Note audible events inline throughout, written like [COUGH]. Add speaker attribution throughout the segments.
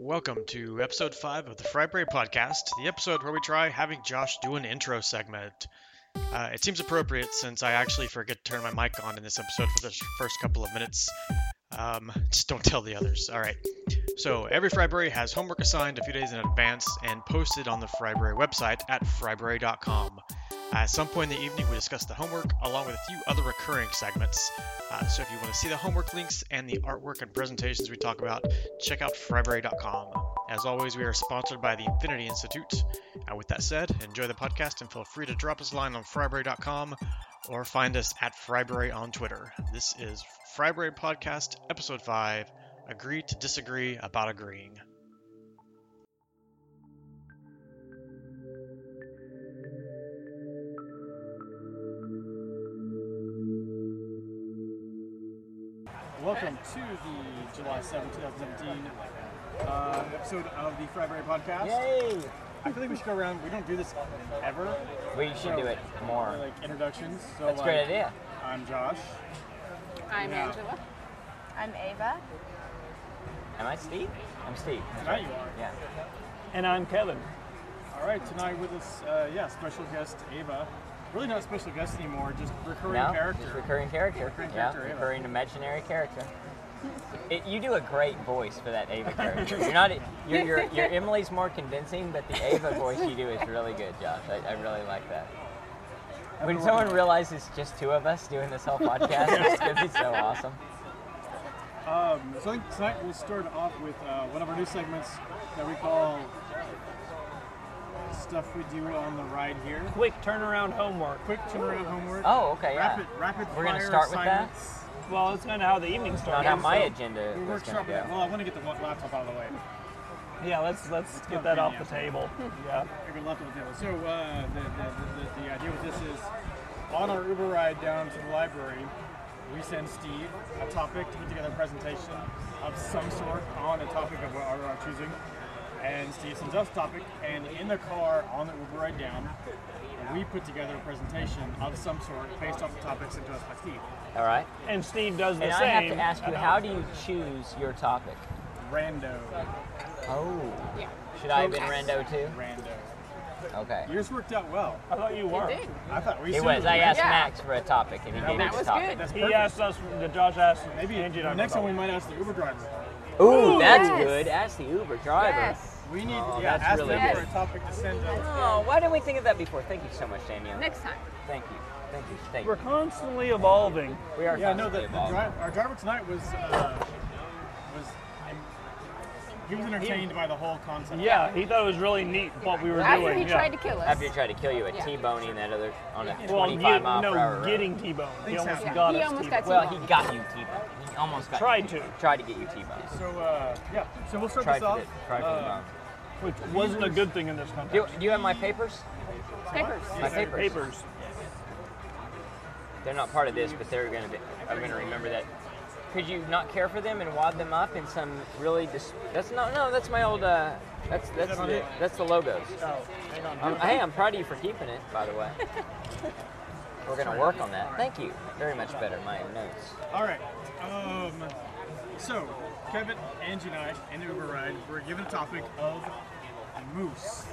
Speaker 1: Welcome to episode five of the Friday Podcast, the episode where we try having Josh do an intro segment. Uh, it seems appropriate since I actually forget to turn my mic on in this episode for the first couple of minutes. Um, [LAUGHS] just don't tell the others. All right. So every Friday has homework assigned a few days in advance and posted on the Friday website at fryberry.com. At some point in the evening, we discuss the homework along with a few other recurring segments. Uh, so if you want to see the homework links and the artwork and presentations we talk about, check out Fryberry.com. As always, we are sponsored by the Infinity Institute. And with that said, enjoy the podcast and feel free to drop us a line on Fryberry.com or find us at Fryberry on Twitter. This is Fryberry Podcast, Episode 5 Agree to Disagree About Agreeing.
Speaker 2: Welcome to the July seventh, two 2017 uh, episode of the Friday Podcast.
Speaker 3: Yay!
Speaker 2: I feel like we should go around. We don't do this ever.
Speaker 3: We should do it
Speaker 2: Or,
Speaker 3: more.
Speaker 2: like introductions. So
Speaker 3: That's a
Speaker 2: like,
Speaker 3: great idea.
Speaker 2: I'm Josh.
Speaker 4: I'm
Speaker 2: Yeah.
Speaker 4: Angela. I'm Ava.
Speaker 3: Am I Steve? I'm Steve. That's
Speaker 2: Tonight
Speaker 3: right.
Speaker 2: you are.
Speaker 3: Yeah.
Speaker 5: And I'm Kevin.
Speaker 2: All right, tonight with us, uh, yeah, special guest Ava. Really not special guest anymore, just recurring
Speaker 3: no,
Speaker 2: character.
Speaker 3: just recurring character.
Speaker 2: Recurring
Speaker 3: yeah,
Speaker 2: character, Ava.
Speaker 3: recurring imaginary
Speaker 2: [LAUGHS]
Speaker 3: character. It, you do a great voice for that Ava
Speaker 2: [LAUGHS]
Speaker 3: character. You're not. Your your your Emily's more convincing, but the Ava voice you do is really good, Josh. I, I really like that. When someone realizes it's just two of us doing this whole podcast, it's gonna be
Speaker 2: [LAUGHS]
Speaker 3: so awesome.
Speaker 2: Um, so I think tonight we'll start off with uh, one of our new segments that we call stuff we do on the ride here.
Speaker 5: Quick turnaround homework.
Speaker 2: Quick turnaround homework.
Speaker 3: Oh, okay, yeah.
Speaker 2: Rapid, rapid
Speaker 3: We're
Speaker 2: fire
Speaker 3: gonna start with that?
Speaker 2: assignments.
Speaker 5: Well, it's kind of how the evening started.
Speaker 3: Not how my
Speaker 5: so-
Speaker 3: agenda
Speaker 2: We're
Speaker 3: was gonna
Speaker 2: workshopping that.
Speaker 3: go.
Speaker 2: Well, I want to get the wa- laptop out of the way.
Speaker 5: Yeah, let's let's
Speaker 2: not
Speaker 5: get that off
Speaker 2: video.
Speaker 5: the table.
Speaker 2: [LAUGHS]
Speaker 5: Yeah.
Speaker 2: I got laptop out of the way. So uh, the, the, the, the, the idea with this is, on our Uber ride down to the library, we send Steve a topic to put together a presentation of some sort on a topic of our, our choosing, and Steve sends us a topic, and in the car on the Uber ride down, we put together a presentation of some sort based off the topic sent to us by Steve.
Speaker 3: All right.
Speaker 5: And Steve does the
Speaker 3: And I
Speaker 5: same.
Speaker 3: have to ask you,
Speaker 5: Uh,
Speaker 3: how do you choose your topic?
Speaker 2: Rando,
Speaker 3: Oh.
Speaker 4: Yeah.
Speaker 3: Should I have been rando too?
Speaker 2: rando.
Speaker 3: Okay.
Speaker 2: Yours worked out well.
Speaker 5: I thought you were.
Speaker 4: Did.
Speaker 2: I thought we
Speaker 3: It was. I asked
Speaker 4: Yeah.
Speaker 3: Max for a topic, and he gave me
Speaker 4: That
Speaker 3: the
Speaker 4: was
Speaker 3: topic.
Speaker 4: good.
Speaker 2: That's
Speaker 5: He
Speaker 2: perfect.
Speaker 5: asked us. The Josh asked.
Speaker 2: Maybe
Speaker 5: Angie
Speaker 2: the
Speaker 5: and I
Speaker 2: next
Speaker 5: were
Speaker 2: one we
Speaker 5: both.
Speaker 2: might Oh, ask the Uber driver.
Speaker 3: Ooh, that's
Speaker 4: yes.
Speaker 3: good. Ask the Uber driver.
Speaker 4: Yes.
Speaker 2: We need
Speaker 3: Oh,
Speaker 2: to yeah,
Speaker 3: that's
Speaker 2: ask
Speaker 3: really
Speaker 2: them
Speaker 4: good.
Speaker 2: for a topic to send us.
Speaker 3: Oh, why didn't we think of that before? Thank you so much, Daniel.
Speaker 4: Next time.
Speaker 3: Thank you. Thank you. Thank
Speaker 5: We're
Speaker 3: you.
Speaker 5: constantly evolving.
Speaker 3: We are
Speaker 2: Yeah, no,
Speaker 3: constantly
Speaker 2: the, the
Speaker 3: evolving.
Speaker 2: drive, our driver tonight was uh, was he was entertained by the whole concept.
Speaker 5: Yeah, he thought it was really neat what we were
Speaker 4: After
Speaker 5: doing.
Speaker 4: he
Speaker 5: yeah.
Speaker 4: tried to kill us.
Speaker 3: After he tried to kill you at
Speaker 4: Yeah.
Speaker 3: T-boning that other on a
Speaker 5: well,
Speaker 3: 25
Speaker 5: get-
Speaker 3: mile
Speaker 5: no,
Speaker 3: per hour road.
Speaker 5: getting T-bone. He
Speaker 2: Think so.
Speaker 5: almost
Speaker 2: Yeah.
Speaker 5: got
Speaker 4: He
Speaker 5: us.
Speaker 4: almost
Speaker 5: T-boned.
Speaker 4: got
Speaker 3: Well, he got you T-boned. He almost got.
Speaker 5: Tried
Speaker 3: you.
Speaker 5: to.
Speaker 3: Tried to get you T-boned.
Speaker 2: So uh, yeah, so we'll start
Speaker 3: Tried
Speaker 2: this
Speaker 3: for
Speaker 2: off.
Speaker 3: the. Tried for the
Speaker 2: uh,
Speaker 3: bomb.
Speaker 5: which wasn't a good thing in this
Speaker 3: Do,
Speaker 5: context.
Speaker 3: do you have my papers?
Speaker 4: Papers.
Speaker 3: My papers.
Speaker 5: Papers.
Speaker 3: They're not part of this, but they're gonna be. I'm gonna remember that. Could you not care for them and wad them up in some really? Dis- that's not. No, that's my old. Uh, that's that's
Speaker 2: on
Speaker 3: the,
Speaker 2: it?
Speaker 3: that's the logos.
Speaker 2: oh, hang on.
Speaker 3: Um, hey, I'm proud of you for keeping it, by the
Speaker 2: [LAUGHS]
Speaker 3: way. We're gonna work on that. Thank you. Very much better. My notes.
Speaker 2: All right. Um, so Kevin, Angie, and I, and the Uber ride, were given a topic of moose.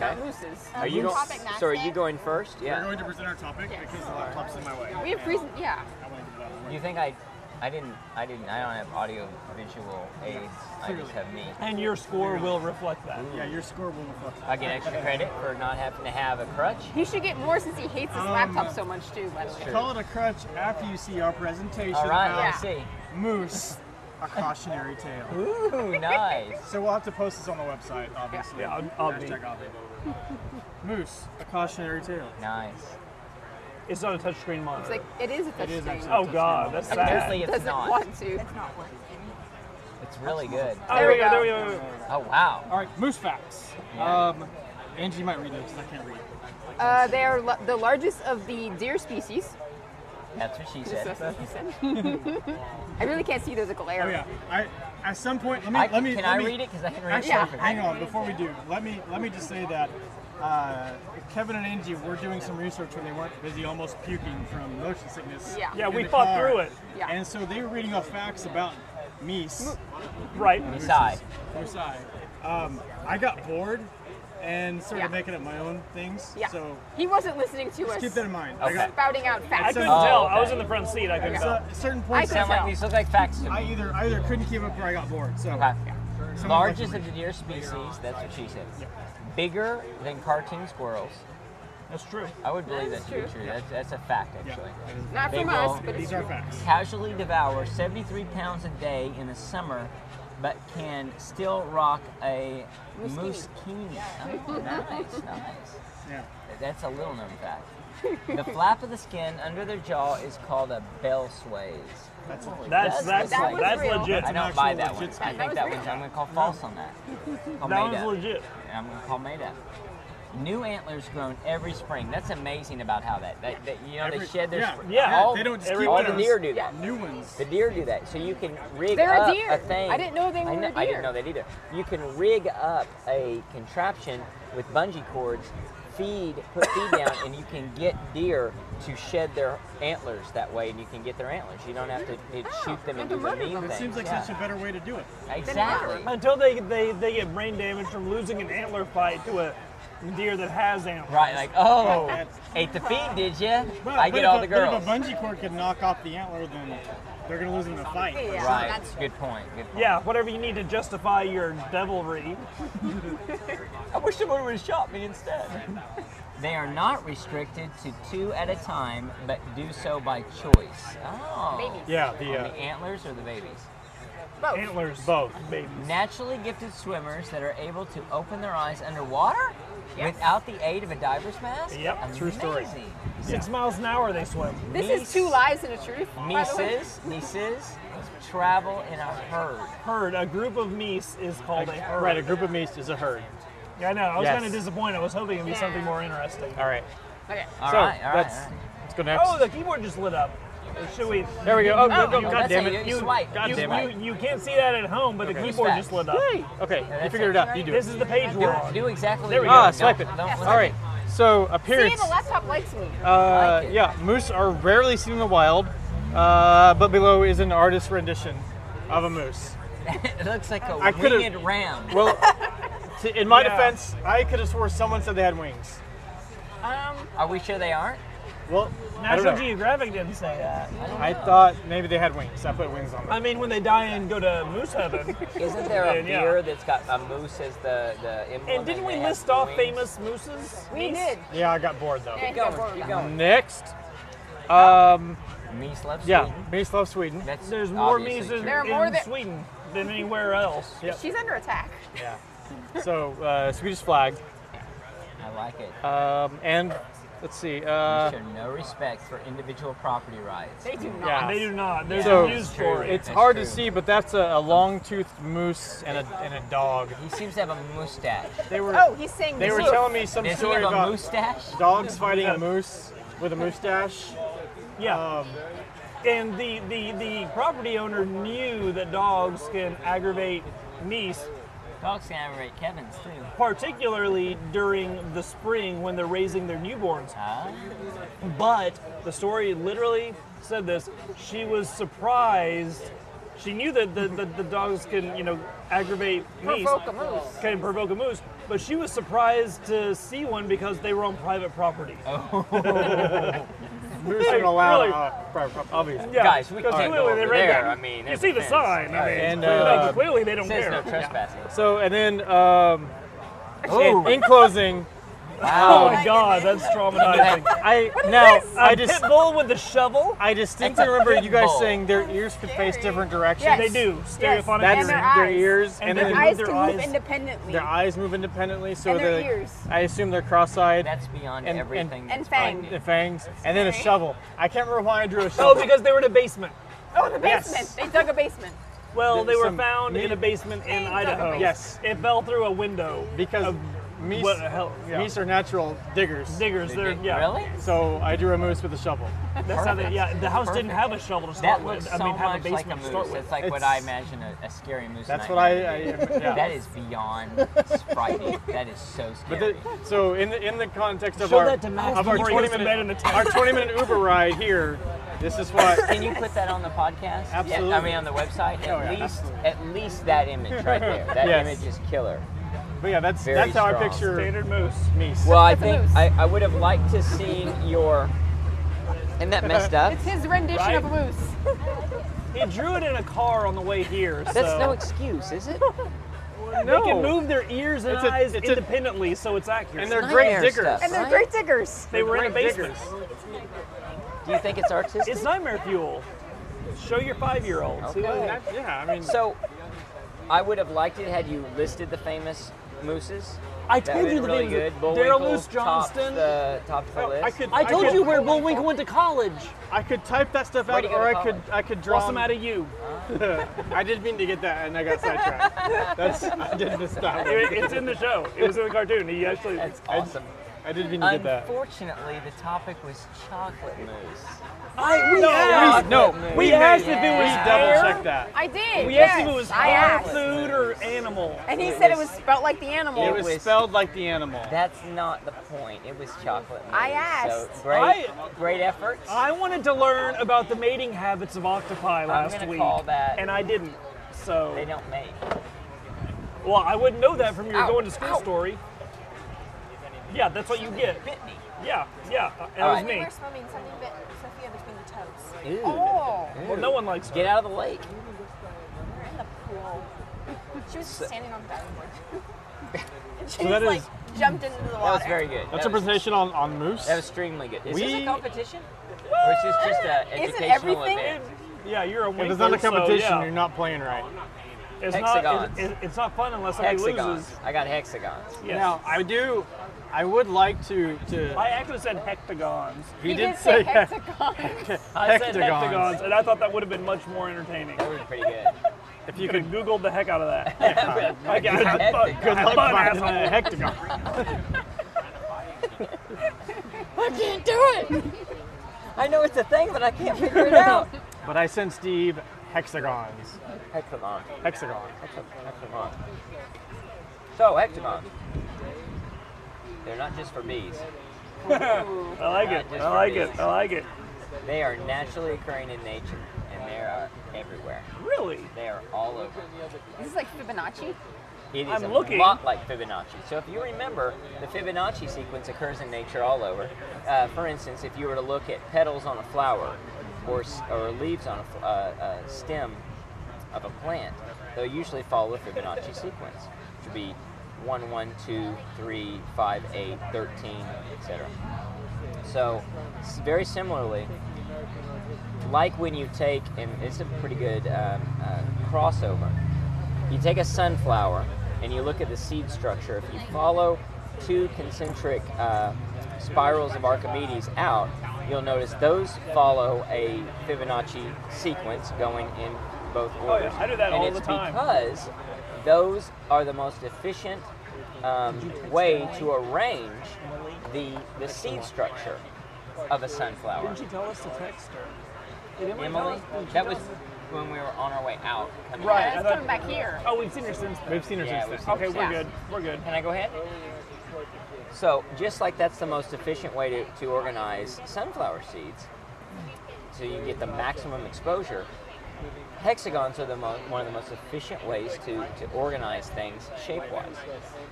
Speaker 3: Okay.
Speaker 4: Mooses.
Speaker 3: Are you going?
Speaker 6: Topic
Speaker 3: So are
Speaker 6: next
Speaker 3: you going first?
Speaker 2: We're
Speaker 3: Yeah.
Speaker 2: going to present our topic
Speaker 4: Yes.
Speaker 2: because the laptop's in my way.
Speaker 4: We have reason. Yeah.
Speaker 2: I wanna get it out of the way.
Speaker 3: You think I? I didn't. I didn't. I don't have audio visual aids. I just have me.
Speaker 5: And your score will reflect that.
Speaker 2: Yeah, your score will reflect.
Speaker 3: I get extra credit for not having to have a crutch.
Speaker 4: He should get more since he hates his
Speaker 2: Um,
Speaker 4: laptop so much too. By the way.
Speaker 3: Sure.
Speaker 2: Call it a crutch after you see our presentation
Speaker 3: All right.
Speaker 2: about
Speaker 3: I see.
Speaker 2: moose, a cautionary tale.
Speaker 3: Ooh, nice.
Speaker 2: So we'll have to post this on the website, obviously.
Speaker 5: Yeah, ob- obvi.
Speaker 2: Hashtag obvi. moose, a cautionary tale.
Speaker 3: Nice.
Speaker 5: It's not a touchscreen monitor.
Speaker 4: It's like it is a touch
Speaker 2: is
Speaker 4: thing.
Speaker 2: actually-
Speaker 5: oh God, that's sad.
Speaker 3: Apparently, it's
Speaker 4: Doesn't
Speaker 3: not.
Speaker 4: want to.
Speaker 3: It's really good.
Speaker 5: Oh,
Speaker 4: There we
Speaker 5: yeah,
Speaker 4: go.
Speaker 5: There we go.
Speaker 3: Oh wow.
Speaker 2: All right, moose facts.
Speaker 3: Yeah.
Speaker 2: Um, Angie might read those because I can't read.
Speaker 4: Uh, they are la- the largest of the deer species.
Speaker 3: That's what she
Speaker 4: Just
Speaker 3: said.
Speaker 4: that's what he said. I really can't see. There's a glare.
Speaker 2: Oh yeah. I at some point let me
Speaker 3: I,
Speaker 2: let me
Speaker 3: can
Speaker 2: let
Speaker 3: I
Speaker 2: me-
Speaker 3: read it? Because I can read
Speaker 2: Actually,
Speaker 3: it.
Speaker 4: Yeah.
Speaker 2: hang on. Before we do, let me let me just say that uh, Kevin and Angie were doing some research when they weren't busy, almost puking from motion sickness.
Speaker 4: Yeah.
Speaker 5: Yeah,
Speaker 2: in
Speaker 5: we
Speaker 2: the
Speaker 5: fought
Speaker 2: car.
Speaker 5: through it.
Speaker 4: Yeah. Mm.
Speaker 2: And so they were reading off facts about meese.
Speaker 5: Right.
Speaker 3: Besides,
Speaker 2: Osai. Um, I got bored and started
Speaker 4: Yeah.
Speaker 2: making up my own things.
Speaker 4: Yeah.
Speaker 2: So
Speaker 4: he wasn't listening to us
Speaker 2: just keep that in mind. I
Speaker 3: Okay.
Speaker 2: got,
Speaker 4: spouting out
Speaker 5: I
Speaker 4: facts.
Speaker 5: couldn't
Speaker 3: Oh,
Speaker 5: tell. I
Speaker 3: okay.
Speaker 5: was in the front seat. I couldn't
Speaker 2: so
Speaker 5: tell.
Speaker 2: at certain
Speaker 4: I could-
Speaker 2: points,
Speaker 3: Sound like
Speaker 4: tell.
Speaker 3: these look like facts to
Speaker 2: I
Speaker 3: me.
Speaker 2: either I either couldn't keep up or I got bored. So
Speaker 3: Okay.
Speaker 2: someone
Speaker 3: Largest
Speaker 2: like
Speaker 3: of the deer species, that's what she said. Bigger than cartoon squirrels.
Speaker 5: That's true.
Speaker 3: I would believe that
Speaker 4: That's
Speaker 3: to be
Speaker 4: true.
Speaker 3: true. That's, that's a fact,
Speaker 2: Yeah.
Speaker 3: actually.
Speaker 4: Not
Speaker 3: They
Speaker 4: from
Speaker 3: will.
Speaker 4: us, but
Speaker 2: These
Speaker 4: it's
Speaker 2: are facts.
Speaker 3: Casually devour 73 pounds a day in the summer, but can still rock a moose Oh, nice, nice.
Speaker 2: Yeah.
Speaker 3: That's a little known fact. the flap of the skin under their jaw is called a bell sways.
Speaker 2: That's a,
Speaker 5: That's
Speaker 4: That's-
Speaker 5: that's
Speaker 4: that was
Speaker 5: that's
Speaker 4: real.
Speaker 5: legit.
Speaker 3: I
Speaker 5: That
Speaker 2: an
Speaker 3: don't buy
Speaker 2: actual
Speaker 3: that one.
Speaker 2: legit
Speaker 3: I
Speaker 4: skin.
Speaker 3: think
Speaker 4: That
Speaker 3: that
Speaker 4: was
Speaker 3: one's.
Speaker 4: real.
Speaker 3: I'm gonna call false on
Speaker 2: [LAUGHS]
Speaker 3: that. Call made
Speaker 5: was
Speaker 3: up.
Speaker 5: legit.
Speaker 3: And I'm gonna call made up. New antlers grown every spring. That's amazing about how that, that, that you know
Speaker 2: Every-
Speaker 3: they shed their
Speaker 2: yeah,
Speaker 3: spr-
Speaker 5: yeah,
Speaker 3: all,
Speaker 2: they don't just
Speaker 5: every-
Speaker 2: keep
Speaker 3: all
Speaker 2: those.
Speaker 3: the deer do that.
Speaker 2: New ones.
Speaker 3: The deer do that, so you can rig
Speaker 4: They're a
Speaker 3: up
Speaker 4: deer.
Speaker 3: thing.
Speaker 4: I didn't know they
Speaker 3: I,
Speaker 4: were
Speaker 3: kn-
Speaker 4: a
Speaker 3: I didn't
Speaker 4: deer.
Speaker 3: know that either. You can rig up a contraption with bungee cords, feed, put
Speaker 4: [COUGHS]
Speaker 3: feed down, and you can get deer to shed their antlers that way, and you can get their antlers. You don't have to, to shoot them
Speaker 4: you
Speaker 3: and do
Speaker 4: can
Speaker 3: the
Speaker 4: Oh, murder
Speaker 3: mean
Speaker 4: them.
Speaker 3: thing.
Speaker 4: It
Speaker 2: It seems like
Speaker 3: yeah.
Speaker 2: such a better way to do it.
Speaker 3: exactly. [LAUGHS]
Speaker 5: Until they, they they get brain damage from losing an antler fight to a deer that has antlers.
Speaker 3: Right, like oh,
Speaker 2: That's-
Speaker 3: ate the feed, did ya?
Speaker 2: But,
Speaker 3: I
Speaker 2: but
Speaker 3: get
Speaker 2: if
Speaker 3: all
Speaker 2: a,
Speaker 3: the girls.
Speaker 2: But if a bungee cord can knock off the antler, then they're gonna lose in the fight.
Speaker 4: Yeah.
Speaker 3: Right,
Speaker 4: That's-
Speaker 3: good point. Good point.
Speaker 5: Yeah, whatever you need to justify your devilry.
Speaker 3: I wish someone would have shot me instead. they are not restricted to two at a time, but do so by choice. Oh.
Speaker 4: babies.
Speaker 5: Yeah,
Speaker 3: On
Speaker 2: uh,
Speaker 3: the antlers or the babies?
Speaker 4: Both.
Speaker 5: antlers both babies.
Speaker 3: Naturally gifted swimmers that are able to open their eyes underwater without the aid of a diver's mask?
Speaker 5: Yep, true story.
Speaker 3: Amazing.
Speaker 5: Six miles an hour they swim.
Speaker 4: This
Speaker 3: Niece-
Speaker 4: is two lies and a truth. by the way.
Speaker 3: Nieces, nieces travel in a herd.
Speaker 5: Herd. A group of meese is called a herd.
Speaker 2: Right, a group of meese is a herd.
Speaker 5: Yeah, I know. I was
Speaker 3: Yes.
Speaker 5: kind of disappointed. I was hoping it'd be something more interesting.
Speaker 2: All right.
Speaker 4: Okay.
Speaker 3: All
Speaker 2: so
Speaker 3: right, all right,
Speaker 2: that's-
Speaker 3: all right.
Speaker 2: Let's go next.
Speaker 5: Oh, the keyboard just lit up. Should we?
Speaker 2: there we go. Oh,
Speaker 3: Oh,
Speaker 2: go,
Speaker 3: no,
Speaker 2: go,
Speaker 3: that's
Speaker 2: God damn
Speaker 3: how you-
Speaker 2: it.
Speaker 3: you swipe.
Speaker 5: You,
Speaker 2: God damn it.
Speaker 5: you, you can't see that at home, but the
Speaker 2: Okay.
Speaker 5: keyboard
Speaker 3: Respect.
Speaker 5: just lit up.
Speaker 2: Okay,
Speaker 3: that's
Speaker 2: you figured it out. You do
Speaker 5: This
Speaker 2: it.
Speaker 5: is the page we're on.
Speaker 3: Do exactly
Speaker 5: There
Speaker 3: what
Speaker 5: we
Speaker 3: you
Speaker 5: go.
Speaker 2: Ah,
Speaker 3: want.
Speaker 2: swipe it.
Speaker 3: Don't- don't-
Speaker 2: All right. So
Speaker 4: See,
Speaker 2: appearance.
Speaker 4: the laptop likes me.
Speaker 2: Uh,
Speaker 3: like it.
Speaker 2: yeah, moose are rarely seen in the wild, uh, but below is an artist's rendition of a moose.
Speaker 3: [LAUGHS] It looks like a
Speaker 2: I could've-
Speaker 3: winged ram.
Speaker 2: Well, to, in my
Speaker 5: Yeah.
Speaker 2: defense, I could have swore someone said they had wings.
Speaker 4: Um,
Speaker 3: Are we sure they aren't?
Speaker 2: Well, I, don't
Speaker 5: National
Speaker 2: know.
Speaker 5: Geographic didn't say that.
Speaker 2: I thought maybe they had wings. I put wings on them.
Speaker 5: I mean, when they die and go to moose
Speaker 2: [LAUGHS]
Speaker 5: heaven.
Speaker 3: Isn't there a
Speaker 5: Then, yeah.
Speaker 3: beer that's got a moose as the the emblem?
Speaker 5: and didn't we
Speaker 3: they have
Speaker 5: list off
Speaker 3: wings?
Speaker 5: famous mooses?
Speaker 4: we
Speaker 5: Meese?
Speaker 4: did.
Speaker 2: Yeah, I got bored though.
Speaker 4: Yeah,
Speaker 3: Keep going,
Speaker 4: yeah,
Speaker 3: keep going.
Speaker 2: Next, um,
Speaker 3: Meese loves
Speaker 2: yeah,
Speaker 3: Sweden.
Speaker 2: moose love Sweden.
Speaker 3: That's
Speaker 5: There's more
Speaker 3: obviously
Speaker 5: meese in,
Speaker 3: true.
Speaker 4: There are more
Speaker 5: in
Speaker 4: that-
Speaker 5: Sweden than anywhere else.
Speaker 2: Yeah.
Speaker 4: She's under attack.
Speaker 2: Yeah. So uh, Swedish flag,
Speaker 3: I like it.
Speaker 2: um, and let's see.
Speaker 3: They
Speaker 2: Uh,
Speaker 3: show no respect for individual property rights.
Speaker 4: They do not.
Speaker 2: Yeah.
Speaker 5: They do not. There's
Speaker 2: So-
Speaker 5: a news story.
Speaker 2: it's
Speaker 3: That's
Speaker 2: hard to
Speaker 3: true.
Speaker 2: see, but that's a, a long-toothed moose and a, and a dog.
Speaker 3: He seems to have a mustache.
Speaker 2: They were
Speaker 4: Oh, he's saying
Speaker 2: they were
Speaker 4: moose.
Speaker 2: telling me some
Speaker 3: Does he
Speaker 2: story
Speaker 3: have a
Speaker 2: about
Speaker 3: mustache?
Speaker 2: dogs fighting a moose with a mustache.
Speaker 5: yeah.
Speaker 2: Um,
Speaker 5: And the, the, the property owner knew that dogs can aggravate meese,
Speaker 3: Dogs can aggravate Kevin's too.
Speaker 5: particularly during the spring when they're raising their newborns.
Speaker 3: Huh?
Speaker 5: But the story literally said this. She was surprised. She knew that the, the, the dogs can, you know, aggravate meese,
Speaker 4: Provoke a moose.
Speaker 5: can provoke a moose, but she was surprised to see one because they were on private property.
Speaker 3: Oh,
Speaker 2: moose aren't allowed
Speaker 5: really?
Speaker 2: on private property, obviously.
Speaker 5: Yeah,
Speaker 3: Guys, we
Speaker 5: because
Speaker 3: can't
Speaker 5: clearly
Speaker 3: go
Speaker 5: they
Speaker 3: over
Speaker 5: read
Speaker 3: there.
Speaker 5: that.
Speaker 3: I mean,
Speaker 5: you
Speaker 3: there's
Speaker 5: see
Speaker 3: a
Speaker 5: the
Speaker 3: fence.
Speaker 5: sign. I mean,
Speaker 2: And,
Speaker 5: clearly, like,
Speaker 2: uh,
Speaker 5: clearly they don't
Speaker 3: Says
Speaker 5: care.
Speaker 3: no trespassing.
Speaker 2: So and then um, in,
Speaker 3: Ooh,
Speaker 2: in closing,
Speaker 3: wow.
Speaker 5: Oh my God, that's
Speaker 3: [LAUGHS]
Speaker 5: traumatizing.
Speaker 2: I now I
Speaker 5: A
Speaker 2: just
Speaker 5: pit bull with a shovel.
Speaker 2: I distinctly
Speaker 3: That's a
Speaker 2: remember
Speaker 3: pit
Speaker 2: you guys
Speaker 3: bull.
Speaker 2: saying their ears could face
Speaker 4: Scary.
Speaker 2: different directions.
Speaker 4: Yes.
Speaker 5: They do stereophonic
Speaker 4: And
Speaker 2: That's
Speaker 4: their
Speaker 5: hearing.
Speaker 2: their
Speaker 4: eyes.
Speaker 2: ears, and,
Speaker 5: And
Speaker 2: then
Speaker 4: Their
Speaker 5: their
Speaker 4: eyes
Speaker 5: their
Speaker 4: can move
Speaker 5: eyes-
Speaker 4: independently.
Speaker 2: their eyes move independently. So
Speaker 4: And their
Speaker 2: they're-
Speaker 4: ears.
Speaker 2: I assume they're cross-eyed.
Speaker 3: That's beyond
Speaker 2: And- and-
Speaker 3: everything.
Speaker 4: and
Speaker 3: that's
Speaker 4: fang.
Speaker 3: frightening.
Speaker 2: the fangs, and then a
Speaker 4: Scary.
Speaker 2: shovel. I can't remember why I drew a
Speaker 5: Oh,
Speaker 2: shovel.
Speaker 5: because they were in a basement.
Speaker 4: oh, the
Speaker 5: Yes.
Speaker 4: basement. They dug a basement.
Speaker 5: Well, they were
Speaker 2: Some
Speaker 5: found
Speaker 2: meat-
Speaker 5: in a basement in
Speaker 4: Things on the
Speaker 5: Idaho.
Speaker 4: basement.
Speaker 2: Yes.
Speaker 5: It fell through a window.
Speaker 2: because
Speaker 5: of
Speaker 2: meese,
Speaker 5: what the hell? Yeah.
Speaker 2: meese are natural diggers.
Speaker 5: diggers. They're, yeah.
Speaker 3: Really?
Speaker 2: So I drew a moose with a shovel.
Speaker 5: [LAUGHS] That's how they, yeah, the house didn't
Speaker 3: Perfect.
Speaker 5: have a shovel to start
Speaker 3: That
Speaker 5: with.
Speaker 3: looks
Speaker 5: I
Speaker 3: so
Speaker 5: mean, have a
Speaker 3: much
Speaker 5: basement
Speaker 3: like a
Speaker 5: to start
Speaker 3: moose.
Speaker 5: with.
Speaker 3: It's like what
Speaker 2: It's-
Speaker 3: I imagine a, a scary moose.
Speaker 2: That's what I.
Speaker 3: nightmare
Speaker 2: I
Speaker 3: would
Speaker 2: yeah.
Speaker 5: [LAUGHS]
Speaker 3: be. That is beyond frightening. [LAUGHS] That is so
Speaker 2: But
Speaker 3: scary.
Speaker 2: the, so in the in the context of
Speaker 5: Show
Speaker 2: our
Speaker 5: that to Max
Speaker 2: of our
Speaker 5: before he
Speaker 2: 20
Speaker 5: goes to
Speaker 2: minute
Speaker 5: bed in the [LAUGHS]
Speaker 2: our 20 minute Uber ride here, This is what.
Speaker 3: Can you put that on the podcast? Yeah, I
Speaker 2: Absolutely.
Speaker 3: mean on the website. At
Speaker 2: Oh, yeah,
Speaker 3: least,
Speaker 2: absolutely.
Speaker 3: at least that image right
Speaker 2: [LAUGHS]
Speaker 3: there. That
Speaker 2: Yes.
Speaker 3: image is killer.
Speaker 2: But yeah, that's
Speaker 3: Very
Speaker 2: that's how I
Speaker 3: strong.
Speaker 2: picture
Speaker 5: Standard moose.
Speaker 2: Meese.
Speaker 3: Well, I
Speaker 4: That's a
Speaker 3: think
Speaker 4: moose.
Speaker 3: I, I would have liked to see your. And that messed up.
Speaker 4: It's his rendition of a
Speaker 5: Right?
Speaker 4: moose.
Speaker 5: He drew it in a car on the way here. So
Speaker 3: That's no excuse, is it?
Speaker 5: They can move their ears and
Speaker 2: It's a-
Speaker 5: eyes
Speaker 2: it's a-
Speaker 5: independently, so it's accurate.
Speaker 2: and they're
Speaker 3: Nightmare
Speaker 2: great diggers.
Speaker 3: stuff.
Speaker 4: And they're
Speaker 3: Right.
Speaker 4: great diggers.
Speaker 5: they were in a
Speaker 2: Great
Speaker 5: basement.
Speaker 2: diggers.
Speaker 3: Do you think it's artistic?
Speaker 5: It's nightmare fuel. Show your five-year-old. See what-
Speaker 2: Yeah, yeah, I mean,
Speaker 3: So, I would have liked it had you listed the famous mooses.
Speaker 5: I
Speaker 3: That
Speaker 5: told
Speaker 3: would've
Speaker 5: you the
Speaker 3: been really good.
Speaker 5: names. Daryl
Speaker 3: Bullwinkle
Speaker 5: Moose Johnston.
Speaker 3: topped the topped the
Speaker 2: Oh,
Speaker 3: list.
Speaker 2: I could,
Speaker 5: I told
Speaker 2: could,
Speaker 5: you where Bullwinkle went to college.
Speaker 2: I could type that stuff
Speaker 3: Where'd
Speaker 2: out,
Speaker 3: he go
Speaker 2: or
Speaker 3: to
Speaker 2: I could,
Speaker 3: college?
Speaker 2: I could draw.
Speaker 5: Blossom
Speaker 3: Um,
Speaker 5: out of you.
Speaker 2: I didn't mean to get that, and I got sidetracked. That's I didn't miss
Speaker 5: [LAUGHS]
Speaker 2: that. one.
Speaker 5: It- it's in the show. It was in the cartoon. He actually.
Speaker 3: That's awesome.
Speaker 2: I didn't mean to get that.
Speaker 3: Unfortunately, the topic was chocolate mousse.
Speaker 5: I, we
Speaker 2: No,
Speaker 5: asked.
Speaker 2: we, no,
Speaker 3: Chocolate
Speaker 2: we
Speaker 5: mousse.
Speaker 2: asked if it
Speaker 3: Yeah.
Speaker 2: was
Speaker 5: Yeah.
Speaker 2: double check that.
Speaker 4: I did.
Speaker 5: We
Speaker 4: yes,
Speaker 5: asked if it was
Speaker 4: I
Speaker 5: car
Speaker 4: asked.
Speaker 5: food or animal.
Speaker 4: And he
Speaker 3: It
Speaker 4: said it
Speaker 3: was-
Speaker 4: was spelt like the animal.
Speaker 2: It was,
Speaker 3: was-
Speaker 2: spelled like the animal.
Speaker 3: That's not the point. It was chocolate mousse.
Speaker 4: I
Speaker 3: So
Speaker 4: asked.
Speaker 3: great,
Speaker 5: I-
Speaker 3: great effort.
Speaker 5: I wanted to learn about the mating habits of octopi last
Speaker 3: gonna
Speaker 5: week,
Speaker 3: call that-
Speaker 5: and I didn't. So,
Speaker 3: They don't make.
Speaker 5: well, I wouldn't know that from your
Speaker 4: Ow,
Speaker 5: going to school
Speaker 4: ow.
Speaker 5: story. Yeah, that's what you get.
Speaker 3: Bit me.
Speaker 5: Yeah, yeah, uh, that
Speaker 3: All
Speaker 5: was
Speaker 3: right.
Speaker 5: me.
Speaker 6: We're swimming something bit Sophia between the toes.
Speaker 3: Ew.
Speaker 4: Oh.
Speaker 5: Well, no one likes
Speaker 3: Get
Speaker 5: that.
Speaker 3: out of the lake.
Speaker 6: We're in the pool. She was just standing on the diving
Speaker 4: [LAUGHS]
Speaker 6: board. and she
Speaker 2: that
Speaker 6: just like
Speaker 2: is-
Speaker 6: jumped into the water.
Speaker 3: That was very good.
Speaker 2: That's
Speaker 3: that
Speaker 2: a
Speaker 3: was,
Speaker 2: presentation on, on moose.
Speaker 3: That was extremely good. Is this
Speaker 2: We-
Speaker 3: a competition? Or is this just an
Speaker 4: Isn't
Speaker 3: educational
Speaker 4: everything-
Speaker 3: event?
Speaker 5: Yeah, you're a
Speaker 2: if
Speaker 5: winner.
Speaker 2: it's not a competition,
Speaker 5: so, yeah.
Speaker 2: you're not playing right.
Speaker 5: It's
Speaker 3: Hexagons.
Speaker 5: not. It, it, it's not fun unless somebody
Speaker 3: Hexagons.
Speaker 5: loses.
Speaker 3: I got hexagons.
Speaker 5: Yes.
Speaker 2: Now, I do, I would like to, to
Speaker 5: I actually said hectagons.
Speaker 2: he,
Speaker 4: did say
Speaker 2: say [LAUGHS]
Speaker 4: hexagon.
Speaker 5: I said
Speaker 2: Hectagons.
Speaker 5: hectagons, and I thought that would have been much more entertaining.
Speaker 3: That was pretty good.
Speaker 2: if
Speaker 5: You
Speaker 2: you
Speaker 5: could
Speaker 2: could,
Speaker 5: have googled the heck out
Speaker 3: [LAUGHS]
Speaker 5: of that. I got it.
Speaker 3: Hectagon.
Speaker 5: Fuck,
Speaker 2: good luck
Speaker 5: Fun
Speaker 2: finding
Speaker 5: asshole.
Speaker 2: a hectagon.
Speaker 3: I can't do it. I know it's a thing, but I can't figure [LAUGHS] it out.
Speaker 2: But I sent Steve hexagons.
Speaker 3: Hexagon.
Speaker 2: Hexagon.
Speaker 3: Hexagon. So, hexagon. They're not just for bees.
Speaker 5: I like it. I like it. I like it.
Speaker 3: They are naturally occurring in nature, and they are everywhere.
Speaker 5: Really?
Speaker 3: They are all over.
Speaker 4: Is this like Fibonacci?
Speaker 3: It is
Speaker 5: I'm
Speaker 3: a
Speaker 5: looking.
Speaker 3: lot like Fibonacci. So if you remember, the Fibonacci sequence occurs in nature all over. Uh, for instance, if you were to look at petals on a flower or, s- or leaves on a, fl- uh, uh stem of a plant, they'll usually follow the Fibonacci sequence, which would be 1, 1, 2, 3, 5, 8, 13, etc. So s- very similarly, like when you take, and it's a pretty good um, uh, crossover, you take a sunflower and you look at the seed structure. If you follow two concentric uh, spirals of Archimedes out, you'll notice those follow a Fibonacci sequence going in both
Speaker 5: Oh, yeah,
Speaker 3: orders.
Speaker 5: I do that
Speaker 3: and
Speaker 5: all
Speaker 3: it's
Speaker 5: the time.
Speaker 3: because those are the most efficient um, way to arrange the, the seed structure of a sunflower.
Speaker 5: Didn't you tell us to text her? Did
Speaker 3: Emily, that was when we were on our way out. Coming
Speaker 5: Right.
Speaker 4: Let's come back here.
Speaker 5: Oh, we've seen her since then.
Speaker 2: We've seen her
Speaker 3: Yeah,
Speaker 2: since
Speaker 3: we've
Speaker 2: then.
Speaker 5: Okay, we're
Speaker 4: Yeah.
Speaker 5: good. We're good.
Speaker 3: Can I go ahead? So, just like that's the most efficient way to, to organize sunflower seeds, so you get the maximum exposure, hexagons are the mo- one of the most efficient ways to, to organize things shape wise.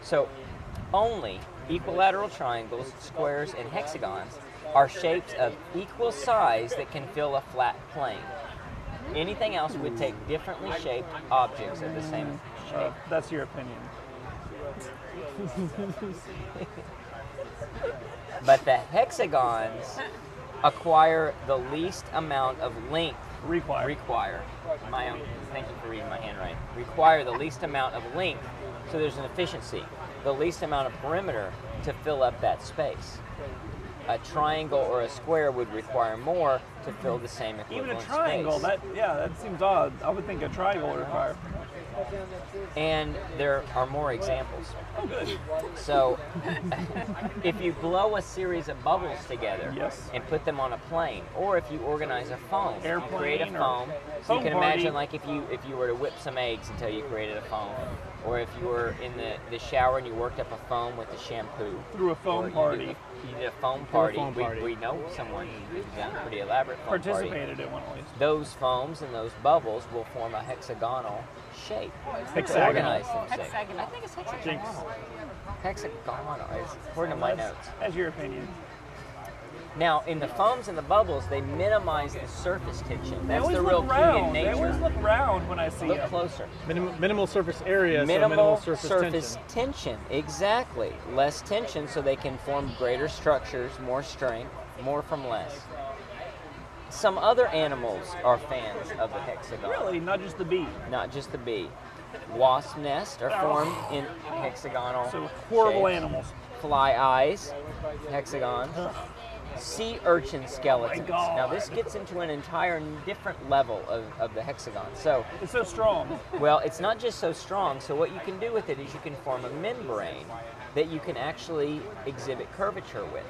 Speaker 3: So, only equilateral triangles, squares, and hexagons are shapes of equal size that can fill a flat plane. Anything else would take differently shaped objects of the same shape.
Speaker 5: That's your opinion.
Speaker 3: But the hexagons acquire the least amount of length
Speaker 5: Require.
Speaker 3: require. My own, thank you for reading my handwriting. Require the least amount of length, so there's an efficiency. The least amount of perimeter to fill up that space. A triangle or a square would require more to fill the same
Speaker 5: Even
Speaker 3: equivalent
Speaker 5: a triangle.
Speaker 3: space.
Speaker 5: That yeah, that seems odd. I would think a triangle would require.
Speaker 3: And there are more examples. So, if you blow a series of bubbles together
Speaker 5: Yes.
Speaker 3: and put them on a plane, or if you organize a foam, you create a
Speaker 5: Airplane or
Speaker 3: foam. So
Speaker 5: foam
Speaker 3: you can
Speaker 5: party.
Speaker 3: imagine, like if you if you were to whip some eggs until you created a foam, or if you were in the, the shower and you worked up a foam with the shampoo.
Speaker 5: Through a
Speaker 3: Or
Speaker 5: foam
Speaker 3: you did
Speaker 5: party.
Speaker 3: a- You did a foam party.
Speaker 5: foam
Speaker 3: we,
Speaker 5: party.
Speaker 3: we know someone who's done a pretty elaborate foam party
Speaker 5: Participated in one at least.
Speaker 3: those foams and those bubbles will form a hexagonal shape.
Speaker 5: Hexagonal.
Speaker 3: Organize them, say.
Speaker 6: Hexagonal. I think it's hexagonal.
Speaker 3: Hexagonal, is according to my
Speaker 5: That's-
Speaker 3: notes.
Speaker 5: That's your opinion.
Speaker 3: Now, in the foams and the bubbles, they minimize the surface tension.
Speaker 5: They
Speaker 3: That's
Speaker 5: always
Speaker 3: the real
Speaker 5: look
Speaker 3: key
Speaker 5: round.
Speaker 3: in
Speaker 5: They always
Speaker 3: nature.
Speaker 5: look round when I see
Speaker 3: Look
Speaker 5: them.
Speaker 3: closer.
Speaker 2: Minim- minimal surface area, so
Speaker 3: Minimal
Speaker 2: minimal surface, tension.
Speaker 3: tension. Exactly. Less tension so they can form greater structures, more strength, more from less. Some other animals are fans of the hexagon.
Speaker 5: Really, not just the bee.
Speaker 3: not just the bee. Wasp nests are formed in hexagonal.
Speaker 5: So horrible
Speaker 3: shapes.
Speaker 5: animals.
Speaker 3: Fly eyes, hexagons. Sea urchin skeletons.
Speaker 5: God.
Speaker 3: now this gets into an entire different level of, of the hexagon. So,
Speaker 5: It's so strong.
Speaker 3: well, it's not just so strong. So what you can do with it is you can form a membrane that you can actually exhibit curvature with.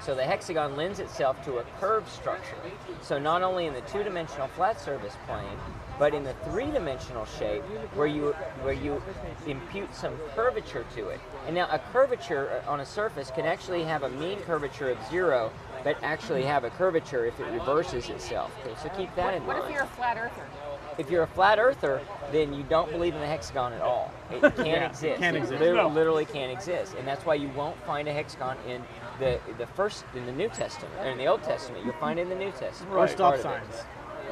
Speaker 3: So the hexagon lends itself to a curved structure. So not only in the two-dimensional flat surface plane, but in the three-dimensional shape where you where you impute some curvature to it. And now a curvature on a surface can actually have a mean curvature of zero, but actually have a curvature if it reverses itself. Okay, so keep that in
Speaker 6: What
Speaker 3: mind.
Speaker 6: if you're a flat earther?
Speaker 3: If you're a flat earther, then you don't believe in the hexagon at all. It can't exist.
Speaker 2: can't
Speaker 3: It
Speaker 2: exist.
Speaker 3: lit-
Speaker 5: No.
Speaker 3: Literally can't exist, and that's why you won't find a hexagon in the the first in the New Testament or in the Old Testament. You'll find it in the New Testament.
Speaker 2: Or
Speaker 3: Part
Speaker 2: stop
Speaker 3: of it.
Speaker 2: signs.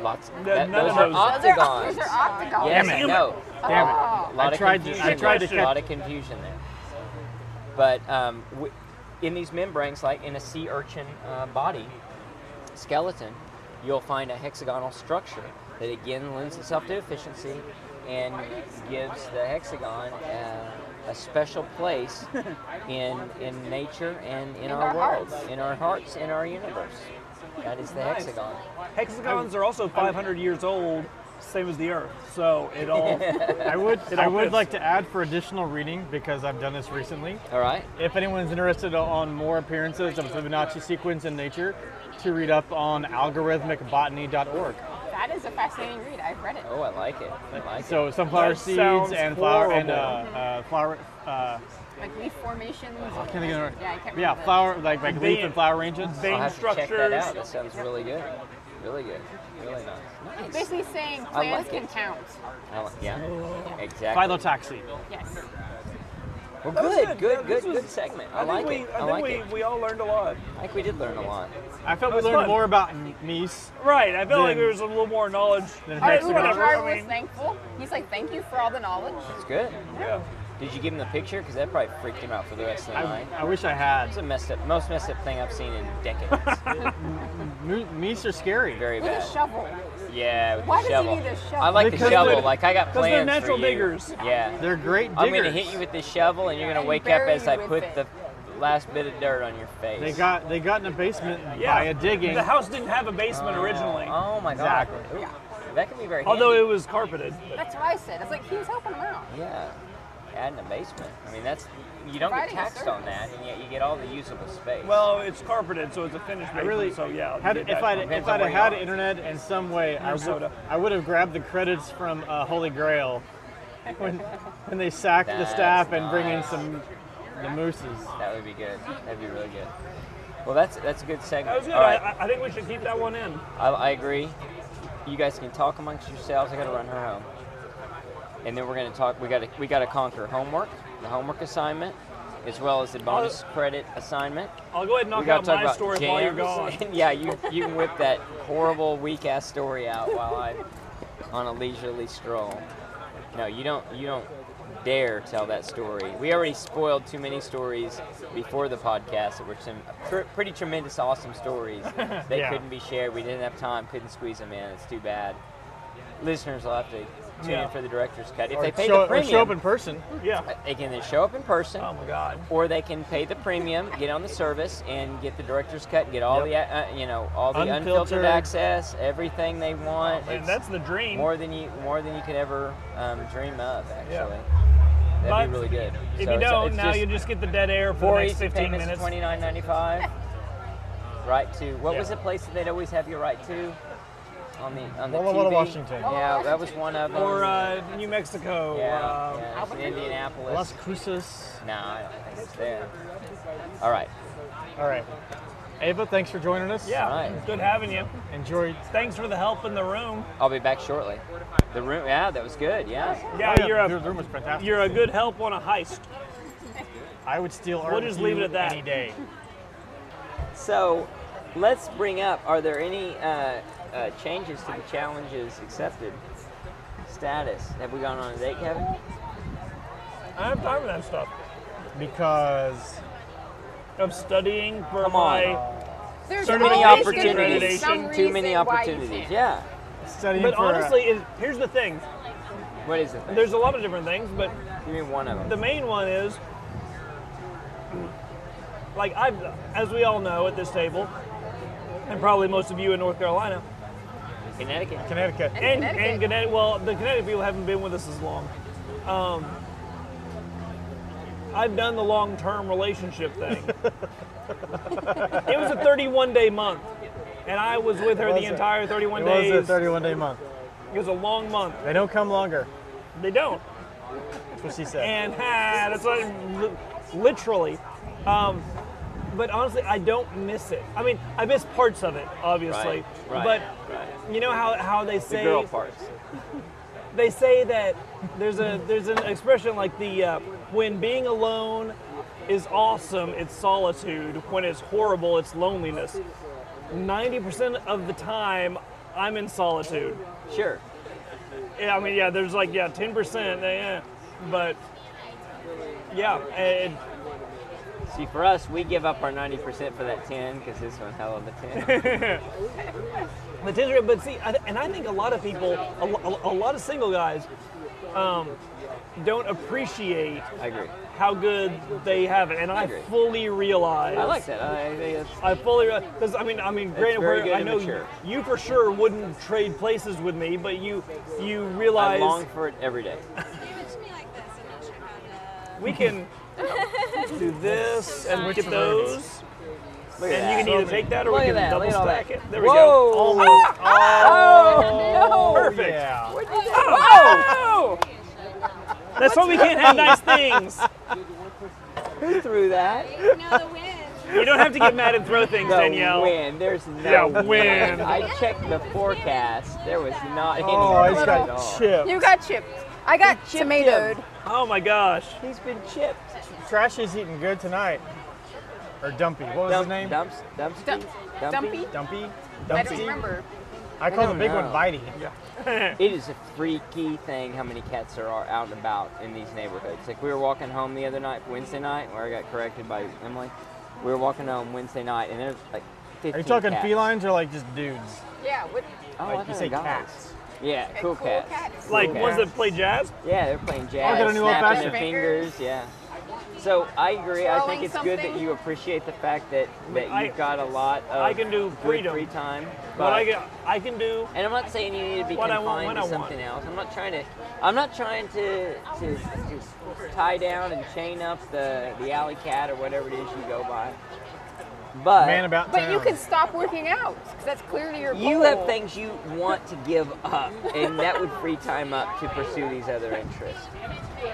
Speaker 3: Lots.
Speaker 5: No,
Speaker 3: that-
Speaker 5: none
Speaker 3: those
Speaker 5: of
Speaker 3: are
Speaker 5: those.
Speaker 3: octagons.
Speaker 6: Oh, Those are octagons.
Speaker 3: Yes,
Speaker 5: Damn it.
Speaker 3: no.
Speaker 2: Damn it.
Speaker 3: A lot
Speaker 2: I
Speaker 3: of
Speaker 2: tried to- I
Speaker 3: confusion.
Speaker 2: tried to
Speaker 3: a
Speaker 2: catch-
Speaker 3: lot of confusion there. But um, w- in these membranes, like in a sea urchin uh, body skeleton, you'll find a hexagonal structure that again lends itself to efficiency and gives the hexagon uh, a special place in in nature and in, our,
Speaker 6: our
Speaker 3: world,
Speaker 6: hearts.
Speaker 3: in our hearts, in our universe. That is the hexagon.
Speaker 5: Hexagons are also 500 years old, same as the Earth. So
Speaker 3: [LAUGHS]
Speaker 5: it all.
Speaker 2: I would,
Speaker 5: It all
Speaker 2: I would
Speaker 5: fits.
Speaker 2: like to add for additional reading because I've done this recently.
Speaker 3: All right.
Speaker 2: If anyone's interested on more appearances of the Fibonacci sequence in nature, to read up on algorithmicbotany.org.
Speaker 6: Oh, That is a fascinating read. I've read it.
Speaker 3: Oh, I like it. I like it.
Speaker 2: So sunflower
Speaker 5: That
Speaker 2: seeds
Speaker 5: sounds
Speaker 2: and flower and uh,
Speaker 5: horrible.
Speaker 2: uh, flower. Uh,
Speaker 6: Like leaf formations.
Speaker 2: can't think of the-
Speaker 6: Yeah, I can't
Speaker 2: yeah,
Speaker 6: remember.
Speaker 2: flower like like leaf
Speaker 5: Vein-
Speaker 2: and flower Uh, arrangements.
Speaker 5: vein-
Speaker 3: I'll have to check that out.
Speaker 5: structures.
Speaker 3: That sounds really good. Really good. Really nice. Nice.
Speaker 6: Basically saying plants
Speaker 3: like
Speaker 6: can
Speaker 3: it.
Speaker 6: count.
Speaker 3: I like- yeah. Exactly.
Speaker 2: Phylotaxy.
Speaker 6: Yes.
Speaker 3: Well,
Speaker 5: That was
Speaker 3: good,
Speaker 5: Yeah,
Speaker 3: good,
Speaker 5: this
Speaker 3: good,
Speaker 5: was-
Speaker 3: good segment. I,
Speaker 5: think
Speaker 3: like
Speaker 5: we,
Speaker 3: it.
Speaker 5: I,
Speaker 3: I,
Speaker 5: think
Speaker 3: like
Speaker 5: we,
Speaker 3: it.
Speaker 5: we all learned a lot.
Speaker 3: I think we did learn a lot.
Speaker 2: I felt
Speaker 5: That
Speaker 2: we
Speaker 5: was
Speaker 2: learned
Speaker 5: fun.
Speaker 2: more about m- Nice.
Speaker 5: Right. I felt like
Speaker 2: Then-
Speaker 5: there was a little more knowledge.
Speaker 2: Then
Speaker 6: Our
Speaker 2: Hexagon.
Speaker 5: whatever, I
Speaker 6: Jar was
Speaker 5: mean,
Speaker 6: thankful. He's like, thank you for all the knowledge.
Speaker 3: It's good.
Speaker 5: yeah.
Speaker 3: Did you give him the picture? Because that probably freaked him out for the rest of the
Speaker 2: I,
Speaker 3: night.
Speaker 2: I wish I
Speaker 3: It's
Speaker 2: had.
Speaker 3: the messed up, most messed up thing I've seen in
Speaker 6: [LAUGHS]
Speaker 3: decades.
Speaker 2: Mo- Meese are scary.
Speaker 3: Very
Speaker 6: With
Speaker 3: bad.
Speaker 6: a shovel.
Speaker 3: Yeah, with
Speaker 6: Why does
Speaker 3: the
Speaker 6: he
Speaker 3: shovel.
Speaker 6: need a shovel?
Speaker 3: I like
Speaker 2: Because
Speaker 3: the shovel.
Speaker 2: they're-
Speaker 3: Like I got
Speaker 5: because they're
Speaker 3: plans
Speaker 5: natural
Speaker 3: for you.
Speaker 5: diggers.
Speaker 3: Yeah.
Speaker 2: They're great diggers.
Speaker 3: I'm gonna hit you with this shovel, and you're gonna
Speaker 6: And
Speaker 3: wake up
Speaker 6: bury
Speaker 3: as
Speaker 6: you
Speaker 3: I
Speaker 6: with
Speaker 3: put
Speaker 6: it.
Speaker 3: the last bit of dirt on your face.
Speaker 2: They got they got in a basement
Speaker 5: Yeah.
Speaker 2: by a digging.
Speaker 5: The house didn't have a basement originally,
Speaker 3: Oh my god.
Speaker 2: Exactly.
Speaker 3: Ooh, That can be very.
Speaker 5: although
Speaker 3: handy.
Speaker 5: it was carpeted.
Speaker 6: That's what I said. It's like he was helping him out.
Speaker 3: Yeah, add in a basement. I mean, that's you don't get
Speaker 6: Providing a
Speaker 3: taxed on
Speaker 6: service.
Speaker 3: that, and yet you get all the usable space.
Speaker 5: Well, it's carpeted, so it's a finished
Speaker 2: I
Speaker 5: basement.
Speaker 2: really,
Speaker 5: so yeah.
Speaker 2: had,
Speaker 5: you
Speaker 2: if
Speaker 5: get
Speaker 2: I'd,
Speaker 5: that.
Speaker 2: if
Speaker 3: Depends
Speaker 2: I'd
Speaker 3: on
Speaker 2: have
Speaker 3: where
Speaker 2: had
Speaker 3: you are.
Speaker 2: internet in some way, I would,
Speaker 5: Minnesota.
Speaker 2: I would have grabbed the credits from uh, Holy Grail [LAUGHS] when, when they sacked the
Speaker 3: That's
Speaker 2: staff and bring in
Speaker 3: nice.
Speaker 2: some the mooses.
Speaker 3: that would be good. That'd be really good. Well, that's that's a good
Speaker 5: That
Speaker 3: segment.
Speaker 5: was good.
Speaker 3: All right,
Speaker 5: I, I think we should keep that one in.
Speaker 3: I, I agree. You guys can talk amongst yourselves. I gotta run her home, and then we're gonna talk. We gotta we gotta conquer homework, the homework assignment, as well as the bonus credit assignment.
Speaker 5: I'll go ahead and
Speaker 3: We
Speaker 5: knock
Speaker 3: gotta
Speaker 5: out
Speaker 3: talk
Speaker 5: my
Speaker 3: about
Speaker 5: story
Speaker 3: jams.
Speaker 5: while you're gone.
Speaker 3: [LAUGHS] yeah, you you can whip that horrible weak ass story out while I'm on a leisurely stroll. No, you don't you don't dare tell that story. We already spoiled too many stories before the podcast that were some tr- pretty tremendous, awesome stories. They
Speaker 2: Yeah.
Speaker 3: couldn't be shared. We didn't have time. Couldn't squeeze them in. It's too bad. Listeners will have to tune
Speaker 5: Yeah.
Speaker 3: in for the director's cut. If
Speaker 2: Or
Speaker 3: they pay
Speaker 2: show,
Speaker 3: the
Speaker 2: or
Speaker 3: premium,
Speaker 2: show up in person.
Speaker 5: Yeah.
Speaker 3: they can then show up in person,
Speaker 5: Oh my God.
Speaker 3: or they can pay the premium, get on the service, and get the director's cut, and get all the uh, you know all the unfiltered,
Speaker 5: Unfiltered.
Speaker 3: access, everything they want.
Speaker 5: And
Speaker 3: It's
Speaker 5: that's the dream.
Speaker 3: more than you more than you could ever um, dream of. Actually, that'd
Speaker 5: But
Speaker 3: be really good.
Speaker 5: If
Speaker 3: So
Speaker 5: you
Speaker 3: it's-
Speaker 5: don't,
Speaker 3: it's
Speaker 5: now you just get the dead air for
Speaker 3: four
Speaker 5: the next
Speaker 3: easy
Speaker 5: 15
Speaker 3: payments,
Speaker 5: minutes.
Speaker 3: twenty nine ninety
Speaker 5: [LAUGHS]
Speaker 3: five. Right to what was
Speaker 5: Yeah.
Speaker 3: the place that they'd always have you right to on the on the
Speaker 2: Walla
Speaker 3: TV?
Speaker 2: Walla, Washington.
Speaker 3: Yeah, that was one of them.
Speaker 5: Or uh, New Mexico.
Speaker 3: yeah,
Speaker 5: um,
Speaker 3: yeah, it's in Indianapolis.
Speaker 2: Las Cruces.
Speaker 3: No, I don't think it's there. All right.
Speaker 2: All right. Ava, thanks for joining us.
Speaker 5: yeah.
Speaker 3: Right.
Speaker 5: Good having you.
Speaker 2: Enjoy.
Speaker 5: Thanks for the help in the room.
Speaker 3: I'll be back shortly. The room, yeah, that was good. Yeah,
Speaker 5: Yeah, you're
Speaker 2: Your
Speaker 5: a
Speaker 2: room was fantastic.
Speaker 5: you're a good help on a heist.
Speaker 2: I would steal
Speaker 5: We'll just leave it at that.
Speaker 2: any day.
Speaker 3: So, let's bring up. Are there any uh, uh, changes to the challenges accepted status? Have we gone on a date, Kevin?
Speaker 5: I have time for that stuff.
Speaker 2: Because
Speaker 5: I'm studying for
Speaker 3: Come on.
Speaker 5: my.
Speaker 4: There's
Speaker 5: So
Speaker 3: Too many
Speaker 4: always gonna be
Speaker 3: opportunities.
Speaker 4: some
Speaker 3: Too many
Speaker 4: reason why you
Speaker 3: opportunities.
Speaker 4: can't.
Speaker 3: Yeah.
Speaker 2: studying
Speaker 5: But
Speaker 2: for uh, a-
Speaker 5: honestly, it, here's the thing.
Speaker 3: What is it? Then?
Speaker 5: There's a lot of different things, but
Speaker 3: Give me one of them.
Speaker 5: the main one is, like I, as we all know at this table, and probably most of you in North Carolina
Speaker 3: Connecticut.
Speaker 2: Connecticut.
Speaker 5: and
Speaker 4: Connecticut.
Speaker 5: and Connecticut. Well, the Connecticut people haven't been with us as long. Um, I've done the long-term relationship
Speaker 2: [LAUGHS]
Speaker 5: thing. it was a 31-day month, and I was with her
Speaker 2: Was
Speaker 5: the
Speaker 2: it?
Speaker 5: entire 31
Speaker 2: It
Speaker 5: days.
Speaker 2: was a 31 day month.
Speaker 5: It was a long month.
Speaker 2: They don't come longer.
Speaker 5: They don't.
Speaker 2: That's what she said.
Speaker 5: and ha, that's what li- literally. Um, but honestly, I don't miss it. I mean, I miss parts of it, obviously.
Speaker 3: Right, right,
Speaker 5: but
Speaker 3: right.
Speaker 5: you know how, how they
Speaker 3: The
Speaker 5: say
Speaker 3: girl parts.
Speaker 5: they say that there's a there's an expression like the uh, when being alone is awesome, it's solitude. When it's horrible, it's loneliness. Ninety percent of the time, I'm in solitude.
Speaker 3: Sure.
Speaker 5: Yeah, I mean, yeah, there's like, yeah, 10%, yeah, but yeah, and
Speaker 3: See, for us, we give up our 90% for that 10 because this one's hell of a
Speaker 4: [LAUGHS]
Speaker 3: 10.
Speaker 5: the tender, but see, I, and I think a lot of people, a, lo- a lot of single guys, um, don't appreciate
Speaker 3: I agree.
Speaker 5: how good they have it, and I,
Speaker 3: agree.
Speaker 5: fully realize.
Speaker 3: I like that. I, I think it's
Speaker 5: I fully because I mean I mean granted
Speaker 3: very
Speaker 5: where
Speaker 3: good
Speaker 5: I
Speaker 3: and
Speaker 5: know
Speaker 3: mature.
Speaker 5: you for sure wouldn't trade places with me, but you you
Speaker 3: I
Speaker 5: realize
Speaker 3: long for it every day.
Speaker 7: Give it to me like this. I'm not sure how to.
Speaker 3: [LAUGHS]
Speaker 5: we can do this and get those.
Speaker 3: Look at
Speaker 5: And you
Speaker 3: that.
Speaker 5: can either take that or
Speaker 3: Look at
Speaker 5: we can
Speaker 3: that, look
Speaker 5: double
Speaker 3: at all
Speaker 5: stack
Speaker 3: that.
Speaker 5: it. There we
Speaker 3: Whoa.
Speaker 5: go.
Speaker 2: Almost.
Speaker 5: Oh, perfect.
Speaker 2: Yeah.
Speaker 3: Whoa!
Speaker 5: That's why we can't have nice things.
Speaker 3: Who threw that?
Speaker 7: No, the wind.
Speaker 5: You don't have to get mad and throw things,
Speaker 3: The
Speaker 5: Danielle.
Speaker 3: wind. There's no
Speaker 5: Yeah, wind.
Speaker 3: I checked the forecast. There was not any
Speaker 2: Oh, he's
Speaker 3: wind at all.
Speaker 2: got chips.
Speaker 4: You got chipped. I got tomatoed.
Speaker 5: Oh my gosh.
Speaker 3: He's been chipped.
Speaker 2: Trashy's eating good tonight. Or Dumpy. What was his
Speaker 3: Dump,
Speaker 2: name?
Speaker 3: dumps, dumps,
Speaker 4: Dump- Dumpy?
Speaker 2: Dumpy.
Speaker 4: I
Speaker 2: Dumpy.
Speaker 4: don't remember.
Speaker 2: I call the
Speaker 3: don't
Speaker 2: big one
Speaker 3: know.
Speaker 2: Bitey.
Speaker 3: It is a freaky thing how many cats there are out and about in these neighborhoods. Like we were walking home the other night, Wednesday night, where I got corrected by Emily. We were walking home Wednesday night, and there's like 15
Speaker 2: Are you talking
Speaker 3: cats.
Speaker 2: felines or like just dudes?
Speaker 4: Yeah, what?
Speaker 3: Oh, I
Speaker 2: like you
Speaker 3: thought
Speaker 2: say
Speaker 3: guys.
Speaker 2: cats.
Speaker 3: Yeah,
Speaker 4: Okay,
Speaker 3: cool,
Speaker 4: cool
Speaker 3: cats.
Speaker 4: cats.
Speaker 5: Like
Speaker 3: Cool
Speaker 5: ones
Speaker 3: cats.
Speaker 5: that play jazz?
Speaker 3: Yeah, they're playing jazz,
Speaker 2: I'll get a new old
Speaker 3: snapping their
Speaker 4: fashioned.
Speaker 3: fingers. Yeah. So I agree. I think
Speaker 4: Twirling
Speaker 3: it's good that
Speaker 4: something.
Speaker 3: you appreciate the fact that that
Speaker 5: I-
Speaker 3: you've got a lot of
Speaker 5: I can do
Speaker 3: good
Speaker 5: freedom.
Speaker 3: free time.
Speaker 5: But
Speaker 3: But
Speaker 5: I can, I can do
Speaker 3: And I'm not saying you need to be
Speaker 5: What I
Speaker 3: confined
Speaker 5: want, when I
Speaker 3: to
Speaker 5: want.
Speaker 3: something else. I'm not trying to. I'm not trying to, to, to tie down and chain up the, the alley cat or whatever it is you go by. But
Speaker 2: Man about
Speaker 4: But you
Speaker 2: town.
Speaker 4: can stop working out 'cause that's clearly your
Speaker 3: you
Speaker 4: goal.
Speaker 3: have things you want to give up, and that would free time up to pursue these other interests.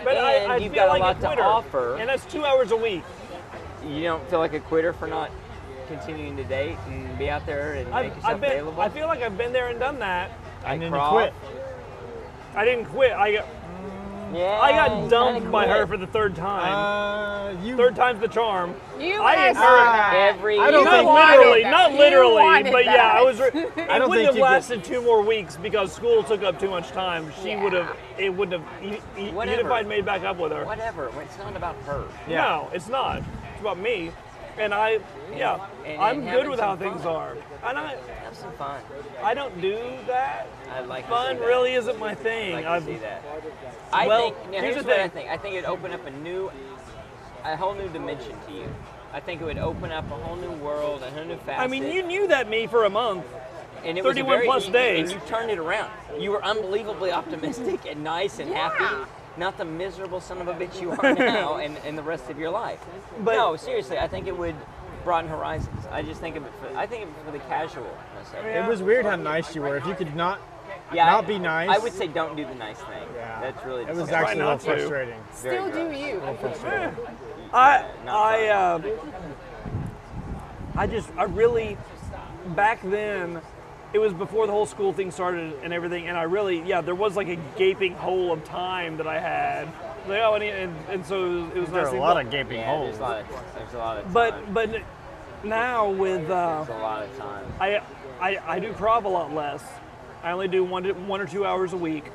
Speaker 5: but I,
Speaker 3: And
Speaker 5: I
Speaker 3: you've
Speaker 5: feel
Speaker 3: got a
Speaker 5: like
Speaker 3: lot to
Speaker 5: quitter.
Speaker 3: offer.
Speaker 5: And that's two hours a week.
Speaker 3: You don't feel like a quitter for not continuing to date and be out there and make
Speaker 5: I've,
Speaker 3: yourself
Speaker 5: I've been,
Speaker 3: available.
Speaker 5: I feel like I've been there and done that.
Speaker 3: I
Speaker 2: And then
Speaker 3: crawl.
Speaker 2: you quit.
Speaker 5: I didn't quit. I got,
Speaker 3: Yeah,
Speaker 5: I
Speaker 3: you
Speaker 5: got
Speaker 3: Oh, kinda
Speaker 5: dumped by her
Speaker 3: quit.
Speaker 5: for the third time.
Speaker 2: Uh, you.
Speaker 5: third time's the charm.
Speaker 4: You
Speaker 5: I
Speaker 4: asked
Speaker 5: agree.
Speaker 4: for that.
Speaker 5: [LAUGHS]
Speaker 3: Every
Speaker 2: I don't
Speaker 5: not
Speaker 2: think-
Speaker 5: literally,
Speaker 4: wanted that.
Speaker 5: not
Speaker 4: You
Speaker 5: literally,
Speaker 4: wanted
Speaker 5: but yeah,
Speaker 4: that.
Speaker 5: I was. Re-
Speaker 3: [LAUGHS]
Speaker 2: I
Speaker 5: it
Speaker 2: don't
Speaker 5: wouldn't
Speaker 2: think
Speaker 5: have
Speaker 2: you did.
Speaker 5: lasted two more weeks because school took up too much time. She
Speaker 4: Yeah.
Speaker 5: would have. It would have. e, You, you, you'd
Speaker 3: Whatever.
Speaker 5: have made back up with her.
Speaker 3: whatever. It's not about her.
Speaker 2: Yeah.
Speaker 5: No, it's not. It's about me. and I, yeah,
Speaker 3: And-
Speaker 5: I'm
Speaker 3: and
Speaker 5: good
Speaker 3: having
Speaker 5: with how
Speaker 3: some
Speaker 5: things
Speaker 3: fun.
Speaker 5: are. And I,
Speaker 3: Have some fun.
Speaker 5: I don't do that.
Speaker 3: I like to
Speaker 5: Fun
Speaker 3: see that.
Speaker 5: really isn't my
Speaker 3: I
Speaker 5: thing.
Speaker 3: like to
Speaker 5: I've-
Speaker 3: see that. I
Speaker 5: Well,
Speaker 3: think, now,
Speaker 5: here's
Speaker 3: here's
Speaker 5: the
Speaker 3: what I
Speaker 5: thing.
Speaker 3: think. I think it'd open up a new, a whole new dimension to you. I think it would open up a whole new world, a whole new facet.
Speaker 5: I mean, you knew that me for a month.
Speaker 3: and it
Speaker 5: 31
Speaker 3: was a very,
Speaker 5: plus
Speaker 3: you- and
Speaker 5: days.
Speaker 3: you turned it around. You were unbelievably optimistic and nice and happy. Not the miserable son of a bitch you are now, and, and the rest of your life.
Speaker 5: But-
Speaker 3: no, seriously, I think it would broaden horizons. I just think of it. For, I think of it for the casualness of it.
Speaker 2: It was weird how nice you were. If you could not,
Speaker 3: Yeah,
Speaker 2: not
Speaker 3: I-
Speaker 2: be nice.
Speaker 3: I would say don't do the nice thing. That's really.
Speaker 2: It was
Speaker 3: disgusting.
Speaker 2: actually a little
Speaker 5: not to?
Speaker 2: frustrating.
Speaker 3: Very
Speaker 4: Still do
Speaker 3: gross.
Speaker 4: you.
Speaker 5: I,
Speaker 3: not
Speaker 5: I,
Speaker 3: fun.
Speaker 5: uh, I just, I really, back then, it was before the whole school thing started and everything, and I really, yeah, there was like a gaping hole of time that I had. Like, oh, and, and, and so it was, it was
Speaker 2: There
Speaker 5: nice
Speaker 2: are a
Speaker 5: thing.
Speaker 2: lot of gaping
Speaker 3: Yeah, there's
Speaker 2: holes.
Speaker 3: a lot of there's a lot of time.
Speaker 5: But, but now with, uh,
Speaker 3: there's a lot of time.
Speaker 5: I, I, I do prov a lot less. I only do one, to, one or two hours a week,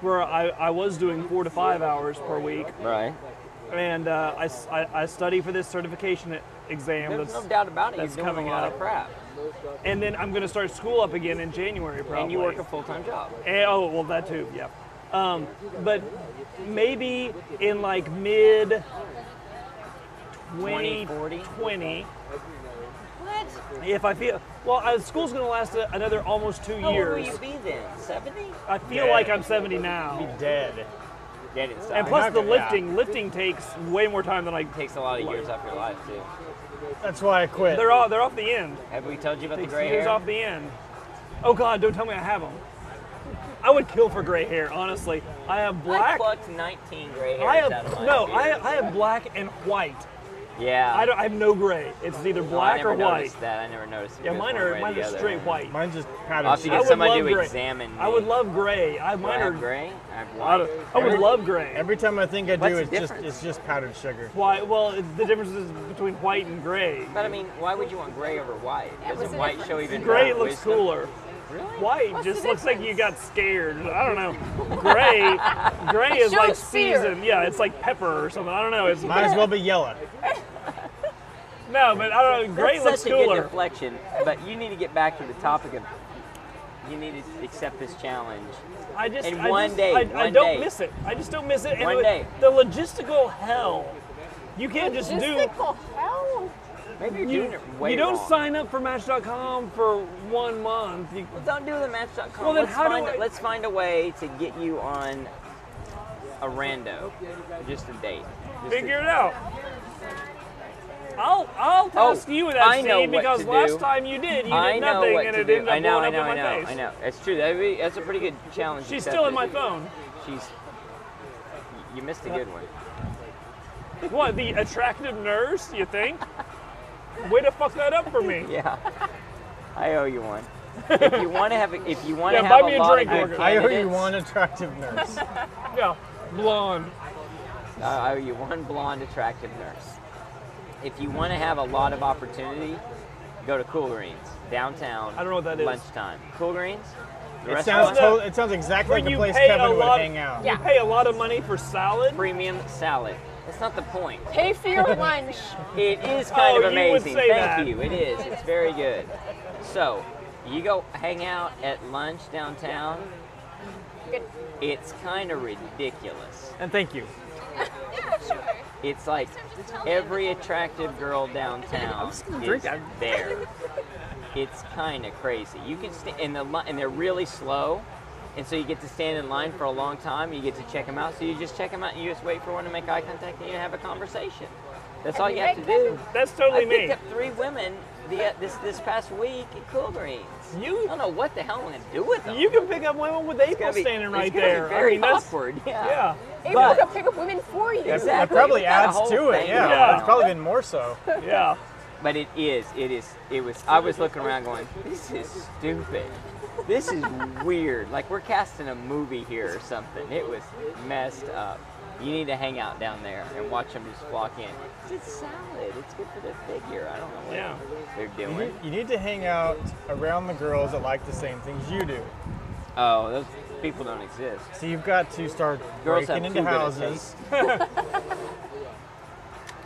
Speaker 5: where I, I was doing four to five hours per week,
Speaker 3: Right.
Speaker 5: and uh, I, s- I- I study for this certification exam.
Speaker 3: There's
Speaker 5: that's,
Speaker 3: no doubt about it.
Speaker 5: that's
Speaker 3: You're doing
Speaker 5: coming
Speaker 3: a lot
Speaker 5: up.
Speaker 3: of crap,
Speaker 5: and then I'm going to start school up again in January, probably.
Speaker 3: and you work a full time job.
Speaker 5: And- oh, well, that too, yeah. Um, but maybe in like mid
Speaker 3: 2040?
Speaker 5: 2020,
Speaker 6: What?
Speaker 5: if I feel, well, uh, school's going to last a, another almost two
Speaker 3: How old will
Speaker 5: years.
Speaker 3: you be then? Seventy?
Speaker 5: I feel like I'm 70 now.
Speaker 2: Dead.
Speaker 3: Dead inside.
Speaker 5: And plus
Speaker 2: not
Speaker 5: the
Speaker 2: gonna- yeah.
Speaker 5: lifting, lifting takes way more time than I
Speaker 3: It takes a lot of years off your life too.
Speaker 2: That's why I quit.
Speaker 5: They're off, they're off the end.
Speaker 3: Have we told you about the
Speaker 5: Takes
Speaker 3: gray
Speaker 5: years
Speaker 3: hair?
Speaker 5: off the end. Oh God, don't tell me I have them. I would kill for gray hair, honestly. I have
Speaker 3: I
Speaker 5: black.
Speaker 3: plucked 19 gray hairs
Speaker 5: I have
Speaker 3: out of my
Speaker 5: no.
Speaker 3: beard.
Speaker 5: I, I have black and white.
Speaker 3: yeah.
Speaker 5: I, don't, I have no gray. It's either
Speaker 3: No, Oh, I
Speaker 5: black
Speaker 3: never
Speaker 5: or white.
Speaker 3: noticed that. I never noticed. it
Speaker 5: Yeah,
Speaker 3: goes
Speaker 5: mine
Speaker 3: one
Speaker 5: are
Speaker 3: way or
Speaker 5: mine
Speaker 3: the
Speaker 5: are
Speaker 3: other.
Speaker 5: straight white.
Speaker 2: Mine just
Speaker 3: I'll
Speaker 2: pattern
Speaker 3: have to
Speaker 2: shit.
Speaker 5: I
Speaker 3: get
Speaker 5: would
Speaker 3: somebody
Speaker 5: love
Speaker 3: to
Speaker 5: gray.
Speaker 3: examine.
Speaker 5: I would
Speaker 3: me.
Speaker 5: love gray.
Speaker 3: Do
Speaker 5: I
Speaker 3: I
Speaker 5: mine
Speaker 3: have
Speaker 5: are.
Speaker 3: gray. I have
Speaker 5: I,
Speaker 3: white.
Speaker 5: don't- oh. I would love gray.
Speaker 2: Every time I think I
Speaker 3: What's
Speaker 2: do,
Speaker 3: the
Speaker 2: it's just
Speaker 3: difference?
Speaker 2: it's just powdered sugar.
Speaker 5: Why? Well, it- the difference is between white and gray.
Speaker 3: But I mean, why would you want gray over white?
Speaker 6: what's
Speaker 3: Doesn't
Speaker 6: the
Speaker 3: white show even
Speaker 5: Gray
Speaker 3: more
Speaker 5: looks
Speaker 3: wisdom?
Speaker 5: cooler.
Speaker 3: Really?
Speaker 5: White
Speaker 4: What's
Speaker 5: just
Speaker 4: the
Speaker 5: looks like you got scared. I don't know. Gray, gray is
Speaker 4: Shows
Speaker 5: like
Speaker 4: fear.
Speaker 5: seasoned. Yeah, it's like pepper or something. I don't know. It's
Speaker 2: Might as well be yellow.
Speaker 5: no, but I don't know. Gray
Speaker 3: That's
Speaker 5: looks
Speaker 3: such a good
Speaker 5: cooler.
Speaker 3: deflection. But you need to get back to the topic of. You need to accept this challenge.
Speaker 5: I just
Speaker 3: and
Speaker 5: I
Speaker 3: one
Speaker 5: just-
Speaker 3: day,
Speaker 5: I, I
Speaker 3: one
Speaker 5: don't
Speaker 3: day.
Speaker 5: miss it. I just don't miss it. And
Speaker 3: One
Speaker 5: the-
Speaker 3: day.
Speaker 5: the logistical hell. You can't just do.
Speaker 4: Logistical hell.
Speaker 3: Maybe you're
Speaker 5: You,
Speaker 3: doing it way
Speaker 5: you don't
Speaker 3: wrong.
Speaker 5: sign up for Match.com for one month. You,
Speaker 3: Well, don't do the Match.com.
Speaker 5: Well, then
Speaker 3: let's,
Speaker 5: how do
Speaker 3: find,
Speaker 5: I-
Speaker 3: let's find a way to get you on a rando, just a date. Just a-
Speaker 5: figure it out. I'll I'll
Speaker 3: Oh,
Speaker 5: task you with that
Speaker 3: I know
Speaker 5: Steve,
Speaker 3: what
Speaker 5: because
Speaker 3: to
Speaker 5: last
Speaker 3: do.
Speaker 5: time you did, you
Speaker 3: I
Speaker 5: did
Speaker 3: know
Speaker 5: nothing
Speaker 3: what
Speaker 5: and
Speaker 3: to
Speaker 5: it
Speaker 3: do.
Speaker 5: ended up
Speaker 3: I know,
Speaker 5: blowing
Speaker 3: I
Speaker 5: up
Speaker 3: know,
Speaker 5: in my
Speaker 3: I know,
Speaker 5: face.
Speaker 3: I know. That's true. That'd be, that's a pretty good challenge.
Speaker 5: She's
Speaker 3: accepted.
Speaker 5: still in my phone.
Speaker 3: She's. You missed a good one.
Speaker 5: What, the attractive nurse, you think? Way to fuck that up for me.
Speaker 3: Yeah. I owe you one. If you want to have, a, if you want
Speaker 5: Yeah,
Speaker 3: to
Speaker 5: buy
Speaker 3: have
Speaker 5: me
Speaker 3: a
Speaker 5: a
Speaker 3: lot
Speaker 5: drink,
Speaker 3: of good
Speaker 5: Morgan.
Speaker 2: I owe you
Speaker 3: candidates,
Speaker 2: one attractive nurse.
Speaker 5: Yeah, blonde.
Speaker 3: Uh, I owe you one blonde attractive nurse. If you want to have a lot of opportunity, go to Cool Greens downtown.
Speaker 5: I don't know what that is.
Speaker 3: Lunchtime. Cool Greens. The
Speaker 2: It
Speaker 3: restaurant,
Speaker 2: sounds to- it sounds exactly
Speaker 5: Where
Speaker 2: like the
Speaker 5: you
Speaker 2: place
Speaker 5: pay a
Speaker 2: Kevin would
Speaker 5: lot,
Speaker 2: hang out.
Speaker 5: you pay a lot of money for salad.
Speaker 3: premium salad. That's not the point.
Speaker 4: Pay for
Speaker 5: [LAUGHS]
Speaker 4: your lunch.
Speaker 3: It is kind
Speaker 5: Oh,
Speaker 3: of
Speaker 5: you would
Speaker 3: amazing.
Speaker 5: say
Speaker 3: Thank
Speaker 5: that.
Speaker 3: you. It is. It's very good. So, you go hang out at lunch downtown. It's kind of ridiculous.
Speaker 5: And thank you.
Speaker 6: Yeah, sure.
Speaker 3: It's like
Speaker 6: Just tell me.
Speaker 3: every attractive girl downtown is
Speaker 5: drink that.
Speaker 3: there. It's kind of crazy. You can stand in the li- and they're really slow, and so you get to stand in line for a long time. You get to check them out. So you just check them out. and You just wait for one to make eye contact and you have a conversation. That's all you have to do.
Speaker 5: That's
Speaker 3: I
Speaker 5: totally
Speaker 3: picked
Speaker 5: me.
Speaker 3: up three women the, uh, this this past week at Cool Greens. I
Speaker 5: You
Speaker 3: don't know what the hell I'm gonna do with them.
Speaker 5: you can pick up women with April
Speaker 3: It's gonna be-
Speaker 5: standing
Speaker 3: it's
Speaker 5: right
Speaker 3: gonna be
Speaker 5: there.
Speaker 3: very
Speaker 5: I mean, that's
Speaker 3: awkward. Yeah.
Speaker 5: yeah.
Speaker 4: April
Speaker 3: But-
Speaker 4: can pick up women for you.
Speaker 3: Yes.
Speaker 2: That
Speaker 3: Exactly.
Speaker 2: probably
Speaker 3: We've got a
Speaker 2: adds
Speaker 3: whole
Speaker 2: to it.
Speaker 3: thing
Speaker 2: Yeah,
Speaker 5: going
Speaker 2: it's
Speaker 3: on.
Speaker 2: probably been more so.
Speaker 5: Yeah.
Speaker 3: But it is. It is. It was. I was looking around going, this is stupid. This is weird. Like we're casting a movie here or something. It was messed up. You need to hang out down there and watch them just walk in. It's salad. It's good for their figure. I don't know what
Speaker 5: Yeah.
Speaker 3: they're
Speaker 2: You
Speaker 3: doing.
Speaker 2: need, you need to hang out around the girls that like the same things you do.
Speaker 3: Oh, those people don't exist.
Speaker 2: So you've got to start
Speaker 3: Girls have
Speaker 2: breaking into
Speaker 3: too good a
Speaker 2: houses.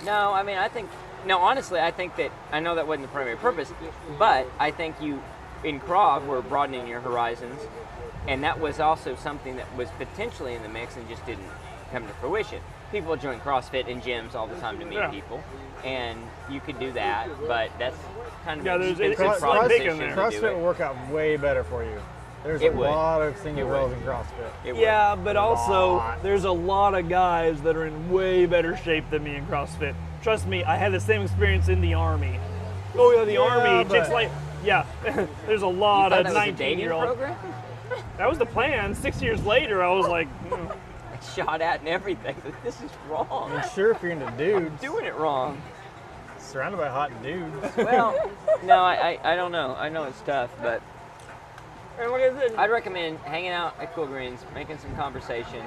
Speaker 3: No, I mean I think now, honestly, I think that I know that wasn't the primary purpose, but I think you in Krog were broadening your horizons, and that was also something that was potentially in the mix and just didn't come to fruition. People join CrossFit and gyms all the time to meet
Speaker 5: Yeah.
Speaker 3: people, and you could do that, but that's kind of
Speaker 5: Yeah,
Speaker 3: an
Speaker 5: there's- it-
Speaker 3: expensive
Speaker 5: it's
Speaker 2: Cross-
Speaker 5: like big
Speaker 3: proposition
Speaker 5: in
Speaker 3: to
Speaker 5: there.
Speaker 3: do
Speaker 2: CrossFit will
Speaker 3: it.
Speaker 2: work out way better for you. There's
Speaker 3: It
Speaker 2: a
Speaker 3: would.
Speaker 2: lot of things
Speaker 3: It
Speaker 2: that
Speaker 3: would.
Speaker 2: wells in CrossFit.
Speaker 3: It would.
Speaker 5: Yeah, but also
Speaker 2: lot.
Speaker 5: there's a lot of guys that are in way better shape than me in CrossFit. Trust me, I had the same experience in the army. Oh yeah, the army.
Speaker 2: but-
Speaker 5: Chicks like yeah. [LAUGHS] there's a
Speaker 3: You
Speaker 5: lot
Speaker 3: thought
Speaker 5: of
Speaker 3: that was a
Speaker 5: 19
Speaker 3: dating
Speaker 5: year old.
Speaker 3: program?
Speaker 5: That was the plan. Six years later, I was like, hmm,
Speaker 3: [LAUGHS] Shot at and everything. [LAUGHS] Like, this is wrong.
Speaker 2: [LAUGHS] And sure, if you're into dudes,
Speaker 3: Doing it wrong.
Speaker 2: surrounded by hot dudes.
Speaker 3: Well,
Speaker 4: [LAUGHS]
Speaker 3: no, I, I, I don't know. I know it's tough, but I'd recommend hanging out at Cool Greens, making some conversation,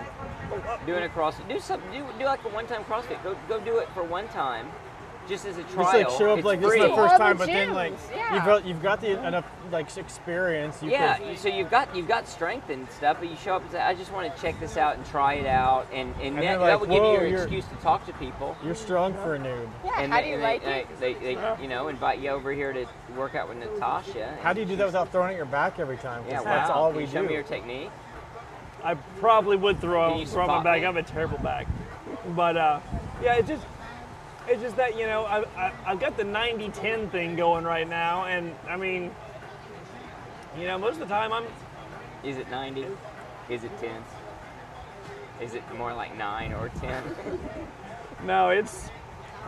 Speaker 3: doing a CrossFit. Do some do, do like a one-time CrossFit. Go go do it for one time, just as a
Speaker 2: Just
Speaker 3: trial.
Speaker 2: like show up
Speaker 3: It's
Speaker 2: like this
Speaker 3: free.
Speaker 2: is the
Speaker 4: All
Speaker 2: first
Speaker 4: the
Speaker 2: time, but then like
Speaker 4: gyms, yeah.
Speaker 2: you've got, you've got the enough like experience. You
Speaker 3: yeah,
Speaker 2: could-
Speaker 3: so you've got you've got strength and stuff, but you show up and say, "I just want to check this out and try it out," and and,
Speaker 2: And
Speaker 3: that,
Speaker 2: they're
Speaker 3: that
Speaker 2: like,
Speaker 3: will give you
Speaker 2: "Whoa,
Speaker 3: your
Speaker 2: you're-
Speaker 3: excuse to talk to people.
Speaker 2: you're strong for a noob.
Speaker 4: Yeah,
Speaker 3: and
Speaker 4: how
Speaker 3: they,
Speaker 4: do you
Speaker 3: and
Speaker 4: like
Speaker 3: they,
Speaker 4: it?
Speaker 3: They, they, you know, invite you over here to work out with Natasha.
Speaker 2: How do you do that without throwing at your back every time? 'Cause
Speaker 3: Yeah,
Speaker 2: that's
Speaker 3: wow.
Speaker 2: all
Speaker 3: Can
Speaker 2: we
Speaker 3: you Show
Speaker 2: do.
Speaker 3: me your technique.
Speaker 5: I probably would
Speaker 3: Can
Speaker 5: throw
Speaker 3: you
Speaker 5: throw my
Speaker 3: spot
Speaker 5: back.
Speaker 3: me?
Speaker 5: I'm a terrible back, but uh, yeah, it's just it's just that you know I, I I've got the 90-10 thing going right now, and I mean, you know, most of the time I'm
Speaker 3: Is it 90? Is it 10? Is it more like 9 or 10?
Speaker 5: no, it's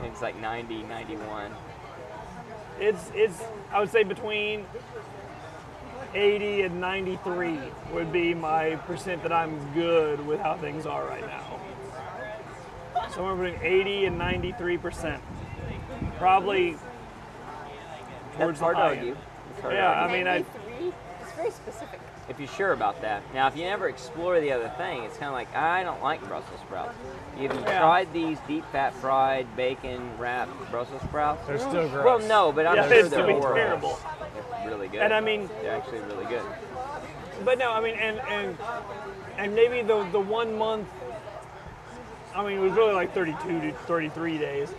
Speaker 3: it's like 90, 91.
Speaker 5: It's it's I would say between 80 and 93 would be my percent that I'm good with how things are right now. Somewhere between 80 and 93 percent, probably.
Speaker 3: That's
Speaker 5: towards the
Speaker 3: hard to
Speaker 5: high
Speaker 3: argue.
Speaker 5: end.
Speaker 3: It's hard to
Speaker 5: Yeah, I
Speaker 3: argue.
Speaker 5: mean, I,
Speaker 4: 93? It's very specific.
Speaker 3: if you're sure about that. Now, if you never explore the other thing, it's kind of like, I don't like Brussels sprouts. If you
Speaker 5: Yeah.
Speaker 3: tried these deep fat fried bacon wrapped Brussels sprouts,
Speaker 2: They're still gross.
Speaker 3: well, no, but I'm
Speaker 5: Yeah,
Speaker 3: sure
Speaker 5: it's
Speaker 3: they're
Speaker 5: gonna be
Speaker 3: horrible.
Speaker 5: terrible.
Speaker 3: They're really good.
Speaker 5: And I mean-
Speaker 3: they're actually really good.
Speaker 5: but no, I mean, and and and maybe the the one month. I mean, it was really like 32 to 33 days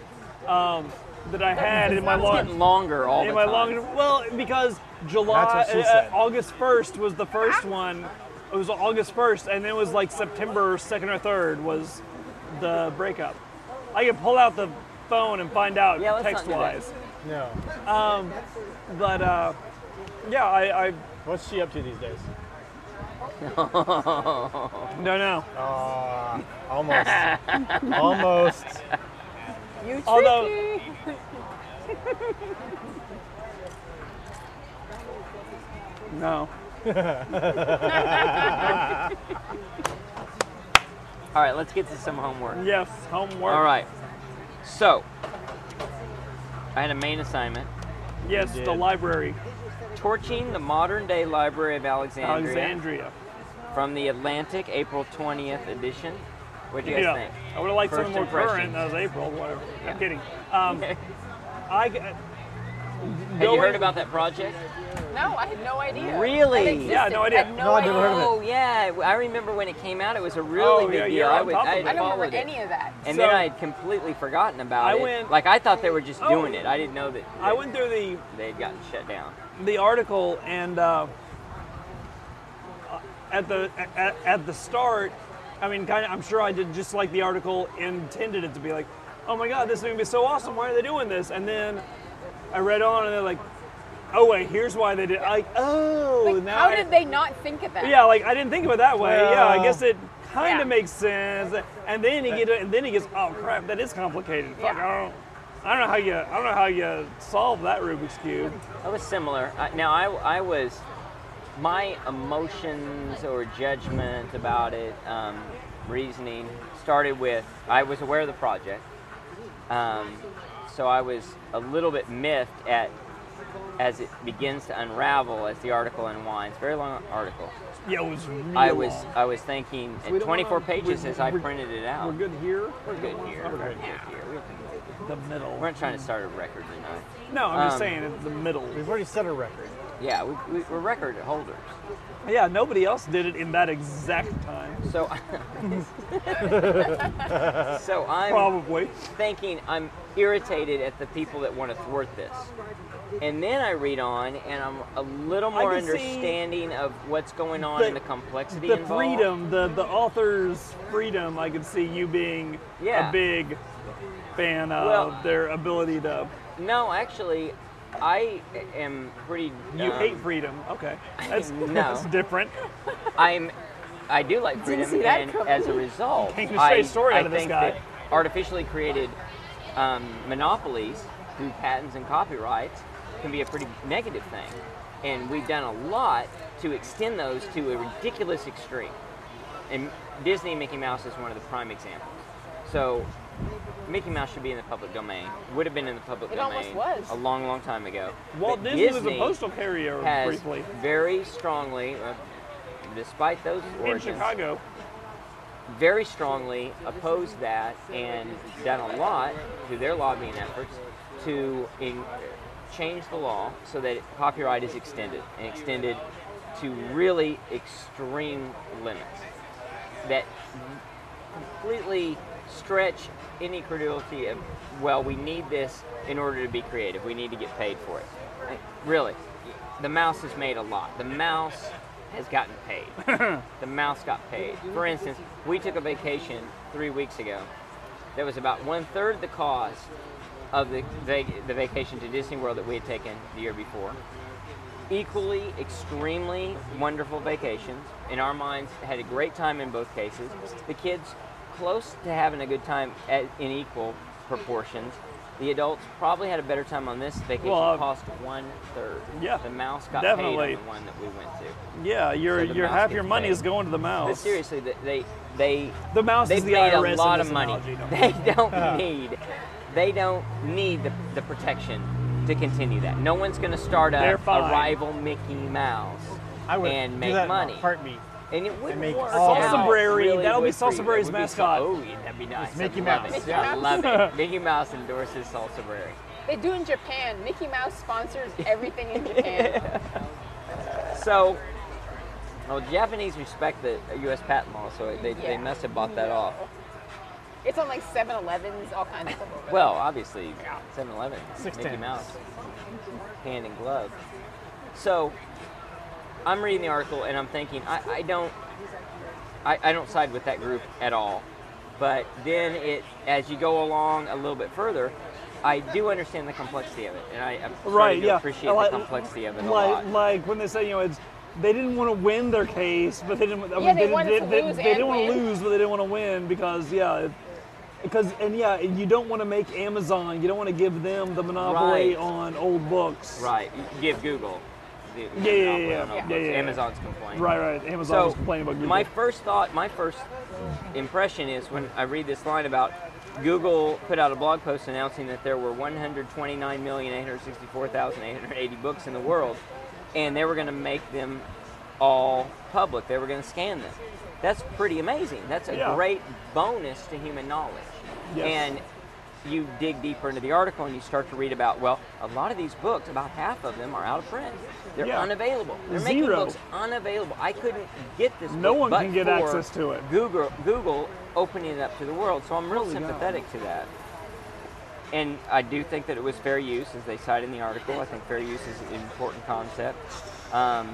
Speaker 5: um, that I had in my
Speaker 3: It's
Speaker 5: long.
Speaker 3: getting longer all the
Speaker 5: Am I
Speaker 3: time.
Speaker 5: long? Well, because July,
Speaker 2: That's what she
Speaker 5: uh,
Speaker 2: said.
Speaker 5: August first was the first one. It was August first, and then it was like September second or third was the breakup. I can pull out the phone and find out
Speaker 3: Yeah, let's not
Speaker 5: text
Speaker 3: do that.
Speaker 5: wise.
Speaker 3: [LAUGHS]
Speaker 2: No.
Speaker 5: But uh, yeah, I, I
Speaker 2: What's she up to these days?
Speaker 5: don't know.
Speaker 2: Uh,
Speaker 3: [LAUGHS]
Speaker 2: almost. almost.
Speaker 4: You
Speaker 5: Although-
Speaker 4: tricky.
Speaker 5: No.
Speaker 3: All right, let's get to some homework.
Speaker 5: Yes, homework.
Speaker 3: All right. So, I had a main assignment
Speaker 5: Yes,
Speaker 2: You
Speaker 5: the
Speaker 2: did.
Speaker 5: library,
Speaker 3: torching the modern day Library of Alexandria
Speaker 5: Alexandria.
Speaker 3: from the Atlantic, April 20th edition. What do you guys
Speaker 5: Yeah,
Speaker 3: think?
Speaker 5: I would have liked
Speaker 3: First
Speaker 5: something more current.
Speaker 3: impressions.
Speaker 5: That was April, whatever.
Speaker 3: Yeah. [LAUGHS]
Speaker 5: I'm kidding. Um, I g-
Speaker 3: Have
Speaker 5: going-
Speaker 3: you heard about that project?
Speaker 4: No, I had no idea.
Speaker 3: Really?
Speaker 4: That existed.
Speaker 5: Yeah, no idea.
Speaker 4: I had no,
Speaker 2: No, I
Speaker 4: idea.
Speaker 2: never heard of it.
Speaker 3: Oh yeah, I remember when it came out. It was a really
Speaker 5: Oh,
Speaker 3: big
Speaker 5: yeah,
Speaker 3: deal.
Speaker 5: you're
Speaker 3: I,
Speaker 5: on
Speaker 3: would,
Speaker 5: top of
Speaker 3: I
Speaker 5: it.
Speaker 4: I don't
Speaker 3: followed
Speaker 4: remember
Speaker 3: it.
Speaker 4: any of that.
Speaker 3: And
Speaker 5: So-
Speaker 3: then I had completely forgotten about
Speaker 5: I
Speaker 3: it.
Speaker 5: went-
Speaker 3: like I thought they were just
Speaker 5: Oh.
Speaker 3: doing it. I didn't know that
Speaker 5: I went through the
Speaker 3: they had gotten shut down.
Speaker 5: the article and uh, at the at, at the start, I mean, kind of, I'm sure I did just like the article intended it to be like, oh my god, this is gonna be so awesome. Why are they doing this? And then I read on, and they're like, oh wait, here's why they did. Like, oh,
Speaker 4: Like,
Speaker 5: now
Speaker 4: how
Speaker 5: I-
Speaker 4: did they not think of that?
Speaker 5: Yeah, like I didn't think of it that way. yeah, I
Speaker 2: Well-
Speaker 5: guess it kind of
Speaker 4: Yeah.
Speaker 5: makes sense. And then he get and then he gets, oh crap, that is complicated. Fuck,
Speaker 4: Yeah.
Speaker 5: I don't. I don't know how you. I don't know how you solve that Rubik's cube.
Speaker 3: I was similar. I, now I, I was my emotions or judgment about it, um, reasoning started with I was aware of the project, um, so I was a little bit miffed at as it begins to unravel as the article unwinds. Very long article.
Speaker 5: Yeah, it was. Real
Speaker 3: I was
Speaker 5: long.
Speaker 3: I was thinking
Speaker 5: we
Speaker 3: at
Speaker 5: don't
Speaker 3: 24
Speaker 5: wanna-
Speaker 3: pages
Speaker 5: we're-
Speaker 3: as I
Speaker 5: we're-
Speaker 3: printed it out.
Speaker 5: We're good here.
Speaker 3: We're good here.
Speaker 5: Okay.
Speaker 3: We're good here.
Speaker 5: The middle.
Speaker 3: We're not trying to start a record tonight.
Speaker 5: No, I'm just
Speaker 3: Um,
Speaker 5: saying it's the middle.
Speaker 2: We've already set a record.
Speaker 3: Yeah, we, we, we're record holders.
Speaker 5: Yeah, nobody else did it in that exact time.
Speaker 3: So, [LAUGHS] so I'm
Speaker 5: Probably.
Speaker 3: thinking I'm irritated at the people that want to thwart this. And then I read on, and I'm a little more
Speaker 5: can see
Speaker 3: understanding of what's going on and the complexity
Speaker 5: the
Speaker 3: involved.
Speaker 5: freedom, the the author's freedom. I could see you being
Speaker 3: Yeah.
Speaker 5: a big fan of
Speaker 3: Well-
Speaker 5: their ability to.
Speaker 3: No, actually, I am pretty.
Speaker 5: You
Speaker 3: um,
Speaker 5: hate freedom. Okay,
Speaker 3: [LAUGHS]
Speaker 5: that's,
Speaker 3: No.
Speaker 5: [LAUGHS] that's different.
Speaker 3: I'm. I do like freedom,
Speaker 4: see that
Speaker 3: and
Speaker 4: coming.
Speaker 3: as a result,
Speaker 5: Making a
Speaker 3: I,
Speaker 5: straight story
Speaker 3: I
Speaker 5: out of this
Speaker 3: think
Speaker 5: guy.
Speaker 3: that artificially created um, monopolies through patents and copyrights can be a pretty negative thing, and we've done a lot to extend those to a ridiculous extreme. And Disney Mickey Mouse is one of the prime examples. So. Mickey Mouse should be in the public domain. Would have been in the public
Speaker 4: It almost
Speaker 3: domain
Speaker 4: was.
Speaker 3: a long, long time ago.
Speaker 5: Walt
Speaker 3: But
Speaker 5: Disney, was a postal carrier
Speaker 3: has
Speaker 5: briefly
Speaker 3: very strongly, uh, despite those
Speaker 5: in
Speaker 3: origins,
Speaker 5: Chicago.
Speaker 3: very strongly opposed that and done a lot through their lobbying efforts to in, change the law so that copyright is extended and extended to really extreme limits that completely stretch any credulity of, well, we need this in order to be creative. We need to get paid for it. Like, really, the mouse has made a lot. The mouse has gotten paid. the mouse got paid. For instance, we took a vacation three weeks ago that was about one third the cost of the, vac- the vacation to Disney World that we had taken the year before equally extremely wonderful vacations in our minds had a great time in both cases the kids close to having a good time at, in equal proportions the adults probably had a better time on this vacation
Speaker 5: Well, uh,
Speaker 3: cost one third
Speaker 5: yeah,
Speaker 3: the mouse got paid
Speaker 5: definitely.
Speaker 3: on the one that we went to
Speaker 5: Yeah, your
Speaker 3: So the
Speaker 5: your
Speaker 3: mouse
Speaker 5: half
Speaker 3: gets
Speaker 5: your money
Speaker 3: paid.
Speaker 5: is going to the mouse.
Speaker 3: but seriously th- they they
Speaker 5: The mouse
Speaker 3: they've
Speaker 5: is the
Speaker 3: made
Speaker 5: IRS
Speaker 3: a
Speaker 5: in
Speaker 3: lot
Speaker 5: this
Speaker 3: of money [LAUGHS]
Speaker 5: analogy, don't
Speaker 3: they don't need they don't need the, the protection to continue that no one's going to start
Speaker 5: They're
Speaker 3: up a
Speaker 5: fine.
Speaker 3: rival mickey mouse
Speaker 2: I would
Speaker 3: and
Speaker 2: do
Speaker 3: make
Speaker 2: that and
Speaker 3: money
Speaker 2: Part me.
Speaker 3: And it would
Speaker 2: And make
Speaker 3: work.
Speaker 2: all
Speaker 3: out.
Speaker 5: Salsaberry,
Speaker 3: Really
Speaker 5: that'll be
Speaker 3: would for you.
Speaker 5: Salsaberry's
Speaker 3: It would be so-
Speaker 5: mascot.
Speaker 3: Oh, yeah, that'd be nice.
Speaker 2: Mickey
Speaker 3: I love
Speaker 2: Mouse.
Speaker 3: it.
Speaker 2: Yeah.
Speaker 3: I love
Speaker 5: [LAUGHS]
Speaker 3: it. Mickey Mouse endorses Salsaberry.
Speaker 4: They do in Japan. Mickey Mouse
Speaker 5: [LAUGHS]
Speaker 4: sponsors everything in Japan.
Speaker 3: So, well, Japanese respect the U.S. patent law, so they, they
Speaker 4: Yeah.
Speaker 3: must have bought that off.
Speaker 4: it's on like 7-Elevens, all kinds of stuff.
Speaker 3: Well, obviously, 7 Eleven, Mickey
Speaker 2: 610.
Speaker 3: Mouse, hand in glove. So, I'm reading the article and I'm thinking, I, I don't, I, I don't side with that group at all. But then it, as you go along a little bit further, I do understand the complexity of it, and I I'm starting
Speaker 5: right
Speaker 3: to
Speaker 5: yeah
Speaker 3: appreciate
Speaker 5: Like-
Speaker 3: the complexity of it a
Speaker 5: like,
Speaker 3: lot.
Speaker 5: like when they say you know it's they didn't want to win their case but they didn't I mean,
Speaker 4: Yeah, they
Speaker 5: didn't-
Speaker 4: wanted to lose
Speaker 5: they
Speaker 4: and
Speaker 5: didn't want to
Speaker 4: win.
Speaker 5: lose but they didn't want to win because yeah it- because and yeah and you don't want to make amazon you don't want to give them the monopoly
Speaker 3: Right.
Speaker 5: on old books
Speaker 3: right, you give Google. The,
Speaker 5: Yeah, yeah,
Speaker 3: I
Speaker 5: yeah,
Speaker 3: don't know
Speaker 5: yeah.
Speaker 3: if
Speaker 5: Yeah, yeah, yeah.
Speaker 3: Amazon's complaint.
Speaker 5: right right amazon was complaining about Google.
Speaker 3: My first thought, my first impression is when I read this line about Google put out a blog post announcing that there were 129,864,880 books in the world, and they were going to make them all public. They were going to scan them. That's pretty amazing. That's a
Speaker 5: Yeah.
Speaker 3: great bonus to human knowledge.
Speaker 5: Yes.
Speaker 3: And you dig deeper into the article and you start to read about well, a lot of these books, about half of them are out of print. They're
Speaker 5: Yeah.
Speaker 3: unavailable. They're making
Speaker 5: Zero.
Speaker 3: books unavailable. I couldn't get this.
Speaker 5: No
Speaker 3: book
Speaker 5: one
Speaker 3: but
Speaker 5: can get
Speaker 3: for
Speaker 5: access to it.
Speaker 3: Google, Google opening it up to the world. So I'm real sympathetic to that. And I do think that it was fair use, as they cite in the article. I think fair use is an important concept. Um,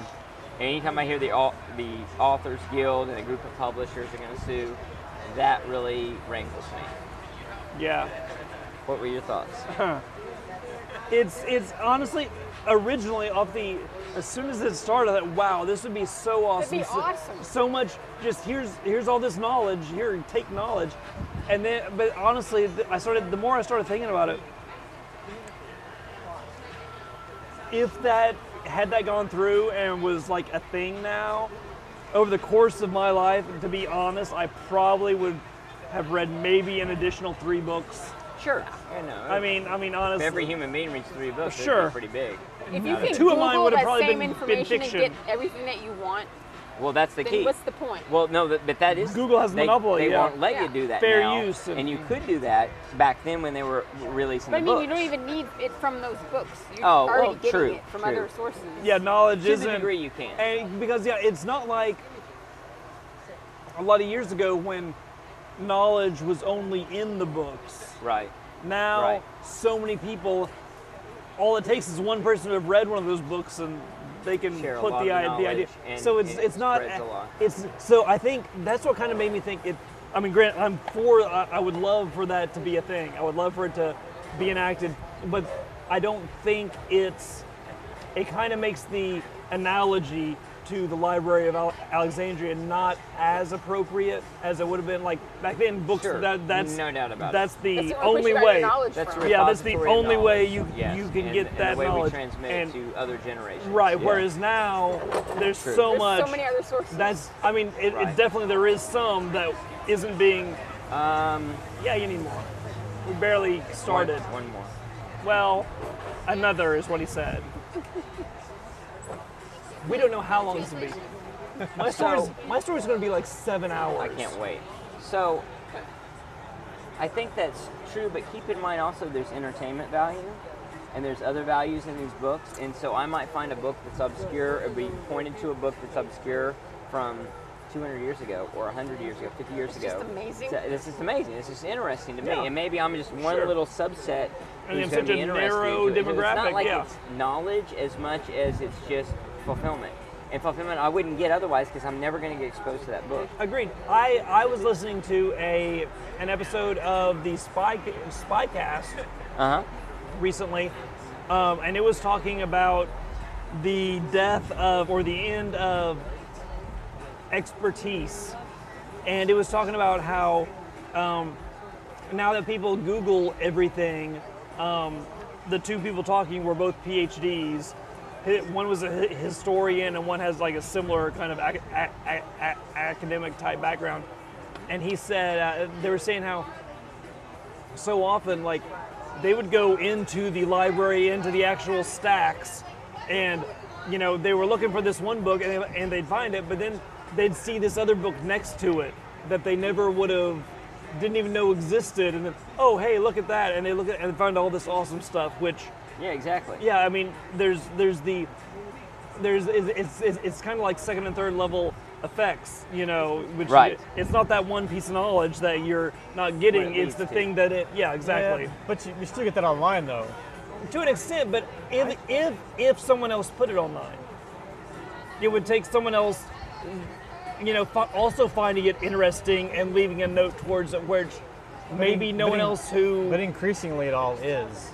Speaker 3: anytime I hear the au- the Authors Guild and a group of publishers are going to sue, that really wrangles me.
Speaker 5: yeah
Speaker 3: What were your
Speaker 5: [LAUGHS]
Speaker 3: thoughts?
Speaker 5: It's it's honestly originally off the as soon as it started, I thought, wow, this would be so awesome.
Speaker 4: be
Speaker 5: So-
Speaker 4: awesome.
Speaker 5: So, much just here's here's all this knowledge, here take knowledge. And then but honestly, th- I started the more I started thinking about it, if that had that gone through and was like a thing now, over the course of my life, to be honest, I probably would have read maybe an additional three books.
Speaker 3: Sure. You know,
Speaker 5: I mean, I mean, honestly,
Speaker 3: if Oh. every human being reads three books. it'd be
Speaker 5: Sure.
Speaker 3: Pretty big.
Speaker 4: If you can
Speaker 5: two of
Speaker 4: Google
Speaker 5: mine would've
Speaker 4: that
Speaker 5: probably
Speaker 4: same
Speaker 5: been- been
Speaker 4: information and
Speaker 5: fiction.
Speaker 4: get everything that you want,
Speaker 3: Well, that's the
Speaker 4: Then
Speaker 3: key.
Speaker 4: what's the point?
Speaker 3: Well, no, but, but that is
Speaker 5: Google has
Speaker 3: they,
Speaker 5: monopoly,
Speaker 3: They
Speaker 5: yeah.
Speaker 3: won't let you
Speaker 4: Yeah.
Speaker 3: do that.
Speaker 5: Fair
Speaker 3: now,
Speaker 5: use and-
Speaker 3: and you could do that back then when they were releasing
Speaker 4: But I
Speaker 3: the
Speaker 4: mean,
Speaker 3: books.
Speaker 4: you don't even need it from those books. You're
Speaker 3: Oh,
Speaker 4: already
Speaker 3: well,
Speaker 4: getting
Speaker 3: true,
Speaker 4: it from
Speaker 3: true.
Speaker 4: other sources.
Speaker 5: Yeah, knowledge
Speaker 3: to
Speaker 5: isn't.
Speaker 3: the degree you can.
Speaker 5: And because yeah, it's not like a lot of years ago when knowledge was only in the books.
Speaker 3: right.
Speaker 5: Now
Speaker 3: Right.
Speaker 5: so many people all it takes is one person to have read one of those books and they can
Speaker 3: Share a
Speaker 5: put
Speaker 3: lot
Speaker 5: the,
Speaker 3: of
Speaker 5: i- the idea.
Speaker 3: knowledge and-
Speaker 5: so it's
Speaker 3: and it
Speaker 5: it's not
Speaker 3: spreads a lot.
Speaker 5: it's so I think that's what kind of made me think it I mean grant I'm for I, I would love for that to be a thing. I would love for it to be enacted, but I don't think it's it kind of makes the analogy to the Library of Al- Alexandria not as appropriate as it would have been like back then books
Speaker 3: Sure.
Speaker 5: that that's
Speaker 3: No doubt about it.
Speaker 5: that's the
Speaker 4: That's where
Speaker 5: only
Speaker 4: you got your
Speaker 5: way
Speaker 4: knowledge
Speaker 3: That's
Speaker 4: from.
Speaker 5: Yeah, that's the
Speaker 3: repository of
Speaker 5: only way
Speaker 3: knowledge.
Speaker 5: you-
Speaker 3: yes.
Speaker 5: you can
Speaker 3: and,
Speaker 5: get
Speaker 3: and
Speaker 5: that
Speaker 3: the way
Speaker 5: knowledge.
Speaker 3: we transmit
Speaker 5: And-
Speaker 3: it to other generations.
Speaker 5: Right.
Speaker 3: Yeah.
Speaker 5: Whereas now, there's
Speaker 3: True.
Speaker 5: so
Speaker 4: There's
Speaker 5: much.
Speaker 4: so many other sources.
Speaker 5: that's. I mean, it,
Speaker 3: Right.
Speaker 5: it definitely there is some that isn't being. Um. Yeah, you need more. We barely
Speaker 3: one,
Speaker 5: started.
Speaker 3: one more.
Speaker 5: Well, another is what
Speaker 4: [LAUGHS]
Speaker 5: he said. We don't know how long this will be. My story's, my story's going to be like seven hours.
Speaker 3: I can't wait. So, I think that's true, but keep in mind also there's entertainment value and there's other values in these books. And so I might find a book that's obscure or be pointed to a book that's obscure from 200 years ago or 100 years ago, 50 years ago.
Speaker 4: just amazing.
Speaker 3: So this is amazing. This is interesting to me.
Speaker 5: Yeah.
Speaker 3: And maybe I'm just one
Speaker 5: Sure.
Speaker 3: little subset.
Speaker 5: And
Speaker 3: who's gonna
Speaker 5: it's such
Speaker 3: be
Speaker 5: a
Speaker 3: interested
Speaker 5: narrow
Speaker 3: into it. It's
Speaker 5: demographic,
Speaker 3: not like
Speaker 5: yeah.
Speaker 3: it's knowledge as much as it's just fulfillment. And fulfillment I wouldn't get otherwise because I'm never going to get exposed to that book.
Speaker 5: Agreed. I, I was listening to a an episode of the Spy Spycast
Speaker 3: Uh huh.
Speaker 5: recently, um, and it was talking about the death of or the end of expertise, and it was talking about how um, now that people Google everything, um, the two people talking were both PhDs. Hi- One was a hi- historian, and one has like a similar kind of ac- a- a- a- academic type background. And he said uh, they were saying how so often like they would go into the library into the actual stacks and you know they were looking for this one book and, they, and they'd find it but then they'd see this other book next to it that they never would have didn't even know existed and then oh hey look at that and they look at and find all this awesome stuff which
Speaker 3: Yeah, exactly.
Speaker 5: yeah i mean there's there's the there's it's it's, it's kind of like second and third level effects you know which
Speaker 3: Right.
Speaker 5: it's not that one piece of knowledge that you're not getting
Speaker 3: What it
Speaker 5: it's the
Speaker 3: leads to.
Speaker 5: thing that it yeah exactly
Speaker 2: But you, you still get that online though.
Speaker 5: to an extent but if if if someone else put it online it would take someone else you know fi- also finding it interesting and leaving a note towards it which maybe no
Speaker 2: but
Speaker 5: one
Speaker 2: in-
Speaker 5: else who
Speaker 2: But increasingly, it all is.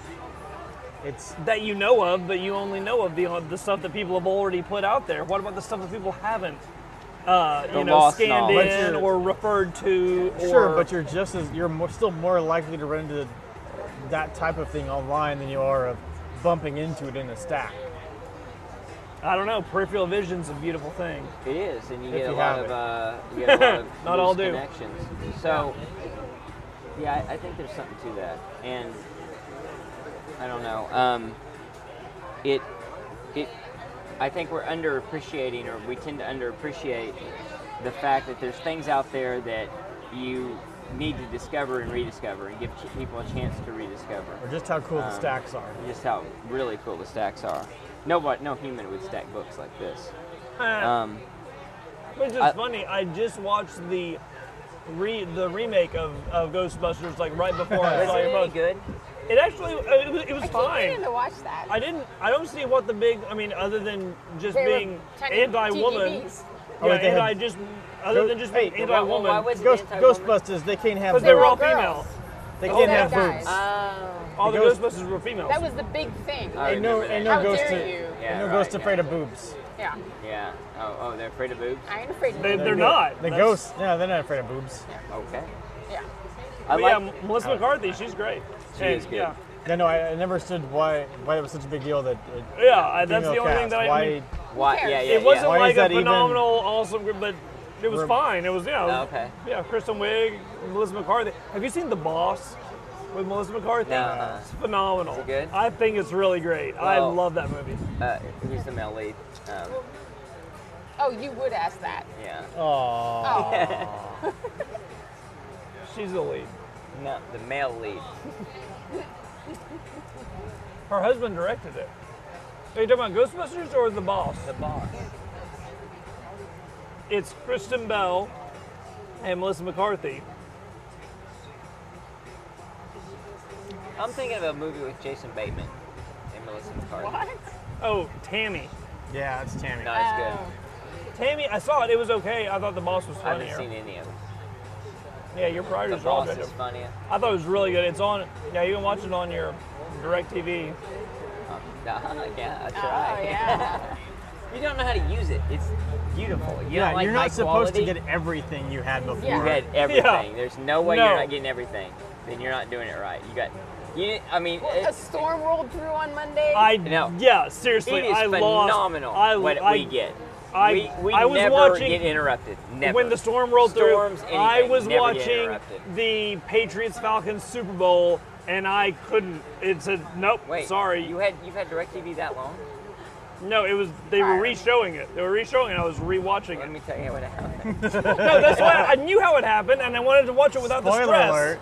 Speaker 2: It's
Speaker 5: that you know of, but you only know of the the stuff that people have already put out there. What about the stuff that people haven't, uh,
Speaker 3: The
Speaker 5: you know,
Speaker 3: lost
Speaker 5: scanned
Speaker 3: knowledge.
Speaker 5: in or referred to? Or,
Speaker 2: sure, but you're just as you're more, still more likely to run into that type of thing online than you are of bumping into it in a stack.
Speaker 5: I don't know. Peripheral vision's a beautiful thing.
Speaker 3: It is, and you
Speaker 2: If
Speaker 3: get a
Speaker 2: you
Speaker 3: lot
Speaker 2: have
Speaker 3: of
Speaker 2: it.
Speaker 3: uh, you get a lot of
Speaker 5: Not
Speaker 3: loose
Speaker 5: all do.
Speaker 3: connections. So, yeah, I, I think there's something to that, and I don't know. Um, it it I think we're underappreciating, or we tend to underappreciate the fact that there's things out there that you need to discover and rediscover, and give ch- people a chance to rediscover
Speaker 2: Or just how cool
Speaker 3: Um,
Speaker 2: the stacks are.
Speaker 3: just how really cool the stacks are. Nobody, no human would stack books like this.
Speaker 4: Uh,
Speaker 3: Um,
Speaker 5: Which is
Speaker 3: I-
Speaker 5: funny. I just watched the re the remake of, of Ghostbusters like right
Speaker 3: [LAUGHS]
Speaker 5: before I
Speaker 3: was
Speaker 5: saw
Speaker 3: it
Speaker 5: your
Speaker 3: any
Speaker 5: post.
Speaker 3: good?
Speaker 5: It actually it was, it was
Speaker 4: I keep
Speaker 5: fine.
Speaker 4: wanting to watch that.
Speaker 5: I didn't. I don't see what the big. I mean, other than just
Speaker 4: They were
Speaker 5: being
Speaker 4: tiny
Speaker 5: anti-woman.
Speaker 4: TVBs.
Speaker 2: Oh,
Speaker 5: yeah,
Speaker 2: wait, they had-
Speaker 5: anti just other than just being
Speaker 2: Hey,
Speaker 3: Why- why-
Speaker 5: anti-woman.
Speaker 3: Why was it
Speaker 2: Ghost,
Speaker 3: anti-woman?
Speaker 2: Ghostbusters, they can't have
Speaker 5: Because
Speaker 2: boobs.
Speaker 5: they were all
Speaker 4: all girls.
Speaker 5: female.
Speaker 2: They
Speaker 4: Oh,
Speaker 2: can't
Speaker 4: they're
Speaker 2: have
Speaker 4: guys.
Speaker 2: boobs.
Speaker 3: Uh,
Speaker 5: All the
Speaker 2: The ghost-
Speaker 5: Ghostbusters were female.
Speaker 4: That was the big thing.
Speaker 5: Uh,
Speaker 3: I
Speaker 2: Ain't no,
Speaker 3: remember
Speaker 2: ain't
Speaker 3: that.
Speaker 2: no
Speaker 4: How
Speaker 2: ghost,
Speaker 4: dare
Speaker 2: to,
Speaker 4: you.
Speaker 2: ain't no
Speaker 3: Yeah,
Speaker 2: ghost
Speaker 3: right,
Speaker 2: afraid
Speaker 3: yeah.
Speaker 2: of boobs.
Speaker 4: yeah,
Speaker 3: Yeah. Oh, oh, they're afraid of boobs.
Speaker 4: I ain't afraid. of
Speaker 5: They-
Speaker 4: them.
Speaker 5: They're not.
Speaker 2: The
Speaker 5: That's-
Speaker 2: ghosts, no, they're not afraid of boobs.
Speaker 3: Okay.
Speaker 4: Yeah.
Speaker 3: I
Speaker 5: But yeah,
Speaker 3: like.
Speaker 5: M- Melissa McCarthy, she's great.
Speaker 3: She
Speaker 5: And,
Speaker 3: is good.
Speaker 5: Yeah,
Speaker 2: No, no, I, I never understood why why it was such a big deal that it,
Speaker 5: yeah I, that's
Speaker 2: female
Speaker 5: the only thing
Speaker 2: cast,
Speaker 5: that I,
Speaker 2: why,
Speaker 5: I mean.
Speaker 3: Why?
Speaker 4: cares?
Speaker 3: Yeah, yeah,
Speaker 5: It wasn't
Speaker 2: Why is
Speaker 5: like a
Speaker 2: that even-
Speaker 5: phenomenal, awesome group, but it was
Speaker 2: Rem-
Speaker 5: fine. It was yeah. it was-
Speaker 3: Oh, Okay.
Speaker 5: Yeah, Kristen Wiig, Melissa McCarthy. Have you seen The Boss with Melissa McCarthy?
Speaker 3: No, uh-uh.
Speaker 5: It's phenomenal.
Speaker 3: Is it good?
Speaker 5: I think it's really great. I
Speaker 3: Well-
Speaker 5: love that movie.
Speaker 3: yeah. Uh, who's the male lead? Um,
Speaker 4: Oh, you would ask that.
Speaker 3: Yeah.
Speaker 8: Aww.
Speaker 3: [LAUGHS]
Speaker 4: Oh,
Speaker 5: She's the lead.
Speaker 3: No, the male lead.
Speaker 5: Her husband directed it. Are you talking about Ghostbusters or the boss?
Speaker 3: The boss.
Speaker 5: It's Kristen Bell and Melissa McCarthy.
Speaker 3: I'm thinking of a movie with Jason Bateman and Melissa McCarthy.
Speaker 5: Oh, Tammy.
Speaker 2: Yeah, it's Tammy.
Speaker 3: Not as good.
Speaker 5: Tammy, I saw it. It was okay. I thought the boss
Speaker 4: Oh.
Speaker 5: was
Speaker 3: I haven't
Speaker 5: funnier.
Speaker 3: seen any of them.
Speaker 5: Yeah, your
Speaker 3: The
Speaker 5: priorities are all
Speaker 3: boss
Speaker 5: better.
Speaker 3: is Um, funnier.
Speaker 5: I thought it was really good. It's on. Yeah, you can watch it on your DirecTV.
Speaker 3: Um, nah, [LAUGHS] yeah, I
Speaker 4: oh,
Speaker 3: try.
Speaker 4: yeah.
Speaker 3: You don't know how to use it. It's beautiful. You
Speaker 2: yeah,
Speaker 3: don't like
Speaker 2: you're
Speaker 3: high
Speaker 2: not supposed
Speaker 3: quality?
Speaker 2: to get everything you had before.
Speaker 3: You
Speaker 5: [LAUGHS]
Speaker 3: get everything. There's no way
Speaker 5: No.
Speaker 3: you're not getting everything. Then you're not doing it right. You got. You. I mean.
Speaker 4: Well,
Speaker 3: [LAUGHS]
Speaker 4: a
Speaker 3: it-
Speaker 4: storm rolled through on Monday.
Speaker 5: I
Speaker 3: No.
Speaker 5: yeah, seriously,
Speaker 3: it is
Speaker 5: I lost.
Speaker 3: phenomenal
Speaker 5: I,
Speaker 3: what
Speaker 5: I,
Speaker 3: we get.
Speaker 5: I-
Speaker 3: we we
Speaker 5: I was
Speaker 3: never
Speaker 5: watching-
Speaker 3: get interrupted. Never.
Speaker 5: when the storm rolled
Speaker 3: Storms,
Speaker 5: through, I
Speaker 3: anything,
Speaker 5: was
Speaker 3: never get
Speaker 5: watching
Speaker 3: interrupted.
Speaker 5: the Patriots Falcons Super Bowl, and I couldn't. It said nope.
Speaker 3: Wait.
Speaker 5: sorry,
Speaker 3: You had you've had Directv that long?
Speaker 5: no. It was they were re-showing it. They were re-showing it. I was re-watching
Speaker 3: Let
Speaker 5: it.
Speaker 3: me tell you what
Speaker 5: [LAUGHS]
Speaker 3: happened.
Speaker 5: No, that's why I knew how it happened, and I wanted to watch it without the
Speaker 2: Spoiler
Speaker 5: stress.
Speaker 2: alert.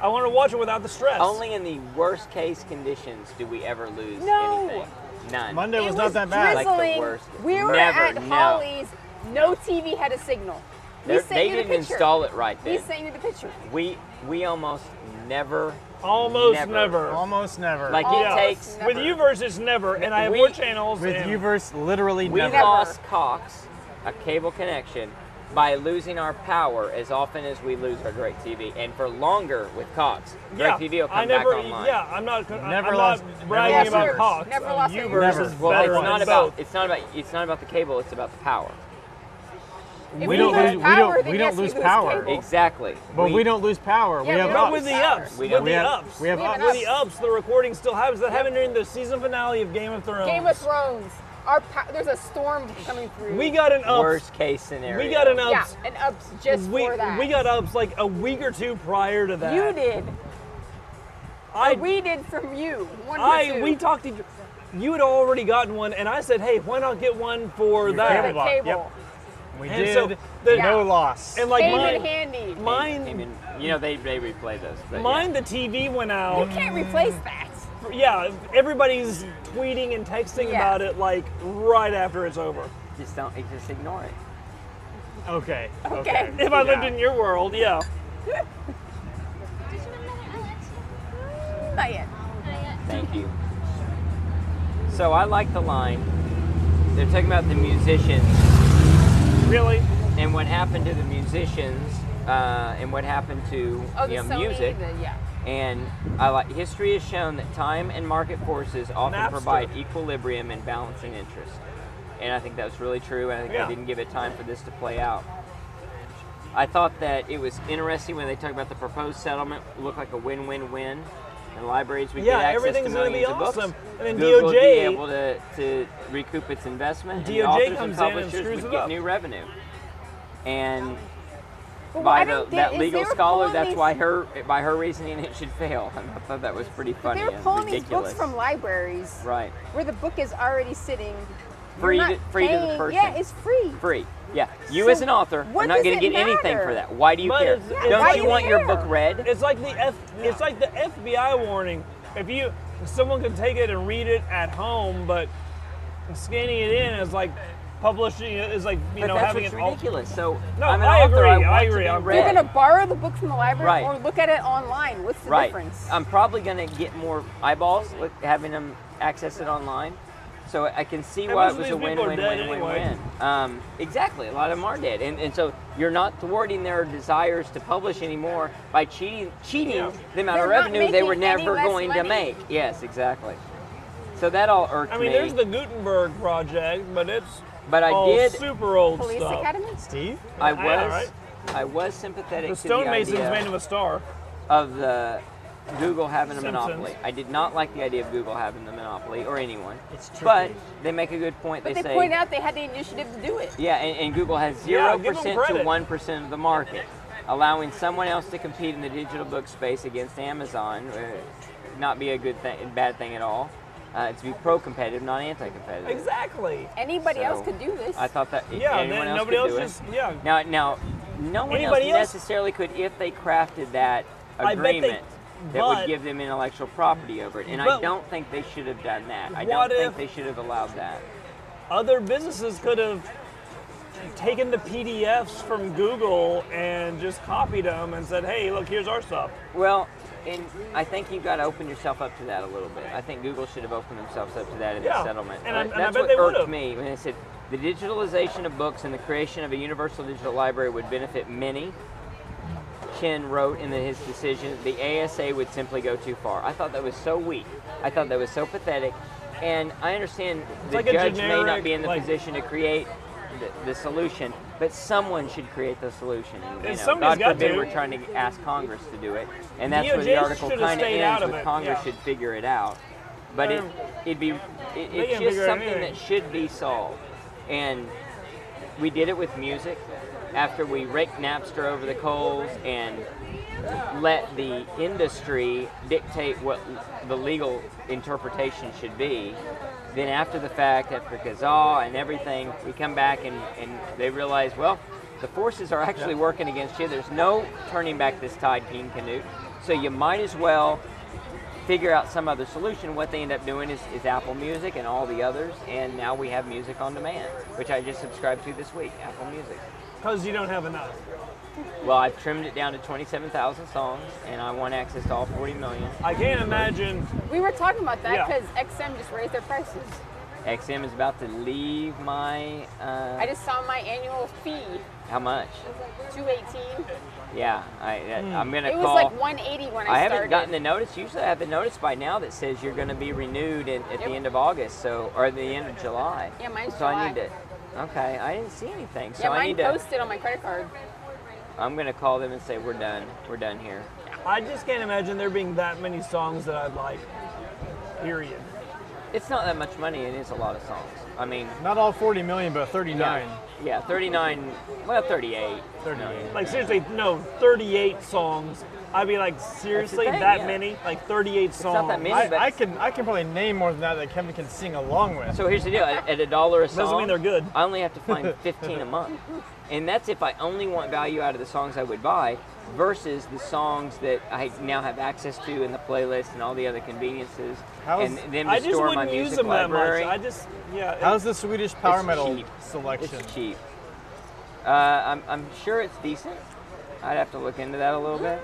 Speaker 5: I wanted to watch it without the stress.
Speaker 3: Only in the worst case conditions do we ever lose
Speaker 4: No.
Speaker 3: anything. None.
Speaker 2: Monday
Speaker 4: it
Speaker 2: was,
Speaker 4: was
Speaker 2: not that bad.
Speaker 3: Like the
Speaker 4: drizzling.
Speaker 3: worst.
Speaker 4: we were
Speaker 3: Never,
Speaker 4: at
Speaker 3: no.
Speaker 4: Holly's. No TV had a signal. We
Speaker 3: They're-
Speaker 4: sent
Speaker 3: they
Speaker 4: you the
Speaker 3: didn't
Speaker 4: picture.
Speaker 3: install it right
Speaker 4: We
Speaker 3: then.
Speaker 4: sent you the picture.
Speaker 3: We we almost never.
Speaker 5: almost
Speaker 3: never.
Speaker 2: Almost never.
Speaker 3: Like it
Speaker 5: Yeah.
Speaker 3: takes.
Speaker 4: never.
Speaker 5: With you versus never, and I have
Speaker 3: We-
Speaker 5: more channels.
Speaker 2: With
Speaker 5: and
Speaker 2: Uverse, literally
Speaker 3: We
Speaker 2: never.
Speaker 4: never.
Speaker 3: lost Cox, a cable connection, by losing our power as often as we lose our Direct TV, and for longer with Cox.
Speaker 5: yeah,
Speaker 3: Direct TV will come
Speaker 5: I never,
Speaker 3: back online.
Speaker 5: Yeah, I'm not. I-
Speaker 2: Never
Speaker 5: I'm
Speaker 2: lost-
Speaker 5: not
Speaker 2: never
Speaker 5: bragging
Speaker 4: lost
Speaker 5: about
Speaker 4: viewers.
Speaker 5: Cox.
Speaker 4: Never
Speaker 5: Uh,
Speaker 4: lost
Speaker 5: you
Speaker 4: viewers.
Speaker 5: versus
Speaker 3: Well,
Speaker 5: better
Speaker 3: it's
Speaker 5: than
Speaker 3: not
Speaker 5: both.
Speaker 3: about it's not about it's not about the cable. It's about the power.
Speaker 4: If
Speaker 2: We
Speaker 4: we
Speaker 2: don't
Speaker 4: lose
Speaker 2: lose- we
Speaker 4: power,
Speaker 2: don't-
Speaker 4: then
Speaker 2: we don't
Speaker 4: yes, we
Speaker 2: lose
Speaker 4: lose
Speaker 2: power.
Speaker 4: cable.
Speaker 3: Exactly.
Speaker 2: But we, don't lose power.
Speaker 4: Yeah,
Speaker 2: we have
Speaker 4: we
Speaker 5: But
Speaker 4: don't
Speaker 2: ups.
Speaker 5: with the
Speaker 4: Power.
Speaker 3: We
Speaker 5: ups, with
Speaker 3: don't.
Speaker 5: the
Speaker 2: We have-
Speaker 5: ups,
Speaker 2: we have
Speaker 4: We have
Speaker 5: with
Speaker 4: an
Speaker 5: the ups, the recording still happens. That happened during the season finale of Game of Thrones.
Speaker 4: Game of Thrones. Our po- there's a storm coming through.
Speaker 5: We got an ups.
Speaker 3: Worst case scenario.
Speaker 5: We got an
Speaker 4: yeah,
Speaker 5: ups.
Speaker 4: and ups just
Speaker 5: we
Speaker 4: for that.
Speaker 5: we got ups like a week or two prior to that.
Speaker 4: You did.
Speaker 5: I
Speaker 4: We did from you. One to
Speaker 5: I
Speaker 4: two.
Speaker 5: we talked to you. You had already gotten one, and I said, "Hey, why not get one for
Speaker 4: For
Speaker 5: that?"
Speaker 4: the
Speaker 2: Cable box.
Speaker 4: cable.
Speaker 2: Yep. We
Speaker 5: And
Speaker 2: did.
Speaker 5: so the-
Speaker 2: No
Speaker 4: Yeah.
Speaker 2: loss.
Speaker 5: And like
Speaker 4: Came
Speaker 5: mine,
Speaker 4: in handy.
Speaker 5: mine,
Speaker 3: Came in- you know they they replay those. But
Speaker 5: mine. The TV went
Speaker 4: you
Speaker 5: out.
Speaker 4: can't replace that.
Speaker 5: Yeah, everybody's tweeting and texting
Speaker 4: Yeah.
Speaker 5: about it like right after it's over.
Speaker 3: yeah, just don't just ignore it.
Speaker 2: okay.
Speaker 4: Okay.
Speaker 3: [LAUGHS]
Speaker 5: If I lived
Speaker 2: Yeah.
Speaker 5: in your world, yeah.
Speaker 7: Did you remember that Alexa?
Speaker 4: Not yet.
Speaker 7: Not yet.
Speaker 3: Thank you. So I like the line. They're talking about the musicians
Speaker 5: Really?
Speaker 3: and what happened to the musicians uh, and what happened to
Speaker 4: Oh, the
Speaker 3: you know,
Speaker 4: Sony,
Speaker 3: music.
Speaker 4: the- yeah.
Speaker 3: And I like history has shown that time and market forces often
Speaker 5: Napster.
Speaker 3: provide equilibrium and balancing interest. And I think that was really true. And I think
Speaker 5: Yeah.
Speaker 3: they didn't give it time for this to play out. I thought that it was interesting when they talked about the proposed settlement looked like a win-win-win. And libraries would
Speaker 5: Yeah,
Speaker 3: get access
Speaker 5: everything's
Speaker 3: to
Speaker 5: gonna be
Speaker 3: millions of books.
Speaker 5: awesome. And then
Speaker 3: Google would be
Speaker 5: DOJ
Speaker 3: able to, to recoup its investment.
Speaker 5: DOJ
Speaker 3: and the authors and
Speaker 5: comes in and
Speaker 3: publishers
Speaker 5: screws
Speaker 3: would
Speaker 5: it
Speaker 3: get
Speaker 5: up.
Speaker 3: new revenue. And by
Speaker 4: But why
Speaker 3: the,
Speaker 4: didn't they-
Speaker 3: that
Speaker 4: if
Speaker 3: legal
Speaker 4: they were
Speaker 3: scholar,
Speaker 4: pulling
Speaker 3: that's
Speaker 4: these-
Speaker 3: why her by her reasoning it should fail. [LAUGHS] I thought that was pretty
Speaker 4: if
Speaker 3: funny
Speaker 4: They were
Speaker 3: and
Speaker 4: pulling
Speaker 3: ridiculous.
Speaker 4: these books from libraries
Speaker 3: right,
Speaker 4: where the book is already sitting. You're
Speaker 3: Free
Speaker 4: not
Speaker 3: to- free to the
Speaker 4: paying-
Speaker 3: person.
Speaker 4: Yeah, it's free.
Speaker 3: free. Yeah, you
Speaker 4: So
Speaker 3: as an author
Speaker 4: what
Speaker 3: are not
Speaker 4: does
Speaker 3: going
Speaker 4: it
Speaker 3: to get anything
Speaker 4: matter?
Speaker 3: for that. Why do you
Speaker 5: But
Speaker 3: care?
Speaker 5: it's- it's-
Speaker 4: why
Speaker 3: Don't
Speaker 4: do
Speaker 3: you
Speaker 4: you
Speaker 3: want your
Speaker 4: care?
Speaker 3: book read?
Speaker 5: It's like the F. It's like the FBI warning. If you, someone can take it and read it at home, but scanning it in is like publishing it is like you
Speaker 3: But
Speaker 5: know
Speaker 3: that's
Speaker 5: having
Speaker 3: what's
Speaker 5: it all.
Speaker 3: ridiculous. So
Speaker 5: No,
Speaker 3: I'm an
Speaker 5: I
Speaker 3: author,
Speaker 5: agree,
Speaker 3: I, want
Speaker 5: I
Speaker 3: to
Speaker 5: agree,
Speaker 3: be
Speaker 5: I'm-
Speaker 3: read.
Speaker 4: You're gonna borrow the book from the library
Speaker 3: Right.
Speaker 4: or look at it online. What's the
Speaker 3: right. Um,
Speaker 4: difference?
Speaker 3: I'm probably going to get more eyeballs with having them access it online. So I can see
Speaker 5: And
Speaker 3: why
Speaker 5: most
Speaker 3: it
Speaker 5: of
Speaker 3: was
Speaker 5: these
Speaker 3: a win,
Speaker 5: people are
Speaker 3: win,
Speaker 5: dead
Speaker 3: win, win,
Speaker 5: anyway.
Speaker 3: win. Um, exactly. A lot of them are dead, and, and so you're not thwarting their desires to publish anymore by cheating, cheating
Speaker 5: Yeah.
Speaker 3: the amount of
Speaker 4: They're not
Speaker 3: revenue they were
Speaker 4: making any
Speaker 3: never
Speaker 4: less
Speaker 3: going to
Speaker 4: money.
Speaker 3: make. Yes, exactly. So that all irked
Speaker 5: I mean,
Speaker 3: me.
Speaker 5: there's the Gutenberg project, but it's
Speaker 3: but I
Speaker 5: all
Speaker 3: did.
Speaker 5: super old
Speaker 4: Police
Speaker 5: stuff.
Speaker 4: Academy?
Speaker 2: Steve?
Speaker 3: I
Speaker 5: Yeah,
Speaker 3: was.
Speaker 5: right.
Speaker 3: I was sympathetic
Speaker 5: The
Speaker 3: to the
Speaker 5: stonemason's
Speaker 3: idea
Speaker 5: made of a star.
Speaker 3: of the Google having a
Speaker 5: Simpsons.
Speaker 3: monopoly. I did not like the idea of Google having the monopoly or anyone.
Speaker 2: It's
Speaker 3: But
Speaker 2: tricky.
Speaker 3: they make a good point.
Speaker 4: But
Speaker 3: they,
Speaker 4: they
Speaker 3: say,
Speaker 4: point out they had the initiative to do it.
Speaker 3: yeah, and, and Google has
Speaker 5: Yeah,
Speaker 3: zero
Speaker 5: give 'em
Speaker 3: percent to
Speaker 5: credit.
Speaker 3: one percent of the market, allowing someone else to compete in the digital book space against Amazon, uh, not be a good thing, bad thing at all. uh, to be pro-competitive, not anti-competitive.
Speaker 5: Exactly.
Speaker 4: Anybody
Speaker 3: So,
Speaker 4: else could do this.
Speaker 3: I thought that
Speaker 5: Yeah,
Speaker 3: anyone
Speaker 5: then
Speaker 3: else
Speaker 5: nobody
Speaker 3: could do
Speaker 5: else
Speaker 3: it.
Speaker 5: is. Yeah.
Speaker 3: Now, now, no one
Speaker 5: Anybody
Speaker 3: else
Speaker 5: else?
Speaker 3: necessarily could if they crafted that
Speaker 5: I bet they-
Speaker 3: agreement that would
Speaker 5: but-
Speaker 3: give them intellectual property over it. And I
Speaker 5: But-
Speaker 3: don't think they should have done that. I don't
Speaker 5: What
Speaker 3: think
Speaker 5: if-
Speaker 3: they should have allowed that.
Speaker 5: Other businesses could have taken the PDFs from Google and just copied them and said, "Hey, look, here's our stuff."
Speaker 3: Well, and I think you've got to open yourself up to that a little bit. I think Google should have opened themselves up to that in
Speaker 5: Yeah,
Speaker 3: the settlement.
Speaker 5: and I-
Speaker 3: That-
Speaker 5: and I
Speaker 3: that's
Speaker 5: bet
Speaker 3: what
Speaker 5: they would
Speaker 3: irked
Speaker 5: have.
Speaker 3: me when it said the digitalization of books and the creation of a universal digital library would benefit many. Chen wrote in his decision, the ASA would simply go too far. I thought that was so weak. I thought that was so pathetic. And I understand the
Speaker 5: like a
Speaker 3: judge may not
Speaker 5: generic,
Speaker 3: be in the
Speaker 5: like-
Speaker 3: position to create the, the solution, but someone should create the solution. And, you
Speaker 5: And
Speaker 3: know,
Speaker 5: somebody's
Speaker 3: God
Speaker 5: got
Speaker 3: forbid
Speaker 5: to.
Speaker 3: we're trying to ask Congress to do it, and that's where the
Speaker 5: DOJ
Speaker 3: article
Speaker 5: should have
Speaker 3: kind of
Speaker 5: stayed
Speaker 3: ends.
Speaker 5: out of
Speaker 3: with
Speaker 5: it,
Speaker 3: Congress
Speaker 5: yeah.
Speaker 3: should figure it out, but it,
Speaker 5: Um,
Speaker 3: it'd be it, it's
Speaker 5: can
Speaker 3: just
Speaker 5: figure out
Speaker 3: something
Speaker 5: anything.
Speaker 3: that should be solved, and we did it with music. After we raked Napster over the coals and let the industry dictate what the legal interpretation should be. Then after the fact, after Kazaa and everything, we come back and, and they realize, well, the forces are actually working against you. There's no turning back this tide, King Canute. So you might as well figure out some other solution. What they end up doing is, is Apple Music and all the others, and now we have music on demand, which I just subscribed to this week, Apple Music.
Speaker 5: Because you don't have enough.
Speaker 3: Well, I've trimmed it down to 27,000 songs, and I want access to all 40 million.
Speaker 5: I can't imagine.
Speaker 4: we were talking about that
Speaker 5: Yeah.
Speaker 4: because XM just raised their prices.
Speaker 3: XM is about to leave my. Uh,
Speaker 4: I just saw my annual fee,
Speaker 3: how much?
Speaker 4: two eighteen.
Speaker 3: Yeah, I, I, I'm gonna
Speaker 4: It was
Speaker 3: call.
Speaker 4: like one eighty when I,
Speaker 3: I
Speaker 4: started.
Speaker 3: haven't gotten the notice. Usually, I have the notice by now that says you're going to be renewed in, at
Speaker 4: Yep.
Speaker 3: the end of August, so or the end of July.
Speaker 4: Yeah, mine's
Speaker 3: So I need
Speaker 4: July.
Speaker 3: to. Okay, I didn't see anything, so
Speaker 4: yeah,
Speaker 3: I
Speaker 4: mine
Speaker 3: need to.
Speaker 4: posted on my credit card.
Speaker 3: I'm going to call them and say we're done. We're done here.
Speaker 5: I just can't imagine there being that many songs that I'd like. Period.
Speaker 3: It's not that much money. It is a lot of songs. I mean,
Speaker 2: Not all 40 million, but 39.
Speaker 3: yeah, yeah 39. Well, 38.
Speaker 2: 38.
Speaker 5: Like seriously, no, 38 songs. I'd be like, seriously,
Speaker 3: thing,
Speaker 5: that
Speaker 3: yeah.
Speaker 5: many? Like 38 songs?
Speaker 3: not that many.
Speaker 2: I,
Speaker 3: but-
Speaker 2: I can I can probably name more than that that Kevin can sing along with.
Speaker 3: So here's the deal: at at a dollar a song,
Speaker 5: Doesn't mean they're good.
Speaker 3: I only have to find
Speaker 5: [LAUGHS]
Speaker 3: 15 a month, and that's if I only want value out of the songs I would buy, versus the songs that I now have access to in the playlist and all the other conveniences,
Speaker 2: How's-
Speaker 3: and then
Speaker 5: I
Speaker 3: to
Speaker 5: just
Speaker 3: store my
Speaker 5: wouldn't use
Speaker 3: music
Speaker 5: them
Speaker 3: library.
Speaker 5: that much. I just, yeah.
Speaker 2: How's the Swedish power
Speaker 3: It's
Speaker 2: metal
Speaker 3: cheap.
Speaker 2: selection?
Speaker 3: It's cheap. Uh, I'm, I'm sure it's decent. I'd have to look into that a little bit.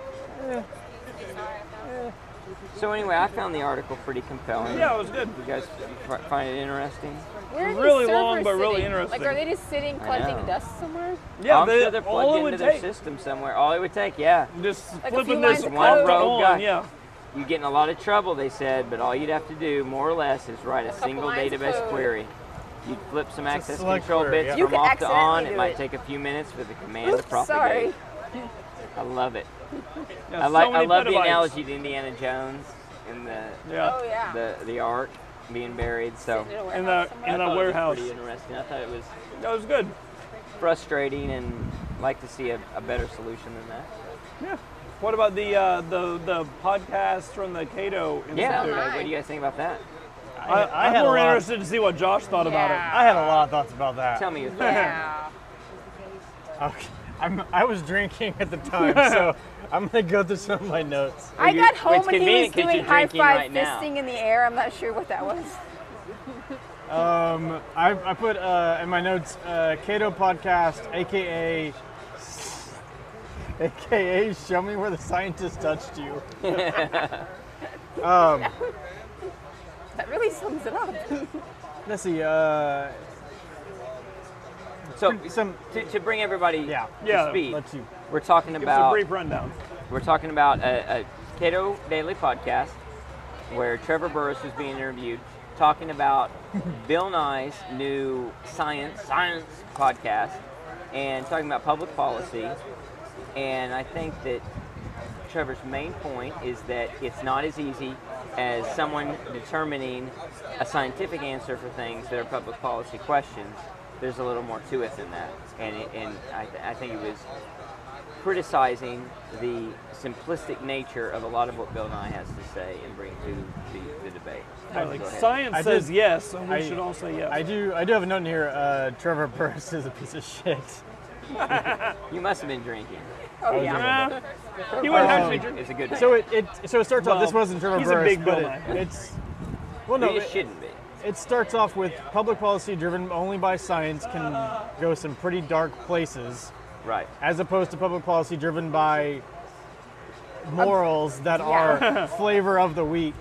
Speaker 3: So anyway, I found the article pretty compelling.
Speaker 5: yeah, it was good.
Speaker 3: You guys fi- find it interesting?
Speaker 4: Where are these
Speaker 5: Really long,
Speaker 4: servers
Speaker 5: but really
Speaker 4: sitting?
Speaker 5: interesting.
Speaker 4: Like, are they just sitting
Speaker 3: know.
Speaker 4: collecting dust somewhere?
Speaker 5: Yeah,
Speaker 3: I'm
Speaker 5: they,
Speaker 3: sure they're
Speaker 5: all
Speaker 3: plugged
Speaker 5: it
Speaker 3: into
Speaker 5: would
Speaker 3: their
Speaker 5: take,
Speaker 3: system somewhere. All it would take, yeah.
Speaker 5: just
Speaker 4: Like a
Speaker 5: flipping
Speaker 4: few
Speaker 5: this
Speaker 4: lines of
Speaker 5: off
Speaker 4: code.
Speaker 5: to
Speaker 4: Rogue
Speaker 5: on,
Speaker 3: guy.
Speaker 5: yeah.
Speaker 3: You get in a lot of trouble, they said, but all you'd have to do, more or less, is write a
Speaker 4: Couple
Speaker 3: single
Speaker 4: lines
Speaker 3: database
Speaker 4: code.
Speaker 3: query. You'd flip some access
Speaker 2: select
Speaker 3: control
Speaker 2: query,
Speaker 3: bits
Speaker 2: yeah. You
Speaker 3: from
Speaker 4: could
Speaker 3: off to on.
Speaker 4: accidentally
Speaker 3: It
Speaker 4: do
Speaker 3: might
Speaker 4: it.
Speaker 3: take a few minutes with the command to
Speaker 4: Oops,
Speaker 3: propagate.
Speaker 4: sorry.
Speaker 3: I love it.
Speaker 5: Yeah,
Speaker 3: I like.
Speaker 5: so
Speaker 3: I
Speaker 5: many
Speaker 3: love the
Speaker 5: petabytes.
Speaker 3: analogy to Indiana Jones and the
Speaker 5: Yeah.
Speaker 4: Oh yeah.
Speaker 3: the the ark being buried. So
Speaker 4: Sitting in a
Speaker 5: In
Speaker 4: warehouse
Speaker 5: the
Speaker 4: somewhere.
Speaker 3: I
Speaker 5: in
Speaker 3: thought it was
Speaker 5: the warehouse.
Speaker 3: pretty interesting. I thought it was
Speaker 5: That was good.
Speaker 3: frustrating and like to see a, a better solution than that.
Speaker 5: Yeah. What about the uh, the the podcast from the Cato Institute?
Speaker 3: Yeah.
Speaker 4: Oh, my.
Speaker 3: what do you guys think about
Speaker 4: [LAUGHS]
Speaker 3: that?
Speaker 5: I,
Speaker 2: I
Speaker 5: I'm
Speaker 2: had a
Speaker 5: more
Speaker 2: lot.
Speaker 5: interested to see what Josh thought about
Speaker 2: I had a lot of thoughts about that.
Speaker 3: Tell me
Speaker 4: [LAUGHS]
Speaker 3: your thoughts.
Speaker 4: Yeah.
Speaker 2: Okay. I'm, I was drinking at the time,
Speaker 3: [LAUGHS]
Speaker 2: so I'm gonna go through some of my notes.
Speaker 4: I
Speaker 3: you-
Speaker 4: got
Speaker 3: it's
Speaker 4: home and he was
Speaker 3: convenient 'cause
Speaker 4: doing
Speaker 3: you're
Speaker 4: high
Speaker 3: drinking
Speaker 4: five
Speaker 3: right now.
Speaker 4: fisting in the air. I'm not sure what that was.
Speaker 2: Um, I, I put uh, in my notes uh, Kato podcast, [LAUGHS] aka aka Show me where the scientist touched you.
Speaker 4: That really sums it up. [LAUGHS] Oh,
Speaker 2: Let's see. Uh,
Speaker 3: So
Speaker 2: some
Speaker 3: to, to bring everybody
Speaker 2: Yeah.
Speaker 3: to
Speaker 5: Yeah,
Speaker 3: speed,
Speaker 2: let's see.
Speaker 3: we're talking
Speaker 5: it. Give us a
Speaker 3: about
Speaker 5: brief rundown.
Speaker 3: we're talking about a, a Cato Daily podcast where Trevor Burrus was being interviewed, talking about Bill Nye's new science science podcast, and talking about public policy. And I think that Trevor's main point is that it's not as easy as someone determining a scientific answer for things that are public policy questions. There's a little more to it than that, and it, and I, I think it was criticizing the simplistic nature of a lot of what Bill Nye has to say and bring to the, the debate.
Speaker 5: Well,
Speaker 3: Go
Speaker 5: like,
Speaker 3: ahead.
Speaker 5: science
Speaker 2: I
Speaker 5: says
Speaker 2: did-
Speaker 5: yes, so we
Speaker 2: I-
Speaker 5: should all say yes.
Speaker 2: I do. I do have a note in here. Uh, Trevor Burrus is a piece of shit.
Speaker 3: You must have been drinking.
Speaker 2: Oh
Speaker 5: Uh, he went
Speaker 2: Um,
Speaker 5: actually drink-
Speaker 3: It's a good.
Speaker 2: So it, it so it starts off. This
Speaker 5: Well,
Speaker 2: wasn't Trevor
Speaker 5: he's a
Speaker 2: Burrus,
Speaker 5: big
Speaker 2: but
Speaker 5: Bill
Speaker 2: it-
Speaker 5: Nye.
Speaker 2: it's. Well, no,
Speaker 3: no, it
Speaker 2: it-
Speaker 3: shouldn't be.
Speaker 2: It starts off with public policy driven only by science can go some pretty dark places,
Speaker 3: Right.
Speaker 2: as opposed to public policy driven by morals that [LAUGHS] are flavor of the week.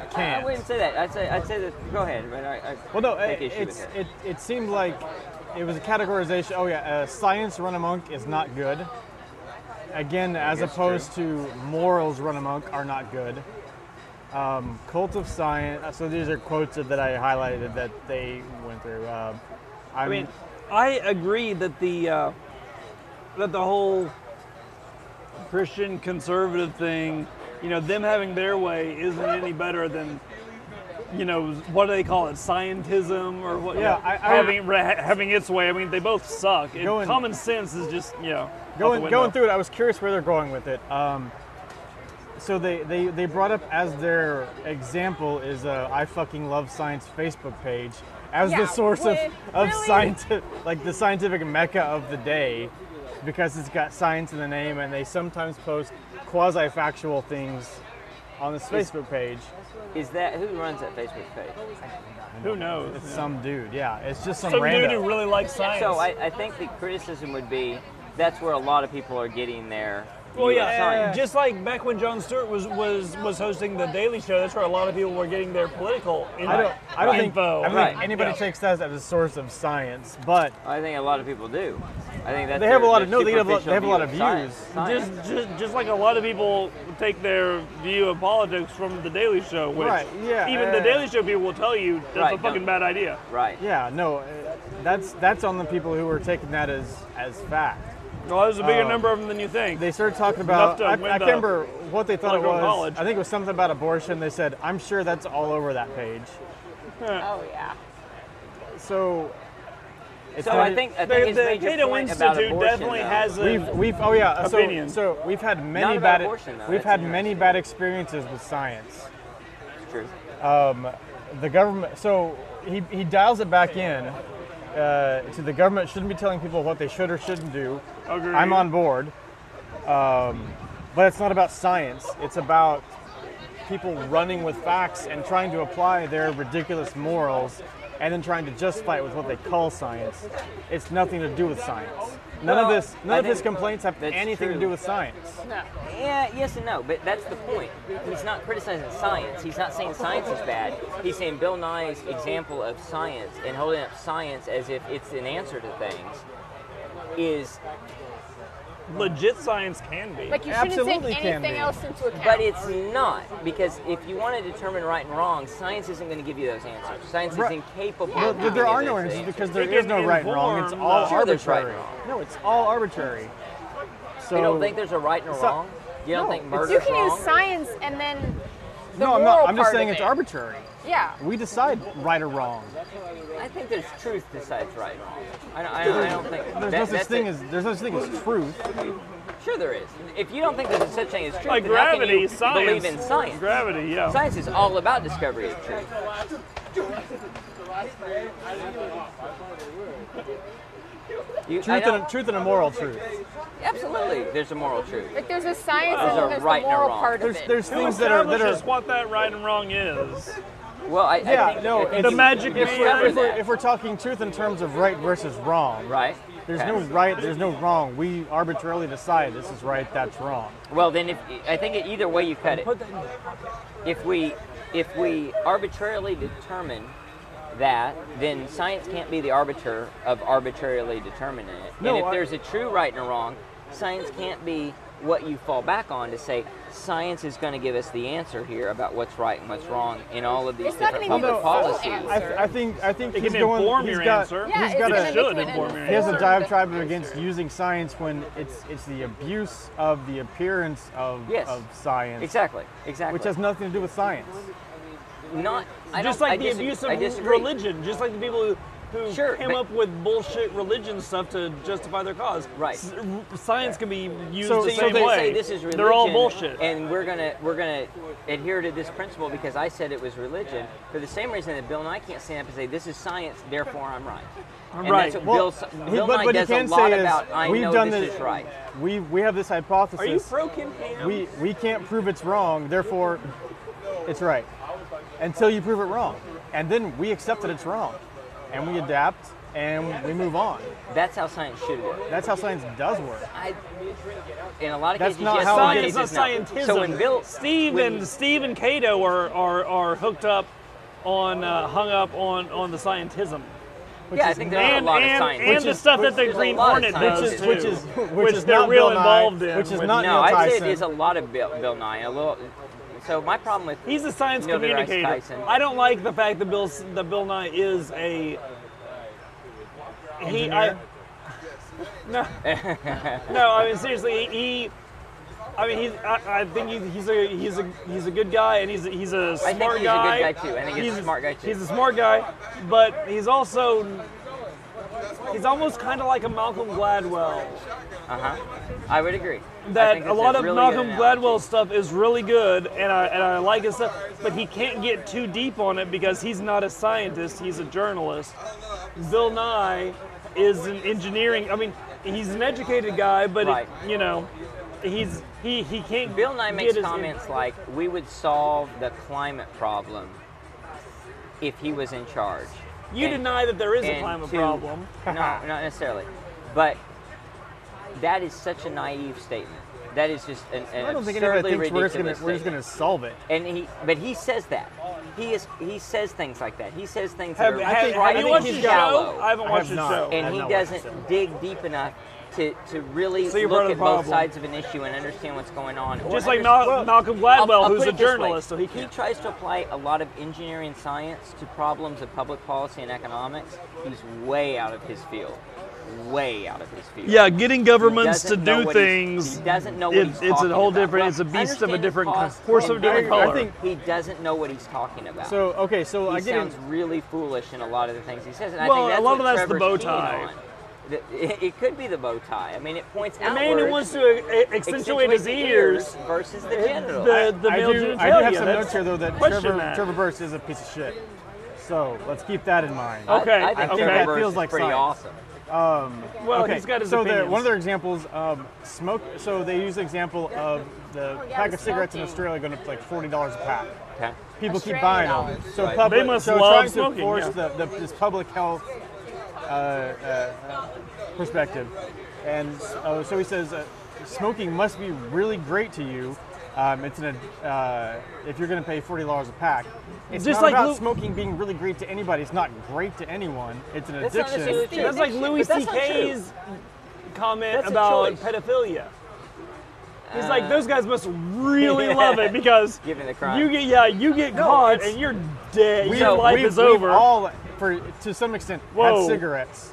Speaker 3: I
Speaker 2: Can't.
Speaker 3: wouldn't say that. I'd say I'd say that. Go ahead. But I, I
Speaker 2: Well, no,
Speaker 3: take
Speaker 2: it,
Speaker 3: issue
Speaker 2: it's,
Speaker 3: with that.
Speaker 2: it, it seemed like it was a categorization. Oh, yeah, uh, science run amok is not good. Again, as
Speaker 3: guess
Speaker 2: opposed to morals run amok are not good. Um, cult of science. So these are quotes that I highlighted that they went through. Uh,
Speaker 5: I mean, I agree that the uh, that the whole Christian conservative thing, you know, them having their way isn't any better than, you know, what do they call it, scientism or what?
Speaker 2: Yeah,
Speaker 5: you know,
Speaker 2: I- I-
Speaker 5: having ra- having its way. I mean, they both suck. And
Speaker 2: Going-
Speaker 5: common sense is just, you know, out the
Speaker 2: going
Speaker 5: window.
Speaker 2: going through it, I was curious where they're going with it. Um, so they, they, they brought up as their example is uh, I fucking love science Facebook page as
Speaker 6: Yeah,
Speaker 2: the source of,
Speaker 6: with-
Speaker 2: of
Speaker 6: really?
Speaker 2: scientific like the scientific mecca of the day because it's got science in the name and they sometimes post quasi factual things on this Facebook page.
Speaker 3: Is that who runs that Facebook page?
Speaker 5: Who knows?
Speaker 2: It's
Speaker 5: yeah.
Speaker 2: some dude, yeah. It's just some,
Speaker 5: Some dude
Speaker 2: random.
Speaker 5: who really likes science.
Speaker 3: So I, I think the criticism would be that's where a lot of people are getting their.
Speaker 5: Well,
Speaker 3: view
Speaker 5: yeah,
Speaker 3: of science.
Speaker 5: just like back when Jon Stewart was, was was hosting the Daily Show, that's where a lot of people were getting their political info.
Speaker 2: I don't, I don't think, I don't think
Speaker 3: Right.
Speaker 2: anybody
Speaker 5: Yeah.
Speaker 2: takes that as a source of science, but
Speaker 3: I think a lot of people do. I think that's
Speaker 2: They have
Speaker 3: their-
Speaker 2: a lot
Speaker 3: their
Speaker 2: of- no, they have a lot- they have a
Speaker 3: superficial
Speaker 2: lot of
Speaker 3: view science-
Speaker 2: views.
Speaker 3: science.
Speaker 5: Just, just just like a lot of people take their view of politics from the Daily Show, which
Speaker 2: Right, yeah,
Speaker 5: even
Speaker 2: yeah,
Speaker 5: the
Speaker 2: yeah.
Speaker 5: Daily Show people will tell you that's
Speaker 3: Right,
Speaker 5: a fucking
Speaker 3: no.
Speaker 5: bad idea.
Speaker 3: right.
Speaker 2: Yeah, no, uh, that's that's on the people who are taking that as as fact.
Speaker 5: Well, there's a bigger
Speaker 2: Oh.
Speaker 5: number of them than you think.
Speaker 2: They started talking about.
Speaker 5: to
Speaker 2: I, I
Speaker 5: win
Speaker 2: can't
Speaker 5: the
Speaker 2: remember what they thought it
Speaker 5: political
Speaker 2: was.
Speaker 5: knowledge.
Speaker 2: I think it was something about abortion. They said, "I'm sure that's all over that page."
Speaker 6: Oh yeah.
Speaker 2: So. It's
Speaker 3: So
Speaker 2: not
Speaker 3: I
Speaker 2: e-
Speaker 3: think I think
Speaker 5: the,
Speaker 3: his
Speaker 5: the
Speaker 3: major
Speaker 5: Cato
Speaker 3: point
Speaker 5: Institute
Speaker 3: about abortion,
Speaker 5: definitely
Speaker 3: though,
Speaker 5: has a.
Speaker 2: We've, we've oh yeah so,
Speaker 5: Opinion.
Speaker 2: so we've had many
Speaker 3: about
Speaker 2: bad
Speaker 3: abortion, though.
Speaker 2: we've
Speaker 3: That's
Speaker 2: had many
Speaker 3: interesting.
Speaker 2: bad experiences with science.
Speaker 3: True.
Speaker 2: the government. So he, he dials it back in uh, to the government shouldn't be telling people what they should or shouldn't do.
Speaker 5: Agreed.
Speaker 2: I'm on board, um, but it's not about science. It's about people running with facts and trying to apply their ridiculous morals, and then trying to justify it with what they call science. It's nothing to do with science. None of
Speaker 3: Well,
Speaker 2: this, none
Speaker 3: I
Speaker 2: of his
Speaker 3: think
Speaker 2: complaints have
Speaker 3: that's
Speaker 2: anything to
Speaker 3: true.
Speaker 2: do with science.
Speaker 3: Yeah, yes and no, but that's the point. He's not criticizing science. He's not saying science is bad. He's saying Bill Nye's example of science and holding up science as if it's an answer to things is,
Speaker 5: legit science can be.
Speaker 6: Like you shouldn't
Speaker 2: Absolutely
Speaker 6: take
Speaker 2: can
Speaker 6: anything
Speaker 2: be.
Speaker 6: else into account.
Speaker 3: but it's not because if you want to determine right and wrong, science isn't going to give you those answers. Science
Speaker 2: Right.
Speaker 3: is incapable.
Speaker 2: Well,
Speaker 3: of giving
Speaker 2: but there
Speaker 3: you
Speaker 2: are
Speaker 3: those
Speaker 2: no answers
Speaker 3: answers.
Speaker 2: because there
Speaker 5: It
Speaker 2: is
Speaker 5: can
Speaker 2: no right and wrong. It's
Speaker 5: inform
Speaker 2: all
Speaker 5: the-
Speaker 3: Sure, there's right and
Speaker 2: arbitrary.
Speaker 3: wrong.
Speaker 2: No, it's all arbitrary. So
Speaker 3: You don't think there's a right and a
Speaker 2: So-
Speaker 3: wrong? You don't
Speaker 2: No,
Speaker 3: think
Speaker 2: it's-
Speaker 3: murder's
Speaker 6: you can
Speaker 3: wrong?
Speaker 6: use science and then the
Speaker 2: no, I'm
Speaker 6: moral
Speaker 2: not. I'm just
Speaker 6: part of
Speaker 2: saying it's
Speaker 6: it.
Speaker 2: arbitrary.
Speaker 6: Yeah.
Speaker 2: We decide right or wrong.
Speaker 3: I think there's truth decides right and wrong. I don't, I don't, I don't think
Speaker 2: There's
Speaker 3: that-
Speaker 2: no such
Speaker 3: that's
Speaker 2: thing
Speaker 3: it.
Speaker 2: as there's no such thing as truth.
Speaker 3: Sure, there is. If you don't think there's such thing as truth,
Speaker 5: like
Speaker 3: then how can
Speaker 5: gravity,
Speaker 3: you
Speaker 5: science.
Speaker 3: believe in science?
Speaker 5: Gravity, yeah.
Speaker 3: Science is all about discovery of truth. You, I
Speaker 2: Truth and
Speaker 3: know-
Speaker 2: a, truth and a moral truth.
Speaker 3: absolutely, there's a moral truth.
Speaker 6: Like there's a science
Speaker 3: There's
Speaker 6: and
Speaker 3: a
Speaker 6: then there's
Speaker 3: right
Speaker 6: the
Speaker 3: and a
Speaker 6: moral
Speaker 3: wrong.
Speaker 6: part
Speaker 2: There's
Speaker 6: of it.
Speaker 2: there's things
Speaker 5: Who
Speaker 2: that are that
Speaker 5: establishes
Speaker 2: are.
Speaker 5: what that right and wrong is.
Speaker 3: Well, I, I
Speaker 2: Yeah,
Speaker 3: think
Speaker 2: no.
Speaker 3: I think
Speaker 2: it's-
Speaker 5: The magic
Speaker 2: if
Speaker 5: man.
Speaker 2: we're,
Speaker 3: discovered
Speaker 2: if, we're,
Speaker 3: that.
Speaker 2: if we're talking truth in terms of right versus wrong,
Speaker 3: right.
Speaker 2: There's
Speaker 3: Okay.
Speaker 2: no right. There's no wrong. We arbitrarily decide this is right. That's wrong.
Speaker 3: Well, then, if I think it- either way you cut it, if we if we arbitrarily determine that, then science can't be the arbiter of arbitrarily determining it.
Speaker 2: No,
Speaker 3: and if
Speaker 2: I-
Speaker 3: there's a true right and a wrong, science can't be what you fall back on to say science is going to give us the answer here about what's right and what's wrong in all of these
Speaker 6: It's not
Speaker 3: different
Speaker 6: gonna give
Speaker 3: public
Speaker 6: us the full answer.
Speaker 3: policies.
Speaker 2: I, th- I think I think
Speaker 5: It
Speaker 2: he's
Speaker 5: can
Speaker 2: going.
Speaker 5: inform
Speaker 2: he's
Speaker 5: your
Speaker 2: got,
Speaker 5: answer.
Speaker 6: yeah,
Speaker 2: he's
Speaker 6: it's
Speaker 2: got
Speaker 6: gonna
Speaker 2: a
Speaker 6: make
Speaker 5: should
Speaker 6: you an
Speaker 5: inform your
Speaker 2: He has a
Speaker 6: informed
Speaker 2: diatribe
Speaker 6: answer.
Speaker 2: against using science when it's it's the abuse of the appearance of,
Speaker 3: Yes.
Speaker 2: of science,
Speaker 3: Exactly. Exactly.
Speaker 2: which has nothing to do with science.
Speaker 3: not I
Speaker 5: just
Speaker 3: don't-
Speaker 5: like
Speaker 3: I
Speaker 5: the
Speaker 3: disagree-
Speaker 5: abuse
Speaker 3: I
Speaker 5: of
Speaker 3: disagree.
Speaker 5: religion, just like the people who who
Speaker 3: Sure,
Speaker 5: came
Speaker 3: but-
Speaker 5: up with bullshit religion stuff to justify their cause.
Speaker 3: Right.
Speaker 5: S- r- science can be used So- the so same they
Speaker 3: you
Speaker 5: way.
Speaker 3: say this is religion.
Speaker 5: They're all bullshit.
Speaker 3: And we're gonna we're gonna adhere to this principle because I said it was religion for the same reason that Bill Nye can't stand up and say this is science, therefore I'm right. And
Speaker 5: Right.
Speaker 3: That's what
Speaker 2: Well,
Speaker 3: Bill,
Speaker 2: he-
Speaker 3: Bill
Speaker 2: but,
Speaker 3: Nye
Speaker 2: but he
Speaker 3: does
Speaker 2: can
Speaker 3: a lot
Speaker 2: say is,
Speaker 3: about I
Speaker 2: we've
Speaker 3: know
Speaker 2: done
Speaker 3: this
Speaker 2: this-
Speaker 3: is right.
Speaker 2: We we have this hypothesis.
Speaker 5: Are you pro Kim Ham?
Speaker 2: we we can't prove it's wrong, therefore it's right. Until you prove it wrong. And then we accept that it's wrong. And we adapt and we move on.
Speaker 3: That's how science should work.
Speaker 2: That's how science does work.
Speaker 3: I, in a lot of
Speaker 2: That's
Speaker 3: cases,
Speaker 2: not
Speaker 3: yes,
Speaker 2: how
Speaker 3: in a lot
Speaker 2: it
Speaker 3: of
Speaker 5: science, not
Speaker 3: cases, no.
Speaker 5: scientism.
Speaker 3: So when Bill
Speaker 5: Steve
Speaker 3: when-
Speaker 5: and Steve and Cato are are, are hooked up on uh, hung up on on the scientism.
Speaker 3: yeah, I think there are a
Speaker 5: and
Speaker 3: lot of
Speaker 5: and,
Speaker 3: science.
Speaker 5: and the stuff that the
Speaker 3: there's a
Speaker 5: Green
Speaker 3: lot of
Speaker 5: Hornet
Speaker 3: science
Speaker 5: does,
Speaker 3: too.
Speaker 2: Which is
Speaker 5: too,
Speaker 2: which,
Speaker 5: which
Speaker 2: is
Speaker 5: they're
Speaker 2: not
Speaker 5: real
Speaker 2: Bill Nye,
Speaker 5: involved in.
Speaker 2: Which is
Speaker 5: with-
Speaker 2: not
Speaker 3: no,
Speaker 2: Neil
Speaker 3: I'd say
Speaker 2: Tyson.
Speaker 3: there's a lot of Bill, Bill Nye. A little, so my problem with
Speaker 5: He's a science
Speaker 3: Neil deGrasse
Speaker 5: communicator.
Speaker 3: Tyson.
Speaker 5: I don't like the fact that Bill that Bill Nye is a he. I, [LAUGHS] no, no. I mean seriously, he. I mean, he's. I, I think he's, he's a he's a he's a good guy, and he's a, he's a smart
Speaker 3: I think he's
Speaker 5: guy.
Speaker 3: a good guy too. I think he's, a smart guy too.
Speaker 5: He's a smart guy, but he's also he's almost kind of like a Malcolm Gladwell.
Speaker 3: uh-huh. I would agree. I think
Speaker 5: That a
Speaker 3: that's
Speaker 5: lot of
Speaker 3: really good
Speaker 5: Malcolm
Speaker 3: analogy.
Speaker 5: Gladwell stuff is really good, and I and I like his stuff, but he can't get too deep on it because he's not a scientist. He's a journalist. Bill Nye is an engineering. I mean, he's an educated guy, but it-
Speaker 3: Right.
Speaker 5: you know, he's he he can't.
Speaker 3: Bill Nye
Speaker 5: get
Speaker 3: makes
Speaker 5: his-
Speaker 3: comments like, "We would solve the climate problem if he was in charge."
Speaker 5: You
Speaker 3: and-
Speaker 5: deny that there is a
Speaker 3: and
Speaker 5: climate
Speaker 3: to-
Speaker 5: problem.
Speaker 3: [LAUGHS] no, not necessarily. But that is such a naive statement. That is just an, an
Speaker 2: I don't think anybody
Speaker 3: absurdly
Speaker 2: thinks we're
Speaker 3: ridiculous
Speaker 2: just gonna we're just
Speaker 3: statement.
Speaker 2: gonna solve it.
Speaker 3: And he, but he says that. He is. He says things like that. He says things
Speaker 5: Have,
Speaker 3: that are
Speaker 5: have- have
Speaker 3: right
Speaker 5: you
Speaker 2: think
Speaker 5: watched
Speaker 2: he's
Speaker 5: his
Speaker 3: and
Speaker 5: show?
Speaker 3: shallow,
Speaker 5: I haven't
Speaker 2: I
Speaker 5: watched
Speaker 2: have
Speaker 5: his
Speaker 2: not.
Speaker 5: show.
Speaker 2: I have
Speaker 3: and he
Speaker 2: not watched the show.
Speaker 3: doesn't dig deep enough to, to really
Speaker 5: So you're part
Speaker 3: look
Speaker 5: of
Speaker 3: at
Speaker 5: the
Speaker 3: both
Speaker 5: problem.
Speaker 3: sides of an issue and understand what's going on. or
Speaker 5: Just like
Speaker 3: understand-
Speaker 5: Mal- Malcolm Gladwell,
Speaker 3: I'll- I'll
Speaker 5: who's
Speaker 3: put
Speaker 5: a
Speaker 3: it this way.
Speaker 5: journalist, so he
Speaker 3: He
Speaker 5: can't.
Speaker 3: tries to apply a lot of engineering science to problems of public policy and economics. He's way out of his field. Way out of his field.
Speaker 5: Yeah, getting governments to
Speaker 3: doesn't know
Speaker 5: do
Speaker 3: what he's-
Speaker 5: things.
Speaker 3: He doesn't know what
Speaker 5: it-
Speaker 3: he's
Speaker 5: It's
Speaker 3: talking
Speaker 5: a whole
Speaker 3: about.
Speaker 5: different.
Speaker 3: Well,
Speaker 5: it's a beast of
Speaker 3: understand
Speaker 5: a
Speaker 3: the
Speaker 5: different
Speaker 3: cause
Speaker 5: co- horse of a
Speaker 3: and
Speaker 5: different
Speaker 3: I-
Speaker 5: color.
Speaker 3: I think he doesn't know what he's talking about.
Speaker 2: So okay, so
Speaker 3: he
Speaker 2: I get
Speaker 3: sounds
Speaker 2: in
Speaker 3: really foolish in a lot of the things he says. And
Speaker 5: Well,
Speaker 3: I think that's
Speaker 5: a lot of
Speaker 3: what
Speaker 5: that's
Speaker 3: Trevor's
Speaker 5: the bow tie.
Speaker 3: keen on. The- [LAUGHS] It, it could be the bow tie. I mean, it points
Speaker 5: The
Speaker 3: out.
Speaker 5: man who wants to uh, accentuate his ears.
Speaker 3: versus the genital.
Speaker 5: The, the
Speaker 2: I
Speaker 5: male
Speaker 2: do, I do
Speaker 5: genitalia.
Speaker 2: have some
Speaker 5: That's-
Speaker 2: notes here though that
Speaker 5: question
Speaker 2: Trevor,
Speaker 5: that.
Speaker 2: Trevor Burst is a piece of shit. So let's keep that in mind.
Speaker 5: Oh, Okay,
Speaker 3: I, I think
Speaker 5: okay.
Speaker 3: Trevor
Speaker 5: That
Speaker 3: Burrus
Speaker 2: feels
Speaker 3: is
Speaker 2: like
Speaker 3: pretty
Speaker 2: science.
Speaker 3: awesome.
Speaker 5: Well,
Speaker 2: okay.
Speaker 5: Oh, he's got his
Speaker 2: so the,
Speaker 5: opinions.
Speaker 2: one of their examples, um, smoke. So they use the example of the
Speaker 6: yeah,
Speaker 2: pack
Speaker 6: the
Speaker 2: of cigarettes in
Speaker 6: smoking.
Speaker 2: Australia going up to like forty dollars a pack.
Speaker 3: Okay.
Speaker 2: People keep
Speaker 6: Australian
Speaker 2: buying them.
Speaker 6: dollars.
Speaker 2: So
Speaker 3: Right.
Speaker 2: public,
Speaker 5: They must
Speaker 2: so
Speaker 5: love
Speaker 2: trying
Speaker 5: smoking,
Speaker 2: to enforce
Speaker 5: yeah.
Speaker 2: the, the, this public health uh, uh, perspective. And uh, so he says, uh, smoking must be really great to you. Um, it's an ad- uh, if you're going to pay forty dollars a pack. It's
Speaker 5: Just
Speaker 2: not
Speaker 5: like
Speaker 2: about
Speaker 5: Lou-
Speaker 2: smoking being really great to anybody. It's not great to anyone. It's an
Speaker 3: That's not
Speaker 2: addiction.
Speaker 3: necessarily true.
Speaker 5: that's like Louis
Speaker 3: But that's not
Speaker 5: C.K.'s comment
Speaker 3: That's a
Speaker 5: about
Speaker 3: choice.
Speaker 5: pedophilia. He's like, those guys must really love it because
Speaker 3: Given the crime.
Speaker 5: you get yeah, you get caught and you're dead. Your life
Speaker 2: we've-
Speaker 5: is over.
Speaker 2: We've all, for, to some extent,
Speaker 5: Whoa.
Speaker 2: had cigarettes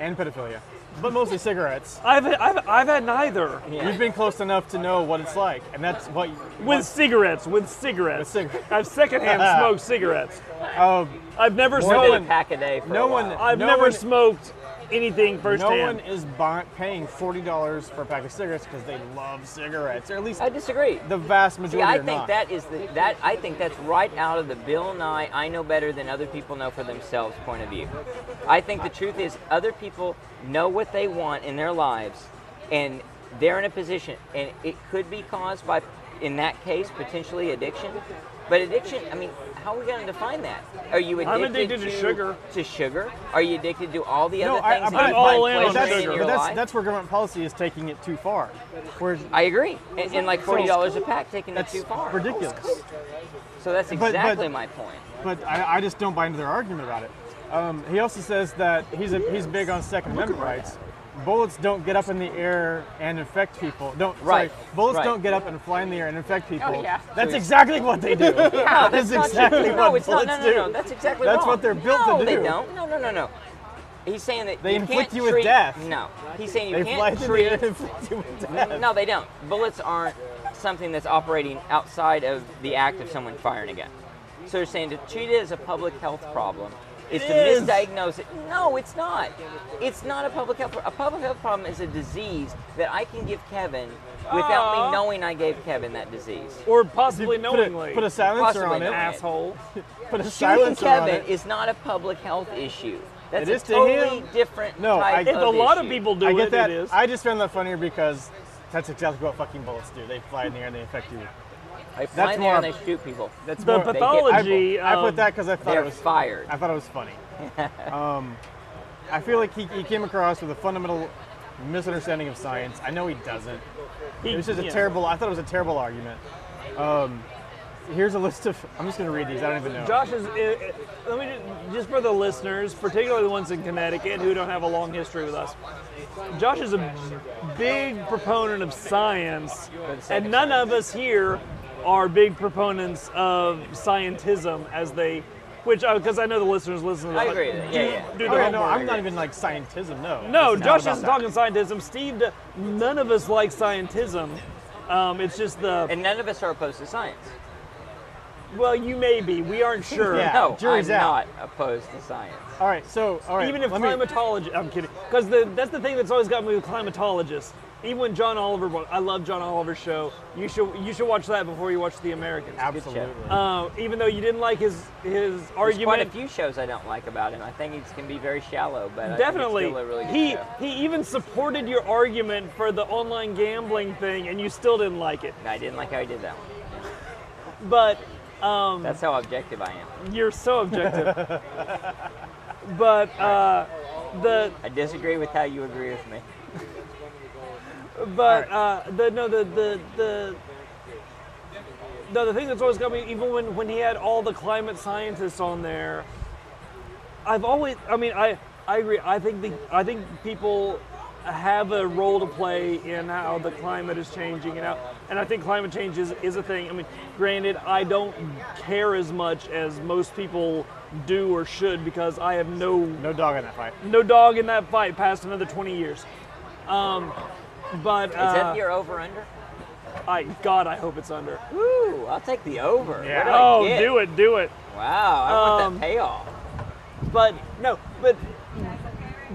Speaker 2: and pedophilia, but mostly cigarettes.
Speaker 5: I've, I've I've had neither.
Speaker 2: You've been close enough to know what it's like, and that's what.
Speaker 5: With cigarettes, with cigarettes.
Speaker 2: With cigarettes. [LAUGHS]
Speaker 5: I've secondhand smoked cigarettes.
Speaker 2: uh,
Speaker 5: I've never
Speaker 2: No
Speaker 3: Been a
Speaker 5: smoked.
Speaker 2: one-
Speaker 3: pack a day for
Speaker 2: no
Speaker 3: a while.
Speaker 2: one-
Speaker 5: I've
Speaker 2: no
Speaker 5: never
Speaker 2: one-
Speaker 5: smoked anything
Speaker 2: no one
Speaker 5: firsthand.
Speaker 2: is buy, paying forty dollars for a pack of cigarettes because they love cigarettes, or at least
Speaker 3: I disagree.
Speaker 2: the vast majority
Speaker 3: See, I
Speaker 2: are
Speaker 3: think
Speaker 2: not.
Speaker 3: that is the, that I think that's right out of the Bill Nye I know better than other people know for themselves point of view. I think the truth is other people know what they want in their lives and they're in a position and it could be caused by in that case potentially addiction. But addiction, I mean, how are we going to define that? Are you addicted,
Speaker 5: I'm addicted to sugar.
Speaker 3: To sugar? Are you addicted to all the
Speaker 2: no,
Speaker 3: other
Speaker 2: I,
Speaker 3: things
Speaker 2: but-
Speaker 3: that you
Speaker 5: all
Speaker 3: find
Speaker 5: in on
Speaker 3: pleasure
Speaker 2: but that's,
Speaker 5: sugar.
Speaker 3: in your
Speaker 2: but that's,
Speaker 3: life?
Speaker 2: that's where government policy is taking it too far. Where
Speaker 3: I agree. And, and like forty dollars a pack, taking it
Speaker 2: that's
Speaker 3: too far.
Speaker 2: ridiculous.
Speaker 3: So that's
Speaker 2: but-
Speaker 3: exactly my point.
Speaker 2: But I, I just don't buy into their argument about it. Um, he also says that he's a, he's big on Second Amendment rights. Bullets don't get up in the air and infect people. Don't
Speaker 3: Right,
Speaker 2: Sorry, bullets
Speaker 3: right.
Speaker 2: don't get up and fly in the air and
Speaker 3: Oh,
Speaker 2: infect people.
Speaker 6: yeah.
Speaker 2: That's exactly
Speaker 3: [LAUGHS]
Speaker 2: what they do.
Speaker 3: No,
Speaker 2: that's
Speaker 3: not true.
Speaker 2: exactly
Speaker 3: no,
Speaker 2: what
Speaker 3: it's not. No,
Speaker 2: bullets
Speaker 3: no,
Speaker 2: do.
Speaker 3: no, That's exactly
Speaker 2: That's
Speaker 3: wrong.
Speaker 2: what they're built to
Speaker 3: no, They
Speaker 2: do.
Speaker 3: don't. No, no, no, no. He's saying that
Speaker 2: They
Speaker 3: you
Speaker 2: inflict
Speaker 3: can't
Speaker 2: you with
Speaker 3: treat-
Speaker 2: death.
Speaker 3: No, he's saying you
Speaker 2: They fly
Speaker 3: can't
Speaker 2: through the air
Speaker 3: treat.
Speaker 2: and inflict you with
Speaker 3: [LAUGHS]
Speaker 2: death.
Speaker 3: No, they don't. Bullets aren't something that's operating outside of the act of someone firing a gun. So they're saying to treat it as a public health problem is
Speaker 5: It
Speaker 3: to
Speaker 5: is.
Speaker 3: misdiagnose it. No, it's not. It's not a public health. pro- A public health problem is a disease that I can give Kevin without
Speaker 5: Aw.
Speaker 3: me knowing I gave Kevin that disease.
Speaker 5: Or
Speaker 2: Put
Speaker 5: possibly
Speaker 2: a-
Speaker 5: knowingly.
Speaker 2: Put a silencer
Speaker 3: Possibly
Speaker 2: on it.
Speaker 3: knowingly.
Speaker 2: [LAUGHS]
Speaker 5: asshole.
Speaker 2: Put a
Speaker 3: Shooting
Speaker 2: silencer on
Speaker 3: Kevin
Speaker 2: it.
Speaker 3: is not a public health issue. That's
Speaker 2: It is
Speaker 3: a
Speaker 2: to
Speaker 3: totally
Speaker 2: him.
Speaker 3: different
Speaker 2: No, I-
Speaker 3: type
Speaker 2: If
Speaker 5: If
Speaker 3: of
Speaker 5: a lot of
Speaker 3: issue.
Speaker 5: people do
Speaker 2: I
Speaker 5: it,
Speaker 2: get that.
Speaker 5: it is.
Speaker 2: I just found that funnier because that's exactly what fucking bullets do. They fly in the air and they affect you.
Speaker 3: they fly
Speaker 2: that's
Speaker 3: in there and
Speaker 2: more-
Speaker 3: they shoot people.
Speaker 2: That's
Speaker 5: The
Speaker 2: more-
Speaker 3: get-
Speaker 5: pathology.
Speaker 2: I, I
Speaker 5: of-
Speaker 2: put that because I thought
Speaker 3: They're
Speaker 2: it was
Speaker 3: fired.
Speaker 2: I thought it
Speaker 3: [LAUGHS]
Speaker 2: was funny. um, I feel like he, he came across with a fundamental misunderstanding of science. I know he doesn't.
Speaker 5: he-
Speaker 2: It was just a
Speaker 5: yeah.
Speaker 2: terrible. I thought it was a terrible argument. Um, here's a list of. I'm just gonna read these. I don't even know.
Speaker 5: Josh is. It, it- let me just, just for the listeners, particularly the ones in Connecticut who don't have a long history with us. Josh is a big proponent of science, and none of us here are big proponents of scientism as they, which because I know the listeners listen to
Speaker 3: I
Speaker 5: that,
Speaker 3: agree with that. Yeah, yeah.
Speaker 5: do
Speaker 2: Oh,
Speaker 5: the
Speaker 2: yeah, no,
Speaker 5: homework.
Speaker 2: I'm not even like scientism. No.
Speaker 5: No,
Speaker 2: It's not
Speaker 5: Josh
Speaker 2: about
Speaker 5: isn't
Speaker 2: that.
Speaker 5: talking scientism. Steve, do- none of us like scientism. Um, it's just the
Speaker 3: And none of us are opposed to science.
Speaker 5: well, you may be. We aren't sure.
Speaker 2: Yeah,
Speaker 3: [LAUGHS] no,
Speaker 2: jury's
Speaker 3: I'm
Speaker 2: out.
Speaker 3: not opposed to science.
Speaker 2: All right. So, all right.
Speaker 5: Even if
Speaker 2: let me-
Speaker 5: climatology, I'm kidding. Because that's the thing that's always got me with climatologists. Even when John Oliver, wa- I love John Oliver's show. You should you should watch that before you watch The Americans.
Speaker 2: absolutely.
Speaker 5: Uh, even though you didn't like his his
Speaker 3: There's
Speaker 5: argument,
Speaker 3: quite a few shows I don't like about him. I think it's can be very shallow, but I think it's
Speaker 5: Definitely.
Speaker 3: still a really good
Speaker 5: he
Speaker 3: show.
Speaker 5: he even supported your argument for the online gambling thing, and you still didn't like it.
Speaker 3: I didn't like how he did that one.
Speaker 5: But
Speaker 3: That's how objective I am.
Speaker 5: you're so objective. but uh, the
Speaker 3: I disagree with how you agree with me.
Speaker 5: But uh, the no the the the. No, the thing that's always got me, even when, when he had all the climate scientists on there, I've always, I mean, I, I agree. I think the, I think people have a role to play in how the climate is changing, and how, and I think climate change is, is a thing. I mean, granted, I don't care as much as most people do or should because I have no
Speaker 2: No dog in that fight.
Speaker 5: no dog in that fight past another 20 years. Um, but
Speaker 3: Is
Speaker 5: uh,
Speaker 3: that your over under?
Speaker 5: I God, I hope it's under.
Speaker 3: Woo! I'll take the over.
Speaker 2: Yeah.
Speaker 3: What do I
Speaker 5: Oh,
Speaker 3: get?
Speaker 5: do it, do it.
Speaker 3: Wow! I want
Speaker 5: Um,
Speaker 3: that payoff.
Speaker 5: But no, but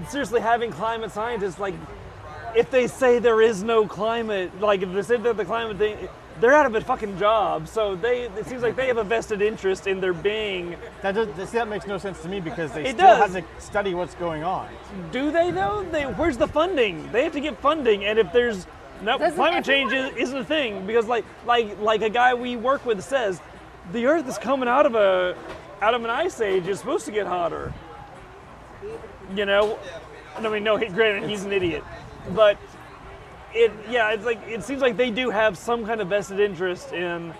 Speaker 5: seriously, having climate scientists like, if they say there is no climate, like if they say that the climate thing, they're out of a fucking job. So they, it seems like they have a vested interest in their being.
Speaker 2: That does, see, that makes no sense to me because they
Speaker 5: It
Speaker 2: still
Speaker 5: does.
Speaker 2: have to study what's going on.
Speaker 5: Do they though? They where's the funding? They have to get funding, and if there's no
Speaker 4: Doesn't
Speaker 5: climate change is, isn't a thing because like like like a guy we work with says, the Earth is coming out of a out of an ice age. It's supposed to get hotter. You know, and I mean no, he, granted he's an idiot, but it yeah it's like it seems like they do have some kind of vested interest in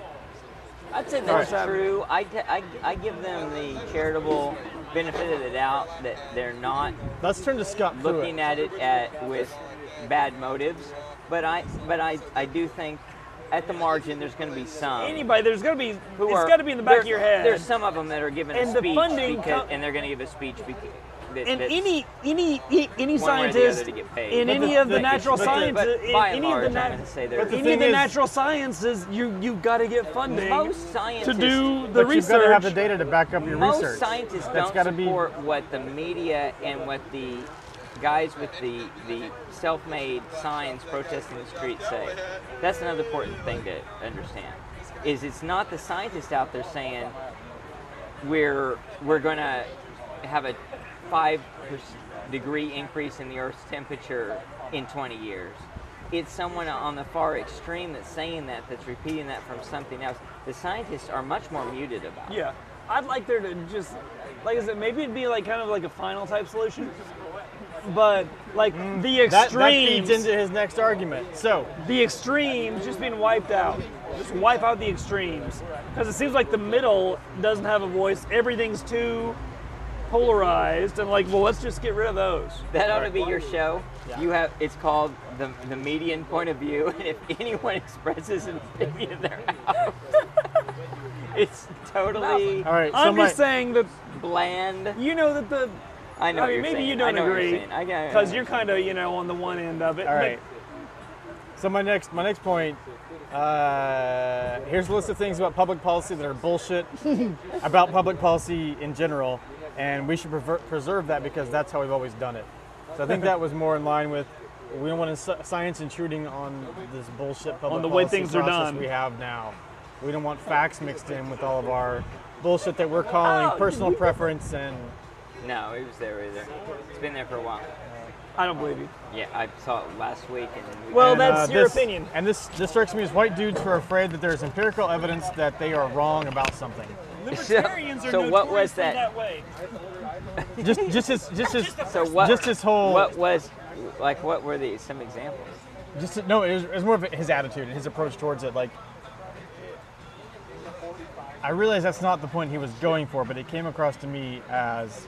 Speaker 3: I'd say that's true. I, t- I, I give them the charitable benefit of the doubt that they're not
Speaker 2: Let's turn to Scott Pruitt.
Speaker 3: looking at it at with bad motives, but I but I, I do think at the margin there's going to be some
Speaker 5: anybody. There's got to be
Speaker 3: who
Speaker 5: it's
Speaker 3: are-
Speaker 5: got to be in the back of
Speaker 3: there-
Speaker 5: your head.
Speaker 3: There's some of them that are giving
Speaker 5: And
Speaker 3: a
Speaker 5: the
Speaker 3: speech
Speaker 5: funding
Speaker 3: because,
Speaker 5: com-
Speaker 3: and they're going to give a speech because that,
Speaker 5: and
Speaker 3: that's-
Speaker 5: any any i- any
Speaker 3: one way or the other
Speaker 5: scientist
Speaker 3: to get paid.
Speaker 5: in
Speaker 3: But
Speaker 5: any
Speaker 2: the-
Speaker 5: of the
Speaker 2: but-
Speaker 5: natural
Speaker 2: but the-
Speaker 5: sciences,
Speaker 3: but
Speaker 5: in
Speaker 3: by and
Speaker 5: any of the,
Speaker 3: large, I'm
Speaker 5: nat-
Speaker 3: gonna say there
Speaker 5: any
Speaker 3: But the
Speaker 5: of
Speaker 2: thing
Speaker 5: the
Speaker 2: is-
Speaker 5: natural sciences, you you got to get funding
Speaker 3: most
Speaker 5: to
Speaker 3: scientists
Speaker 5: do the
Speaker 2: but
Speaker 5: research.
Speaker 2: you've got to have the data to back up your
Speaker 3: most
Speaker 2: research.
Speaker 3: scientists
Speaker 2: That's
Speaker 3: don't
Speaker 2: gotta be-
Speaker 3: support what the media and what the guys with the the self-made signs protesting the streets say. That's another important thing to understand. Is it's not the scientists out there saying we're we're going to have a five per- degree increase in the Earth's temperature in 20 years. It's someone on the far extreme that's saying that, that's repeating that from something else. The scientists are much more muted about it.
Speaker 5: Yeah, I'd like there to just like I said, maybe it'd be like kind of like a final type solution, but like the
Speaker 2: That, that feeds
Speaker 5: extremes,
Speaker 2: into his next argument. So,
Speaker 5: the extremes just being wiped out. Just wipe out the extremes because it seems like the middle doesn't have a voice. Everything's too polarized and like well let's just get rid of those
Speaker 3: That ought to be your show. You have it's called the the median point of view, and if [LAUGHS] anyone expresses an opinion, they're out. it's totally
Speaker 2: all right.
Speaker 5: I'm
Speaker 2: somebody-
Speaker 5: just saying that
Speaker 3: bland.
Speaker 5: you know that the
Speaker 3: I know.
Speaker 5: I
Speaker 3: what
Speaker 5: mean
Speaker 3: you're
Speaker 5: maybe
Speaker 3: saying.
Speaker 5: you
Speaker 3: I
Speaker 5: don't
Speaker 3: know what you're
Speaker 5: agree
Speaker 3: saying. I got-
Speaker 5: because you're kind of you know on the one end of it.
Speaker 2: All right. So my next my next point. Uh, here's a list of things about public policy that are bullshit about public policy in general. and we should prever- preserve that because that's how we've always done it. So I think that was more in line with we don't want to, science intruding on this bullshit public
Speaker 5: the way
Speaker 2: policy
Speaker 5: things are
Speaker 2: process
Speaker 5: done.
Speaker 2: we have now. We don't want facts mixed in with all of our bullshit that we're calling
Speaker 3: Oh,
Speaker 2: personal preference and
Speaker 3: No, it was there either. It's been there for a while.
Speaker 5: I
Speaker 3: [LAUGHS]
Speaker 5: don't believe you.
Speaker 3: Yeah, I saw it last week and we
Speaker 5: Well,
Speaker 2: And, uh,
Speaker 5: that's your
Speaker 2: this-
Speaker 5: opinion.
Speaker 2: And this this strikes me as white dudes who are afraid that there's empirical evidence that they are wrong about something.
Speaker 5: Libertarians are
Speaker 3: so what was
Speaker 5: notoriously
Speaker 3: that?
Speaker 5: way.
Speaker 2: Just just his just his
Speaker 3: So what?
Speaker 2: just his whole
Speaker 3: What was like? What were the some examples?
Speaker 2: just no. It was, it was more of his attitude and his approach towards it. Like I realize that's not the point he was going for, but it came across to me as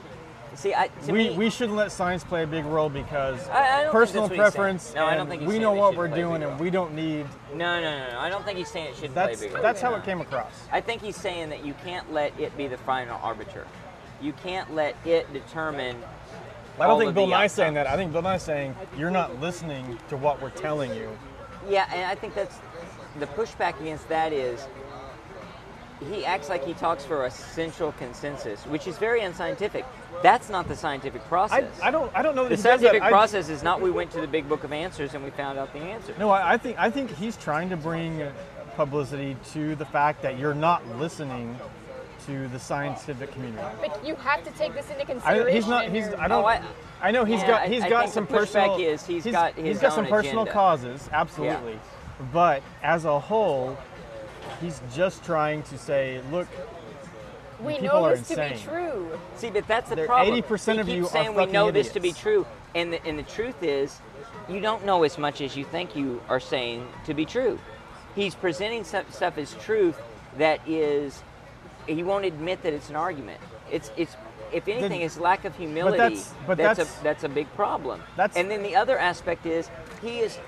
Speaker 3: See, I to
Speaker 2: we,
Speaker 3: me,
Speaker 2: we shouldn't let science play a big role because
Speaker 3: I- I don't think
Speaker 2: personal
Speaker 3: that's what he's saying.
Speaker 2: preference.
Speaker 3: No, I don't
Speaker 2: and
Speaker 3: think he's
Speaker 2: we
Speaker 3: saying
Speaker 2: know
Speaker 3: they
Speaker 2: what
Speaker 3: shouldn't
Speaker 2: we're
Speaker 3: play a big
Speaker 2: doing,
Speaker 3: role.
Speaker 2: and we don't need.
Speaker 3: no, no, no, no. I don't think he's saying it shouldn't
Speaker 2: That's
Speaker 3: play big.
Speaker 2: that's
Speaker 3: role.
Speaker 2: how it came across.
Speaker 3: I think he's saying that you can't let it be the final arbiter. You can't let it determine.
Speaker 2: I don't
Speaker 3: all
Speaker 2: think
Speaker 3: of
Speaker 2: Bill
Speaker 3: the
Speaker 2: Nye's saying that.
Speaker 3: outcomes.
Speaker 2: I think Bill Nye's saying you're not listening to what we're telling you.
Speaker 3: Yeah, and I think that's the pushback against that is he acts like he talks for a central consensus, which is very unscientific. That's not the scientific
Speaker 2: I,
Speaker 3: process.
Speaker 2: I don't I don't know that
Speaker 3: the
Speaker 2: he does that.
Speaker 3: scientific
Speaker 2: I-
Speaker 3: process is not we went to the big book of answers and we found out the answer.
Speaker 2: no, I, I think I think he's trying to bring publicity to the fact that you're not listening to the scientific community.
Speaker 4: But you have to take this into consideration.
Speaker 2: I, he's not.
Speaker 4: in
Speaker 2: He's.
Speaker 4: your-
Speaker 2: I don't.
Speaker 3: No, I-
Speaker 2: I, know he's
Speaker 3: yeah,
Speaker 2: got.
Speaker 3: I-
Speaker 2: He's
Speaker 3: I
Speaker 2: got
Speaker 3: think
Speaker 2: some
Speaker 3: the pushback
Speaker 2: personal.
Speaker 3: is he's got his
Speaker 2: he's got some
Speaker 3: own
Speaker 2: personal
Speaker 3: agenda.
Speaker 2: causes, absolutely. But as a whole, he's just trying to say, look,
Speaker 4: we
Speaker 2: people
Speaker 4: know
Speaker 2: are
Speaker 4: this to be
Speaker 2: insane.
Speaker 4: true.
Speaker 3: See, but that's the
Speaker 2: They're
Speaker 3: problem.
Speaker 2: 80%
Speaker 3: They
Speaker 2: of
Speaker 3: keep
Speaker 2: you are
Speaker 3: saying we
Speaker 2: fucking
Speaker 3: know this to be
Speaker 2: idiots.
Speaker 3: true, and the, and the truth is, you don't know as much as you think you are saying to be true. He's presenting some stuff as truth that is, he won't admit that it's an argument. It's it's if anything, it's lack of humility.
Speaker 2: that's- but that's-
Speaker 3: a that's a big problem.
Speaker 2: That's-
Speaker 3: and then the other aspect is he is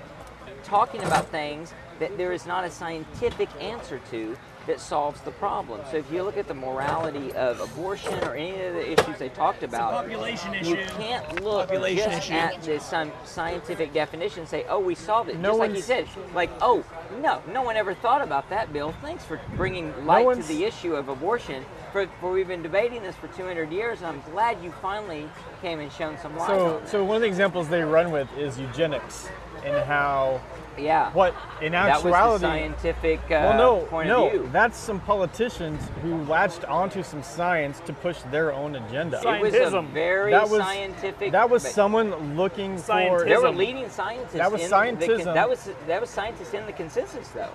Speaker 3: talking about things that there is not a scientific answer to that solves the problem. So if you look at the morality of abortion or any of the issues they talked about,
Speaker 5: population
Speaker 3: you
Speaker 5: issue.
Speaker 3: can't look
Speaker 5: Population
Speaker 3: just
Speaker 5: issue.
Speaker 3: at the some scientific definition and say, oh, we solved it.
Speaker 2: No
Speaker 3: just like you
Speaker 2: one's-
Speaker 3: said, like, oh, no, no one ever thought about that, Bill. Thanks for bringing light to
Speaker 2: one's-
Speaker 3: the issue of abortion. For, for we've been debating this for 200 years, and I'm glad you finally came and shown some light.
Speaker 2: So,
Speaker 3: on it.
Speaker 2: so one of the examples they run with is eugenics and how
Speaker 3: yeah,
Speaker 2: what in
Speaker 3: that was the
Speaker 2: actuality.
Speaker 3: scientific uh,
Speaker 2: well, no,
Speaker 3: point
Speaker 2: no,
Speaker 3: of view.
Speaker 2: that's some politicians who latched onto some science to push their own agenda.
Speaker 5: Sci-
Speaker 3: It was a
Speaker 5: Scientism.
Speaker 3: very
Speaker 2: that was
Speaker 3: scientific.
Speaker 2: That was
Speaker 3: but
Speaker 2: someone looking for.
Speaker 3: There were
Speaker 5: Scientism.
Speaker 3: leading scientists.
Speaker 2: That was
Speaker 3: in the con-
Speaker 2: scientism.
Speaker 3: that was that was scientists in the consensus, though.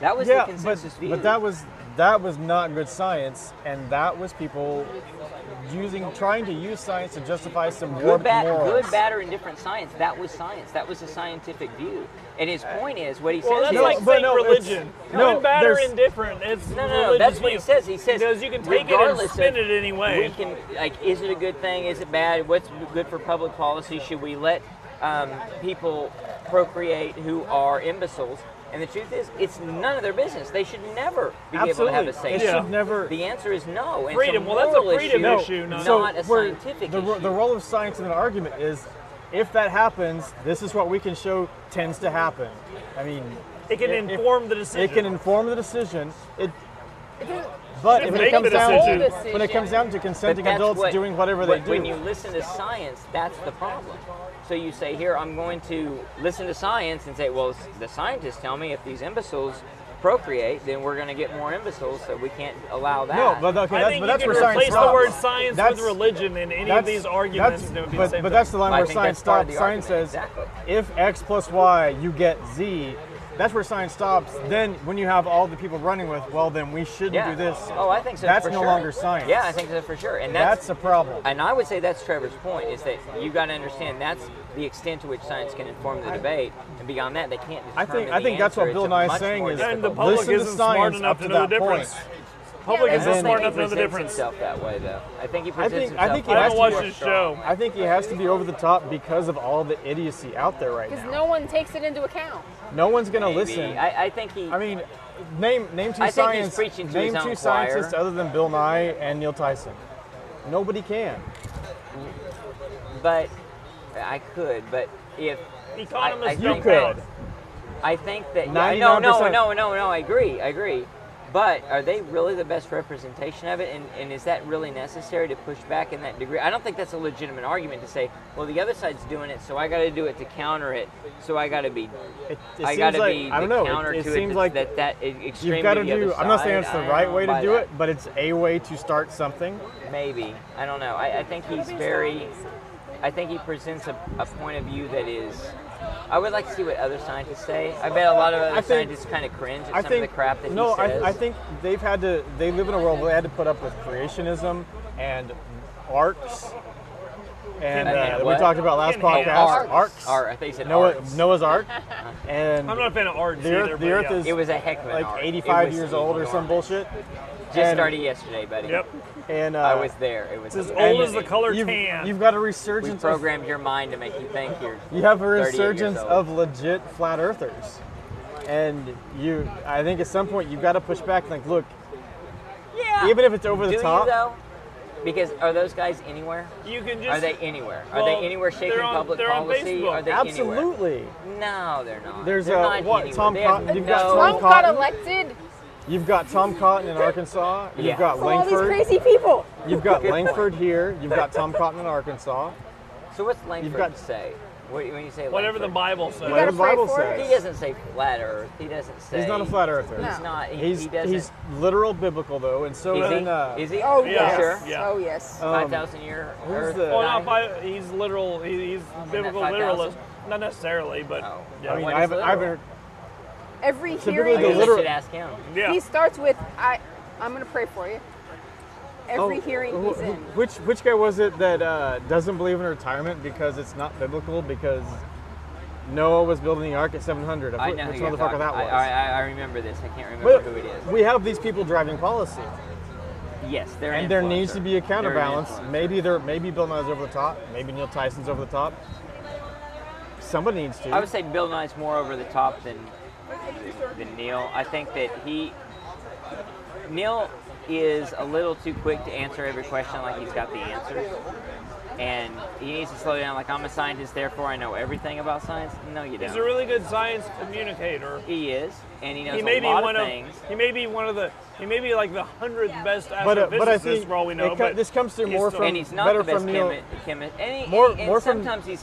Speaker 3: That was
Speaker 2: yeah,
Speaker 3: the
Speaker 2: but,
Speaker 3: consensus view.
Speaker 2: but that was that was not good science, and that was people using trying to use science to justify some
Speaker 3: good,
Speaker 2: warped
Speaker 3: bad,
Speaker 2: morals.
Speaker 3: good, bad, or indifferent science. That was science. That was a scientific view. And his
Speaker 2: Uh,
Speaker 3: point is what he says
Speaker 5: Well, that's
Speaker 3: is.
Speaker 5: like
Speaker 2: but
Speaker 5: saying
Speaker 2: no, it's-
Speaker 5: religion.
Speaker 2: no,
Speaker 5: Good, bad, or
Speaker 2: there's-
Speaker 5: indifferent. It's
Speaker 3: no, no, no.
Speaker 5: religious
Speaker 3: That's what he
Speaker 5: view.
Speaker 3: says. He says
Speaker 5: Because you can take it and
Speaker 3: regardless of-
Speaker 5: spin it any
Speaker 3: We
Speaker 5: way.
Speaker 3: can like, is it a good thing? Is it bad? What's good for public policy? Should we let um, people procreate who are imbeciles? And the truth is, it's none of their business. They should never be
Speaker 2: Absolutely,
Speaker 3: able to have a say.
Speaker 2: it
Speaker 3: in
Speaker 5: Yeah.
Speaker 2: should never.
Speaker 3: The answer is no. And
Speaker 5: Freedom.
Speaker 3: It's
Speaker 5: Well, that's a
Speaker 3: moral
Speaker 5: freedom
Speaker 3: issue,
Speaker 5: issue, not-
Speaker 2: so
Speaker 3: not a
Speaker 2: we're-
Speaker 3: scientific
Speaker 2: the, ro-
Speaker 3: issue.
Speaker 2: the role of science in an argument is, if that happens, this is what we can show tends to happen. I mean,
Speaker 5: It can
Speaker 2: if-
Speaker 5: inform the decision.
Speaker 2: it can inform the decision. It,
Speaker 4: It doesn't-
Speaker 2: but
Speaker 5: Should
Speaker 2: when
Speaker 5: make
Speaker 2: it comes
Speaker 5: the
Speaker 2: down
Speaker 4: decision.
Speaker 2: when it comes down to
Speaker 3: But
Speaker 2: consenting
Speaker 3: that's
Speaker 2: adults
Speaker 3: what-
Speaker 2: doing whatever
Speaker 3: what-
Speaker 2: they do,
Speaker 3: When you listen to science, that's the problem. So you say, here, I'm going to listen to science and say, well, s- the scientists tell me if these imbeciles procreate, then we're going to get more imbeciles, so we can't allow that.
Speaker 2: no, but okay,
Speaker 5: I
Speaker 2: that's
Speaker 5: think
Speaker 2: but that's
Speaker 5: you
Speaker 2: where
Speaker 5: can
Speaker 2: science
Speaker 5: replace the
Speaker 2: stops.
Speaker 5: word science
Speaker 2: That's-
Speaker 5: with religion in any of
Speaker 2: That's-
Speaker 5: these arguments.
Speaker 2: that's-
Speaker 5: and it would be
Speaker 2: but,
Speaker 5: the same
Speaker 2: but
Speaker 5: thing.
Speaker 2: that's the line
Speaker 3: I
Speaker 2: where
Speaker 3: think
Speaker 2: science
Speaker 3: that's part of
Speaker 2: stops.
Speaker 3: the
Speaker 2: Science
Speaker 3: argument,
Speaker 2: says,
Speaker 3: exactly.
Speaker 2: if X plus Y, you get Z. That's where science stops. Then when you have all the people running with, well, then we shouldn't
Speaker 3: yeah.
Speaker 2: do this.
Speaker 3: Oh, I think so.
Speaker 2: That's
Speaker 3: for
Speaker 2: no
Speaker 3: sure.
Speaker 2: longer science.
Speaker 3: Yeah, I think so for sure. And
Speaker 2: That's a problem.
Speaker 3: And I would say that's Trevor's point is that you got to understand that's the extent to which science can inform the debate, and beyond that, they can't. Determine
Speaker 2: I think
Speaker 3: the
Speaker 2: I think that's
Speaker 3: answer.
Speaker 2: what
Speaker 3: It's
Speaker 2: Bill
Speaker 3: a
Speaker 2: Nye is
Speaker 3: much
Speaker 2: saying
Speaker 3: more
Speaker 2: is
Speaker 5: And the
Speaker 3: difficult-
Speaker 5: public
Speaker 2: listen to
Speaker 5: isn't smart
Speaker 2: science
Speaker 5: enough
Speaker 2: up
Speaker 5: to
Speaker 2: to
Speaker 5: know
Speaker 2: that
Speaker 5: the
Speaker 2: point.
Speaker 5: difference. Public
Speaker 3: I
Speaker 5: isn't
Speaker 3: don't
Speaker 5: smart
Speaker 3: think
Speaker 5: enough
Speaker 3: he
Speaker 5: to know the
Speaker 3: presents
Speaker 5: difference.
Speaker 3: himself that way, though. I think he presents
Speaker 2: think- I
Speaker 3: himself.
Speaker 2: think he
Speaker 5: I
Speaker 2: has
Speaker 5: haven't
Speaker 2: to
Speaker 5: watched
Speaker 2: be
Speaker 5: his show.
Speaker 2: I think he has to be over the top because of all the idiocy out there right
Speaker 4: Because
Speaker 2: now.
Speaker 4: no one takes it into account.
Speaker 2: No one's gonna
Speaker 3: Maybe.
Speaker 2: listen. I,
Speaker 3: I, I think he.
Speaker 2: mean, name name two
Speaker 3: I think he's
Speaker 2: science
Speaker 3: preaching to his
Speaker 2: name
Speaker 3: own choir.
Speaker 2: two scientists other than Bill Nye and Neil Tyson. Nobody can.
Speaker 3: but I could. But if
Speaker 5: Economists
Speaker 3: I
Speaker 5: don't
Speaker 3: think
Speaker 5: count.
Speaker 3: that- I think that yeah, no, no,
Speaker 2: 99%
Speaker 3: no, no, no. I agree. I agree. But are they really the best representation of it? And, and is that really necessary to push back in that degree? I don't think that's a legitimate argument to say, well, the other side's doing it, so I got to do it to counter it. So I got to be,
Speaker 2: It, it
Speaker 3: I
Speaker 2: seems
Speaker 3: got to
Speaker 2: like
Speaker 3: be
Speaker 2: I don't
Speaker 3: the
Speaker 2: know.
Speaker 3: counter
Speaker 2: It, it
Speaker 3: to
Speaker 2: seems
Speaker 3: it.
Speaker 2: like
Speaker 3: that that is extremely
Speaker 2: you've got to
Speaker 3: the other
Speaker 2: do. I'm not
Speaker 3: side. um,
Speaker 2: saying it's the
Speaker 3: I
Speaker 2: right
Speaker 3: don't
Speaker 2: way to
Speaker 3: buy
Speaker 2: do
Speaker 3: that.
Speaker 2: it, but it's a way to start something.
Speaker 3: Maybe. I don't know. I, I think he's very. I think he presents a, a point of view that is. I would like to see what other scientists say. I bet a lot of other
Speaker 2: I think-
Speaker 3: scientists kind of cringe at
Speaker 2: I
Speaker 3: some
Speaker 2: think
Speaker 3: of the crap that
Speaker 2: no,
Speaker 3: he says.
Speaker 2: I, I think they've had to. They live in a world where they had to put up with creationism and arcs,
Speaker 3: And
Speaker 2: and, uh, we
Speaker 3: what?
Speaker 2: talked about last
Speaker 5: And hate
Speaker 2: podcast. Arcs,
Speaker 3: Ar- I think he said
Speaker 2: Noah,
Speaker 3: arcs. [LAUGHS]
Speaker 2: Noah's Ark, and
Speaker 5: I'm not a fan of art.
Speaker 2: the Earth-
Speaker 5: either,
Speaker 2: the
Speaker 5: but
Speaker 2: Earth
Speaker 5: yeah.
Speaker 2: is-
Speaker 3: It was a heck of an
Speaker 2: like
Speaker 3: arc. It
Speaker 2: 85
Speaker 3: was
Speaker 2: years old or some
Speaker 3: enormous.
Speaker 2: bullshit.
Speaker 3: Just
Speaker 2: and-
Speaker 3: started yesterday, buddy.
Speaker 5: Yep.
Speaker 2: And uh,
Speaker 3: I was there. It was
Speaker 5: It's as
Speaker 3: amazing.
Speaker 5: old as the color
Speaker 2: you've,
Speaker 5: tan.
Speaker 2: You've got a
Speaker 3: We
Speaker 2: resurgence. Of,
Speaker 3: programmed your mind to make you think you're.
Speaker 2: you have a
Speaker 3: 38 years
Speaker 2: resurgence
Speaker 3: old.
Speaker 2: of legit flat earthers, and you. I think at some point you've got to push back. Like, look,
Speaker 3: Yeah.
Speaker 2: even if it's over
Speaker 3: Do
Speaker 2: the
Speaker 3: you
Speaker 2: top,
Speaker 3: though? Because are those guys anywhere?
Speaker 5: you can just.
Speaker 3: Are they anywhere? Are
Speaker 5: Well,
Speaker 3: they anywhere shaping
Speaker 5: they're on-
Speaker 3: public
Speaker 5: they're on
Speaker 3: policy?
Speaker 5: Facebook.
Speaker 3: Are they anywhere?
Speaker 2: absolutely.
Speaker 3: No, they're not.
Speaker 2: There's
Speaker 3: they're
Speaker 2: a-
Speaker 3: not
Speaker 2: what,
Speaker 3: anywhere.
Speaker 2: Tom
Speaker 3: They have
Speaker 2: Cotton- you've
Speaker 3: no,
Speaker 2: got Tom
Speaker 4: Trump got
Speaker 2: Cotton?
Speaker 4: elected
Speaker 2: You've got Tom
Speaker 3: [LAUGHS]
Speaker 2: Cotton in Arkansas. You've
Speaker 3: Yeah.
Speaker 2: got
Speaker 4: for all these
Speaker 2: Langford.
Speaker 4: crazy people.
Speaker 2: You've got
Speaker 3: Good point.
Speaker 2: Langford here. You've got Tom Cotton in Arkansas.
Speaker 3: So what's Langford
Speaker 2: got-
Speaker 3: say? What, when you say
Speaker 5: whatever the
Speaker 3: Langford?
Speaker 5: Bible says.
Speaker 2: Whatever the
Speaker 4: pray
Speaker 2: Bible
Speaker 4: for it.
Speaker 2: says.
Speaker 3: He doesn't say flat Earth. He doesn't say.
Speaker 2: He's not a flat earther.
Speaker 3: He's not. He,
Speaker 2: He's
Speaker 3: he doesn't.
Speaker 2: he's literal biblical though, and so
Speaker 3: is
Speaker 2: in,
Speaker 3: he?
Speaker 2: uh,
Speaker 3: is he?
Speaker 4: Oh
Speaker 5: Yeah.
Speaker 4: yes.
Speaker 3: Sure.
Speaker 5: Yeah.
Speaker 4: Oh yes.
Speaker 2: um,
Speaker 3: Five thousand year
Speaker 2: who's
Speaker 3: Earth.
Speaker 2: the-
Speaker 5: Well,
Speaker 2: Right.
Speaker 5: not by. He's literal. he- He's
Speaker 3: Oh,
Speaker 5: biblical
Speaker 3: 5,000?
Speaker 5: literalist. Not necessarily, but.
Speaker 3: Oh.
Speaker 5: Yeah.
Speaker 2: I mean,
Speaker 3: When
Speaker 2: I
Speaker 3: is
Speaker 2: haven't, I haven't
Speaker 3: literal?
Speaker 2: heard.
Speaker 4: Every
Speaker 2: Typically
Speaker 4: hearing
Speaker 3: I
Speaker 2: the
Speaker 3: guess
Speaker 4: is-
Speaker 3: we
Speaker 2: literal-
Speaker 3: should ask him.
Speaker 5: yeah.
Speaker 4: he starts with I I'm gonna pray for you. Every
Speaker 2: oh,
Speaker 4: hearing
Speaker 2: wh-
Speaker 4: he's in.
Speaker 2: wh- Which which guy was it that uh, doesn't believe in retirement because it's not biblical because Noah was building the ark at 700?
Speaker 3: I know
Speaker 2: which
Speaker 3: who you're
Speaker 2: motherfucker
Speaker 3: talking.
Speaker 2: that was.
Speaker 3: I, I, I remember this. I can't remember
Speaker 2: But
Speaker 3: who it is.
Speaker 2: we have these people driving policy,
Speaker 3: Yes, they're an
Speaker 2: and there needs
Speaker 3: influencer.
Speaker 2: to be
Speaker 3: They're
Speaker 2: a
Speaker 3: an
Speaker 2: counterbalance.
Speaker 3: influencer.
Speaker 2: Maybe there, maybe Bill Nye's over the top. Maybe Neil Tyson's over the top. Somebody needs to.
Speaker 3: I would say Bill Nye's more over the top than than Neil. I think that he Neil is a little too quick to answer every question like he's got the answers. And he needs to slow down. Like I'm a scientist, therefore I know everything about science. No, you
Speaker 5: He's a
Speaker 3: don't.
Speaker 5: really good science communicator.
Speaker 3: He is, and he knows
Speaker 5: He may
Speaker 3: a
Speaker 5: be
Speaker 3: lot
Speaker 5: one
Speaker 3: of
Speaker 5: of.
Speaker 3: things.
Speaker 5: He may be one of the. He may be like the hundredth best
Speaker 2: but, uh,
Speaker 5: astrophysicist
Speaker 2: but I think
Speaker 5: for all we know.
Speaker 2: it co-
Speaker 5: but
Speaker 2: this comes through
Speaker 5: he's
Speaker 2: more
Speaker 5: still-
Speaker 2: from-
Speaker 3: and he's not
Speaker 2: better
Speaker 3: the best
Speaker 2: from Neil-
Speaker 3: chemi- chemist. And, he,
Speaker 2: More-
Speaker 3: and, and
Speaker 2: more from-
Speaker 3: sometimes he's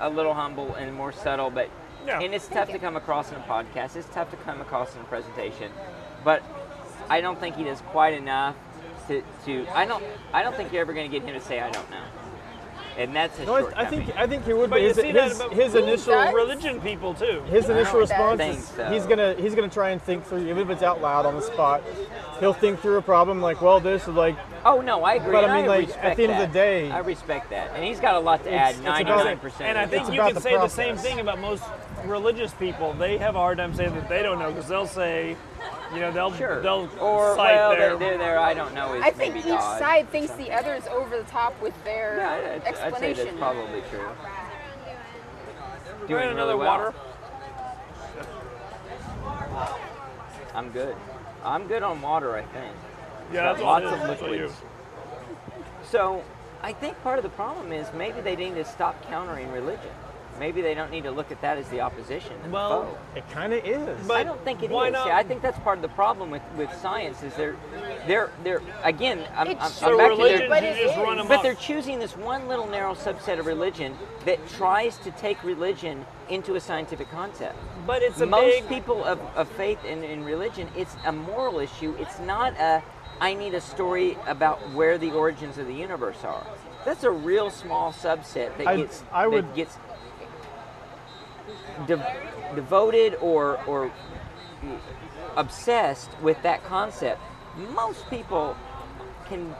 Speaker 3: a little humble and more subtle, but
Speaker 5: Yeah.
Speaker 3: and it's tough to come across in a podcast. It's tough to come across in a presentation, but I don't think he does quite enough to. to I don't. I don't think you're ever going to get him to say I don't know, and that's a
Speaker 2: No, I, I
Speaker 3: shortcoming.
Speaker 2: think I think he would.
Speaker 5: But
Speaker 2: But
Speaker 5: you
Speaker 2: his,
Speaker 5: see that
Speaker 2: his,
Speaker 5: about-
Speaker 2: his initial
Speaker 4: does?
Speaker 5: religion people too.
Speaker 2: his initial
Speaker 4: I don't
Speaker 2: response
Speaker 3: think
Speaker 2: is
Speaker 3: so.
Speaker 2: he's gonna he's gonna try and think through even if it's out loud on the spot. He'll think through a problem like, well, this is like
Speaker 3: oh no, I agree.
Speaker 2: But I
Speaker 3: and
Speaker 2: mean, like,
Speaker 3: respect
Speaker 2: at the end of the
Speaker 3: that.
Speaker 2: day-
Speaker 3: I respect that, and he's got a lot to
Speaker 2: It's-
Speaker 3: add.
Speaker 2: it's about-
Speaker 3: Ninety-nine percent.
Speaker 5: And I think
Speaker 2: It's
Speaker 5: you
Speaker 2: about
Speaker 5: can
Speaker 2: the
Speaker 5: say
Speaker 2: process.
Speaker 5: the same thing about most religious people. They have a hard time saying that they don't know because they'll say, you know, they'll
Speaker 3: sure.
Speaker 5: they'll
Speaker 3: or
Speaker 5: cite
Speaker 3: well,
Speaker 5: their.
Speaker 3: they're, there. I don't know. Is
Speaker 4: I think each
Speaker 3: maybe God.
Speaker 4: side thinks the other's over the top with their
Speaker 3: Yeah, I'd, I'd- I'd say
Speaker 4: explanation.
Speaker 3: that's probably true.
Speaker 5: Bring
Speaker 3: Doing
Speaker 5: another
Speaker 3: really well.
Speaker 5: water.
Speaker 3: I'm good. I'm good on water, I think.
Speaker 5: Yeah, that's
Speaker 3: Lots
Speaker 5: all it is.
Speaker 3: of
Speaker 5: That's what you-
Speaker 3: liquids. So I think part of the problem is maybe they need to stop countering religion. Maybe they don't need to look at that as the opposition. and the
Speaker 5: Well,
Speaker 3: foe.
Speaker 2: it kind of is.
Speaker 5: but-
Speaker 3: I don't think it is.
Speaker 5: why not-
Speaker 3: See, I think that's part of the problem with, with science is they're they're they're again. I'm, I'm,
Speaker 4: It's
Speaker 3: I'm
Speaker 5: So
Speaker 4: true.
Speaker 3: back to
Speaker 5: religion
Speaker 3: their,
Speaker 4: But
Speaker 5: should
Speaker 4: it
Speaker 5: just
Speaker 4: is.
Speaker 5: run amok.
Speaker 3: but they're choosing this one little narrow subset of religion that tries to take religion into a scientific concept.
Speaker 5: But it's a
Speaker 3: Most
Speaker 5: big.
Speaker 3: people of, of faith and in religion, it's a moral issue. It's not a, I need a story about where the origins of the universe are. That's a real small subset that
Speaker 2: I-
Speaker 3: gets
Speaker 2: I would-
Speaker 3: that gets de- devoted or or obsessed with that concept. Most people can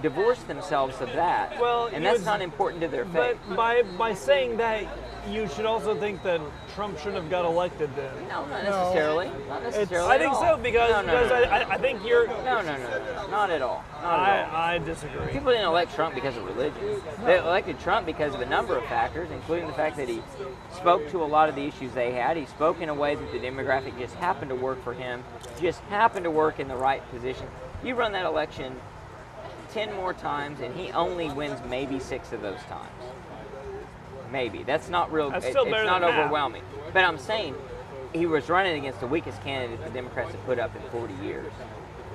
Speaker 3: divorce themselves of that,
Speaker 5: Well,
Speaker 3: and
Speaker 5: you
Speaker 3: that's
Speaker 5: would-
Speaker 3: not important to their faith.
Speaker 5: But by by saying that, you should also think that Trump should have got elected then.
Speaker 3: no, not necessarily. Not necessarily.
Speaker 5: I
Speaker 3: at
Speaker 5: think
Speaker 3: all.
Speaker 5: so because,
Speaker 3: No, no,
Speaker 5: because
Speaker 3: no, no.
Speaker 5: I, I, I think you're.
Speaker 3: No, no, no, no, not at all. Not at all.
Speaker 5: I, I disagree.
Speaker 3: People didn't elect Trump because of religion. They elected Trump because of a number of factors, including the fact that he spoke to a lot of the issues they had. He spoke in a way that the demographic just happened to work for him, just happened to work in the right position. You run that election 10 more times, and he only wins maybe six of those times. Maybe. That's not real.
Speaker 5: That's
Speaker 3: it-
Speaker 5: still
Speaker 3: it's
Speaker 5: better
Speaker 3: not
Speaker 5: than half.
Speaker 3: overwhelming. But I'm saying he was running against the weakest candidate the Democrats have put up in 40 years.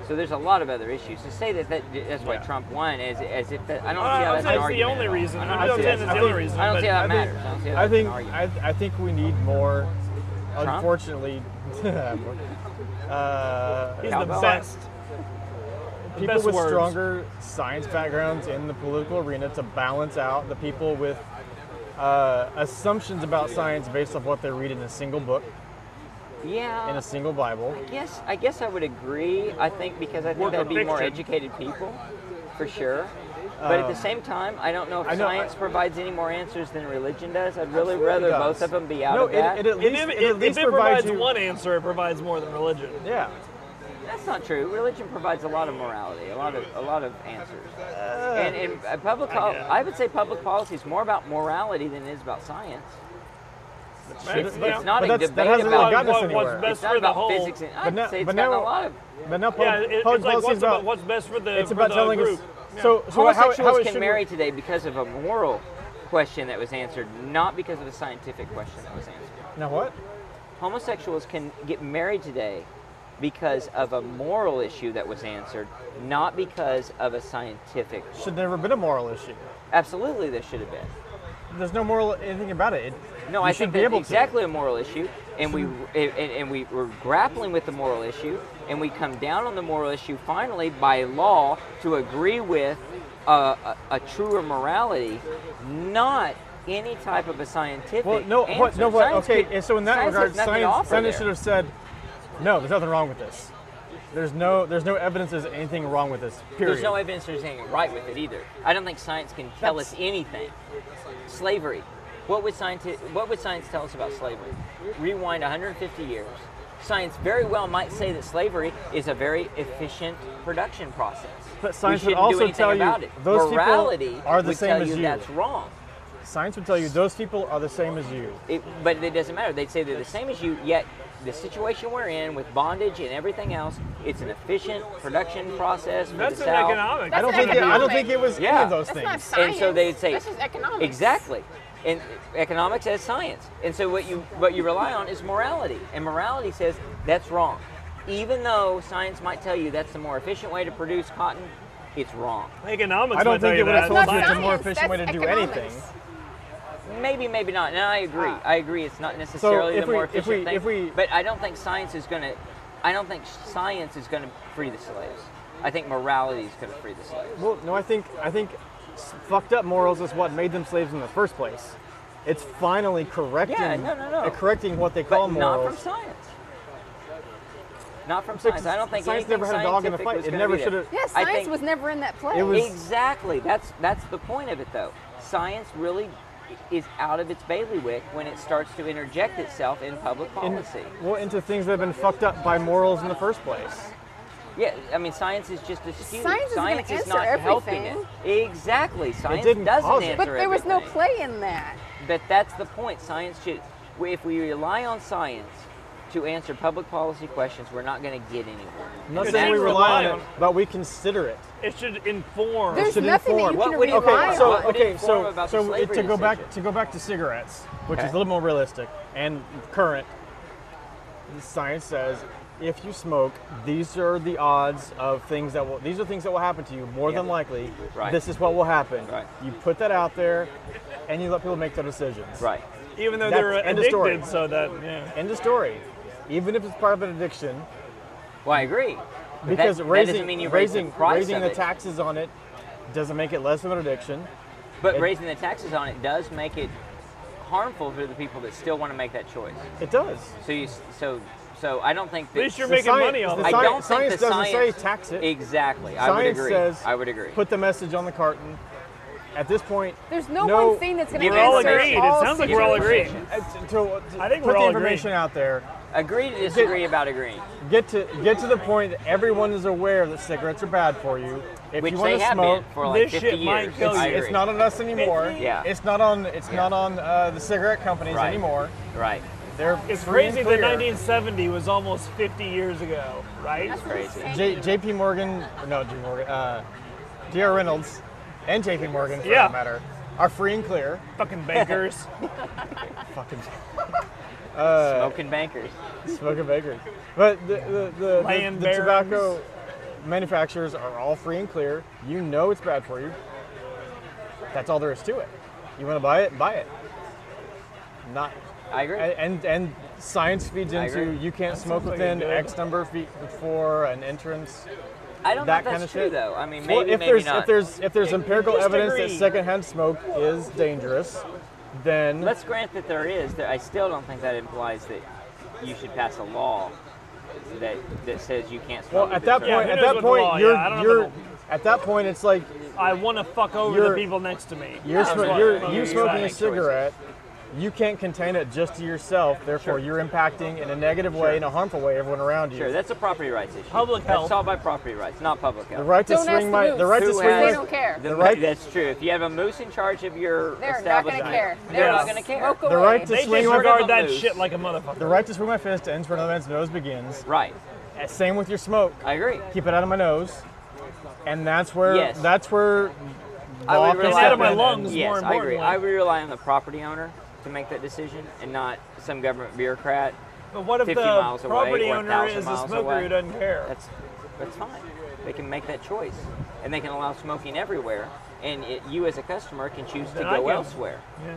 Speaker 3: So there's a lot of other issues. To say that, that that's why
Speaker 5: Yeah.
Speaker 3: Trump won, as, as if that, I don't
Speaker 5: Uh,
Speaker 3: see how that's an
Speaker 5: I'm saying it's the
Speaker 3: argument
Speaker 5: only
Speaker 3: at all.
Speaker 5: reason.
Speaker 3: I
Speaker 5: I
Speaker 3: don't,
Speaker 5: don't
Speaker 3: see
Speaker 5: think
Speaker 3: that-
Speaker 5: it's the only reason,
Speaker 3: I don't
Speaker 5: but
Speaker 3: see how that
Speaker 2: I think-
Speaker 3: matters. I don't see how
Speaker 2: I
Speaker 3: that's an
Speaker 2: think
Speaker 3: argument.
Speaker 2: I, I think we need more.
Speaker 3: Trump?
Speaker 2: Unfortunately, [LAUGHS] uh,
Speaker 5: He's the
Speaker 3: Cowbell.
Speaker 5: best.
Speaker 2: people
Speaker 5: best
Speaker 2: with
Speaker 5: words.
Speaker 2: stronger science backgrounds in the political arena to balance out the people with uh, assumptions about science based off what they read in a single book
Speaker 3: yeah.
Speaker 2: in a single Bible.
Speaker 3: Yes, I guess I would agree. I think because I think
Speaker 5: Work
Speaker 3: that'd
Speaker 5: of
Speaker 3: be more
Speaker 5: fiction.
Speaker 3: educated people, for sure. But at the
Speaker 2: Um,
Speaker 3: same time, I don't know if
Speaker 2: I know-
Speaker 3: science provides any more answers than religion does. I'd really
Speaker 2: Absolutely
Speaker 3: rather
Speaker 2: does.
Speaker 3: both of them be out
Speaker 2: no,
Speaker 3: of that.
Speaker 2: It, it at least,
Speaker 5: if,
Speaker 2: it,
Speaker 5: if-
Speaker 2: at least
Speaker 5: if it
Speaker 2: provides,
Speaker 5: provides
Speaker 2: you,
Speaker 5: one answer, it provides more than religion.
Speaker 2: Yeah.
Speaker 3: That's not true. Religion provides a lot of morality, a lot of a lot of answers. and and uh, public, pol-
Speaker 5: guess.
Speaker 3: I would say public policy is more about morality than it is about science.
Speaker 5: It's-
Speaker 3: But
Speaker 5: yeah.
Speaker 3: it's not
Speaker 2: But
Speaker 3: a
Speaker 2: that's-
Speaker 3: debate
Speaker 2: that hasn't really
Speaker 3: about
Speaker 2: gotten us
Speaker 5: What- what's
Speaker 2: anywhere.
Speaker 5: best
Speaker 3: it's not
Speaker 5: for the
Speaker 3: about
Speaker 5: whole.
Speaker 3: physics. And, I'd
Speaker 2: But now-
Speaker 3: say it's
Speaker 2: but
Speaker 3: gotten
Speaker 2: now-
Speaker 3: a lot of
Speaker 2: But now
Speaker 5: Yeah,
Speaker 2: public, public
Speaker 5: it, it's like
Speaker 2: policy
Speaker 5: what's,
Speaker 2: is about,
Speaker 5: about, what's best for the,
Speaker 2: it's
Speaker 5: for
Speaker 2: about
Speaker 5: the
Speaker 2: telling
Speaker 5: group.
Speaker 2: us. So, so how,
Speaker 3: homosexuals
Speaker 2: how it
Speaker 3: can
Speaker 2: should
Speaker 3: marry
Speaker 2: work-
Speaker 3: today because of a moral question that was answered, not because of a scientific question that was answered.
Speaker 2: Now what?
Speaker 3: Homosexuals can get married today because of a moral issue that was answered, not because of a scientific.
Speaker 2: Should never been a moral issue.
Speaker 3: Absolutely, there should have been.
Speaker 2: There's no moral anything about it. it
Speaker 3: No,
Speaker 2: you
Speaker 3: I think
Speaker 2: should be
Speaker 3: that's
Speaker 2: able
Speaker 3: exactly a moral issue, and we and, and we were grappling with the moral issue, and we come down on the moral issue finally by law to agree with a, a, a truer morality, not any type of a scientific.
Speaker 2: to. Well, no,
Speaker 3: answer.
Speaker 2: what, no, what?
Speaker 3: Science
Speaker 2: Okay,
Speaker 3: could-
Speaker 2: and so in that
Speaker 3: science
Speaker 2: regard,
Speaker 3: has nothing to
Speaker 2: science,
Speaker 3: offer
Speaker 2: science
Speaker 3: there.
Speaker 2: should have said, no, there's nothing wrong with this. There's no, there's no evidence there's anything wrong with this. Period.
Speaker 3: There's no evidence there's anything right with it either. I don't think science can tell us anything. Slavery. What would science What would science tell us about slavery? Rewind 150 years. Science very well might say that slavery is a very efficient production process.
Speaker 2: But science
Speaker 3: we
Speaker 2: would
Speaker 3: shouldn't
Speaker 2: also
Speaker 3: do anything
Speaker 2: tell you
Speaker 3: about it.
Speaker 2: those people
Speaker 3: Morality
Speaker 2: are the
Speaker 3: would
Speaker 2: same
Speaker 3: tell
Speaker 2: as
Speaker 3: you,
Speaker 2: you.
Speaker 3: that's wrong.
Speaker 2: Science would tell you those people are the same as you.
Speaker 3: It, but it doesn't matter. They'd say they're the same as you, yet the situation we're in with bondage and everything else, it's an efficient production process for
Speaker 5: That's
Speaker 3: the
Speaker 5: an
Speaker 3: South.
Speaker 5: economic.
Speaker 2: I don't
Speaker 4: an
Speaker 2: think it, I don't
Speaker 4: economic.
Speaker 2: think it was any
Speaker 3: Yeah.
Speaker 2: of those
Speaker 4: That's
Speaker 2: things.
Speaker 4: not science.
Speaker 3: and so they'd say
Speaker 4: That's just economics.
Speaker 3: exactly and economics as science and so what you what you rely on is morality and morality says that's wrong even though science might tell you that's the more efficient way to produce cotton it's wrong
Speaker 5: Economics.
Speaker 2: I don't
Speaker 5: might tell
Speaker 2: think
Speaker 5: you
Speaker 2: it would
Speaker 5: that.
Speaker 2: have
Speaker 4: That's
Speaker 2: told you it's a
Speaker 4: science,
Speaker 2: more efficient way to
Speaker 4: that's
Speaker 2: do anything.
Speaker 4: economics.
Speaker 3: maybe maybe not and i agree
Speaker 4: Ah.
Speaker 3: i agree it's not
Speaker 2: So
Speaker 3: necessarily
Speaker 2: if
Speaker 3: the
Speaker 2: we-
Speaker 3: more
Speaker 2: if
Speaker 3: efficient
Speaker 2: we-
Speaker 3: thing
Speaker 2: if we-
Speaker 3: but i don't think science is going to i don't think science is going to free the slaves i think morality is going to free the slaves
Speaker 2: Well, no, I think I think s- fucked up morals is what made them slaves in the first place. It's finally correcting
Speaker 3: Yeah, no, no, no.
Speaker 2: uh, correcting what they
Speaker 3: but
Speaker 2: call
Speaker 3: not from
Speaker 2: morals.
Speaker 3: science not from
Speaker 2: So
Speaker 3: science. I don't think
Speaker 2: science
Speaker 3: anything
Speaker 2: never had a dog in the
Speaker 3: scientific
Speaker 2: fight.
Speaker 3: was
Speaker 2: It
Speaker 3: gonna
Speaker 2: never
Speaker 3: be there.
Speaker 2: should have.
Speaker 4: Yeah,
Speaker 3: I
Speaker 4: science
Speaker 3: think-
Speaker 4: was never in that play.
Speaker 2: It was-
Speaker 3: Exactly. That's that's the point of it, though. Science really is out of its bailiwick when it starts to interject itself in public policy.
Speaker 2: well, into things that have been fucked up by morals in the first place.
Speaker 3: yeah, I mean, science is just askew.
Speaker 4: Science isn't gonna
Speaker 3: is
Speaker 4: answer
Speaker 3: not helping
Speaker 4: everything.
Speaker 3: it. Exactly. Science
Speaker 2: didn't
Speaker 3: doesn't
Speaker 2: cause it.
Speaker 3: answer
Speaker 4: but there was no
Speaker 3: everything.
Speaker 4: play in that.
Speaker 3: But that's the point. Science should. If we rely on science to answer public policy questions, we're not going to get anywhere.
Speaker 2: I'm not
Speaker 5: It
Speaker 2: saying we
Speaker 5: should
Speaker 2: rely
Speaker 5: rely
Speaker 2: on it, but we consider it.
Speaker 5: It should inform.
Speaker 4: There's
Speaker 2: should
Speaker 4: nothing
Speaker 2: inform.
Speaker 4: that you
Speaker 3: What
Speaker 4: can
Speaker 3: would it-
Speaker 4: rely
Speaker 2: Okay,
Speaker 3: Why
Speaker 2: so
Speaker 3: not?
Speaker 4: on.
Speaker 3: What did
Speaker 2: okay,
Speaker 3: it form
Speaker 2: so
Speaker 3: about the
Speaker 2: so it- to
Speaker 3: slavery
Speaker 2: go back
Speaker 3: decision?
Speaker 2: to go back to cigarettes, which is
Speaker 3: Okay.
Speaker 2: a little more realistic and current. the Science says if you smoke, these are the odds of things that will. These are things that will happen to you more
Speaker 3: Yeah.
Speaker 2: than likely.
Speaker 3: Right.
Speaker 2: This is what will happen.
Speaker 3: Right.
Speaker 2: You put that out there, and you let people make their decisions.
Speaker 3: Right.
Speaker 5: even though they're
Speaker 2: That's- end of story.
Speaker 5: addicted, so that yeah.
Speaker 2: End of story. Even if it's part of an addiction,
Speaker 3: Well, I agree. But
Speaker 2: because
Speaker 3: that, that
Speaker 2: raising
Speaker 3: doesn't mean you raise
Speaker 2: raising
Speaker 3: the price
Speaker 2: raising
Speaker 3: of
Speaker 2: the
Speaker 3: it.
Speaker 2: taxes on it doesn't make it less of an addiction.
Speaker 3: But
Speaker 2: It-
Speaker 3: raising the taxes on it does make it harmful for the people that still want to make that choice.
Speaker 2: It does.
Speaker 3: So you, so, so I don't think
Speaker 5: At
Speaker 3: that.
Speaker 5: least you're
Speaker 2: The
Speaker 5: making
Speaker 2: science-
Speaker 5: money off
Speaker 2: the
Speaker 5: it.
Speaker 3: I
Speaker 2: science-
Speaker 3: don't
Speaker 2: science
Speaker 3: think the
Speaker 2: doesn't
Speaker 3: science
Speaker 2: say tax it.
Speaker 3: Exactly. I would
Speaker 2: Science
Speaker 3: agree.
Speaker 2: says
Speaker 3: I would agree.
Speaker 2: put the message on the carton. At this point, uh,
Speaker 4: There's no,
Speaker 2: No,
Speaker 4: one thing that's going to
Speaker 5: We're all
Speaker 4: answer
Speaker 5: agreed. It
Speaker 4: all
Speaker 5: sounds like we're all
Speaker 4: situations.
Speaker 5: agreed.
Speaker 2: uh, to, to- to
Speaker 5: I think
Speaker 2: put
Speaker 5: we're
Speaker 2: the
Speaker 5: all
Speaker 2: information
Speaker 5: agreeing.
Speaker 2: out there.
Speaker 3: agree to disagree about agreeing,
Speaker 2: Get to get to the point that everyone is aware that cigarettes are bad for you. If
Speaker 3: which
Speaker 2: you
Speaker 3: they
Speaker 2: want to
Speaker 3: have
Speaker 2: smoke,
Speaker 3: been for like
Speaker 5: this
Speaker 3: 50
Speaker 5: shit might
Speaker 3: years.
Speaker 5: kill
Speaker 3: I
Speaker 5: you.
Speaker 3: agree.
Speaker 2: it's not on us anymore.
Speaker 3: Yeah.
Speaker 2: It's not on. It's not on uh, the cigarette companies
Speaker 3: Right.
Speaker 2: anymore.
Speaker 3: right.
Speaker 2: They're
Speaker 5: It's
Speaker 2: free
Speaker 5: crazy
Speaker 2: and
Speaker 5: that
Speaker 2: clear.
Speaker 5: 1970 was almost 50 years ago, right?
Speaker 6: That's
Speaker 3: Crazy.
Speaker 6: insane.
Speaker 2: J, J.P. Morgan, no, J.P. Morgan, uh, D.R. Reynolds, and J.P. Morgan, for
Speaker 5: Yeah.
Speaker 2: that matter, are free and clear.
Speaker 5: Fucking bankers.
Speaker 2: Fucking. Uh,
Speaker 3: Smoking bankers.
Speaker 2: smoking bakers. But the the, the, the,
Speaker 5: Land
Speaker 2: the
Speaker 5: barons.
Speaker 2: tobacco manufacturers are all free and clear. You know it's bad for you. That's all there is to it. You want to buy it, buy it. Not
Speaker 3: I agree.
Speaker 2: and and, and science feeds
Speaker 3: I agree.
Speaker 2: into you can't smoke
Speaker 5: sounds like
Speaker 2: within
Speaker 5: a good-
Speaker 2: X number of feet before an entrance.
Speaker 3: I don't
Speaker 2: that
Speaker 3: know if
Speaker 2: kind
Speaker 3: that's
Speaker 2: of
Speaker 3: true
Speaker 2: shit.
Speaker 3: though. I mean, maybe
Speaker 2: Well, if
Speaker 3: maybe
Speaker 2: there's
Speaker 3: not.
Speaker 2: if there's if there's empirical
Speaker 5: Just
Speaker 2: evidence
Speaker 5: agree.
Speaker 2: that secondhand smoke is dangerous, then
Speaker 3: Let's grant that there is. That I still don't think that implies that you should pass a law that that says you can't smoke.
Speaker 2: well at
Speaker 3: with
Speaker 2: that
Speaker 3: this
Speaker 2: point
Speaker 5: Yeah, who
Speaker 2: at
Speaker 5: knows
Speaker 2: that
Speaker 5: what the
Speaker 2: point
Speaker 5: law- yeah,
Speaker 2: you're
Speaker 5: I don't know
Speaker 2: you're
Speaker 5: the-
Speaker 2: at that point it's like
Speaker 5: I want to fuck over the
Speaker 2: You're-
Speaker 5: people next to me.
Speaker 2: you're
Speaker 3: Yeah,
Speaker 2: smo-
Speaker 3: that's
Speaker 2: you're
Speaker 3: right.
Speaker 2: you
Speaker 3: You're
Speaker 2: smoking a
Speaker 3: making choices.
Speaker 2: cigarette. You can't contain it just to yourself. Therefore, you're impacting in a negative way, in a harmful way, everyone around you.
Speaker 3: Sure, that's a property rights issue.
Speaker 5: Public health.
Speaker 3: That's solved by property rights, not public
Speaker 2: the
Speaker 3: health.
Speaker 2: right to
Speaker 4: Don't ask
Speaker 2: swing
Speaker 4: the
Speaker 2: my the
Speaker 4: moose.
Speaker 2: right to
Speaker 4: Who
Speaker 2: swing
Speaker 4: asked? They
Speaker 2: my
Speaker 4: don't care.
Speaker 3: The
Speaker 2: The
Speaker 3: right.
Speaker 2: right-
Speaker 3: That's true. If you have a moose in charge of your
Speaker 4: They're not gonna
Speaker 3: establishment,
Speaker 4: care.
Speaker 3: they're
Speaker 5: Yes.
Speaker 3: not going to care.
Speaker 4: Smoke away.
Speaker 2: the right to
Speaker 5: They
Speaker 2: swing my
Speaker 3: disregard-
Speaker 5: disregard that
Speaker 3: Moose.
Speaker 5: shit like a motherfucker.
Speaker 2: the right to swing my fist ends where another man's nose begins.
Speaker 3: Right.
Speaker 2: Same with your smoke.
Speaker 3: I agree.
Speaker 2: Keep it out of my nose, and that's where
Speaker 3: Yes.
Speaker 2: that's where
Speaker 3: I
Speaker 2: law
Speaker 3: would
Speaker 2: comes
Speaker 3: rely
Speaker 5: It's out of
Speaker 2: in
Speaker 5: my
Speaker 2: and-
Speaker 5: lungs. more
Speaker 3: Yes, I
Speaker 5: importantly.
Speaker 3: agree. I would rely on the property owner to make that decision and not some government bureaucrat.
Speaker 5: But what if
Speaker 3: 50
Speaker 5: the
Speaker 3: miles away,
Speaker 5: property
Speaker 3: 1,000
Speaker 5: owner is a
Speaker 3: miles
Speaker 5: smoker
Speaker 3: away?
Speaker 5: who doesn't care?
Speaker 3: That's that's fine. They can make that choice, and they can allow smoking everywhere. And it, you, as a customer, can choose to
Speaker 5: Then I
Speaker 3: go
Speaker 5: can-
Speaker 3: elsewhere.
Speaker 5: Yeah.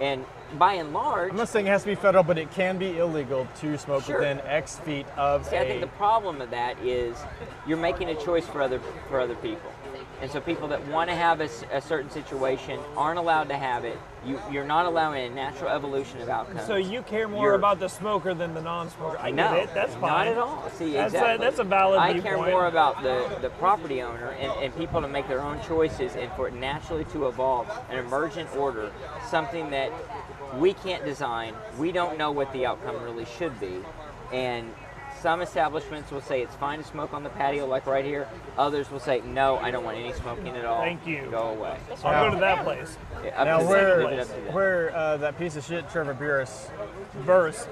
Speaker 3: And by and large,
Speaker 2: I'm not saying it has to be federal, but it can be illegal to smoke
Speaker 3: Sure.
Speaker 2: within X feet of
Speaker 3: See,
Speaker 2: a.
Speaker 3: I think the problem of that is you're making a choice for other for other people, and so people that want to have a, s- a certain situation aren't allowed to have it. You, you're not allowing a natural evolution of outcomes.
Speaker 5: So you care more
Speaker 3: You're-
Speaker 5: about the smoker than the non-smoker. I
Speaker 3: no,
Speaker 5: get it. That's
Speaker 3: not
Speaker 5: fine.
Speaker 3: at all. See,
Speaker 5: That's a-
Speaker 3: exactly.
Speaker 5: that's a valid
Speaker 3: I care
Speaker 5: viewpoint.
Speaker 3: more about the, the property owner and, and people to make their own choices and for it naturally to evolve an emergent order, something that we can't design. We don't know what the outcome really should be, and some establishments will say it's fine to smoke on the patio, like right here. Others will say, no, I don't want any smoking at all.
Speaker 5: Thank you.
Speaker 3: Go away.
Speaker 5: I'll go to
Speaker 2: Now-
Speaker 5: that place.
Speaker 3: Yeah, up to
Speaker 2: Now
Speaker 3: them.
Speaker 2: where
Speaker 3: Leave it up to them.
Speaker 2: where uh, that piece of shit Trevor Burrus,
Speaker 5: Verse.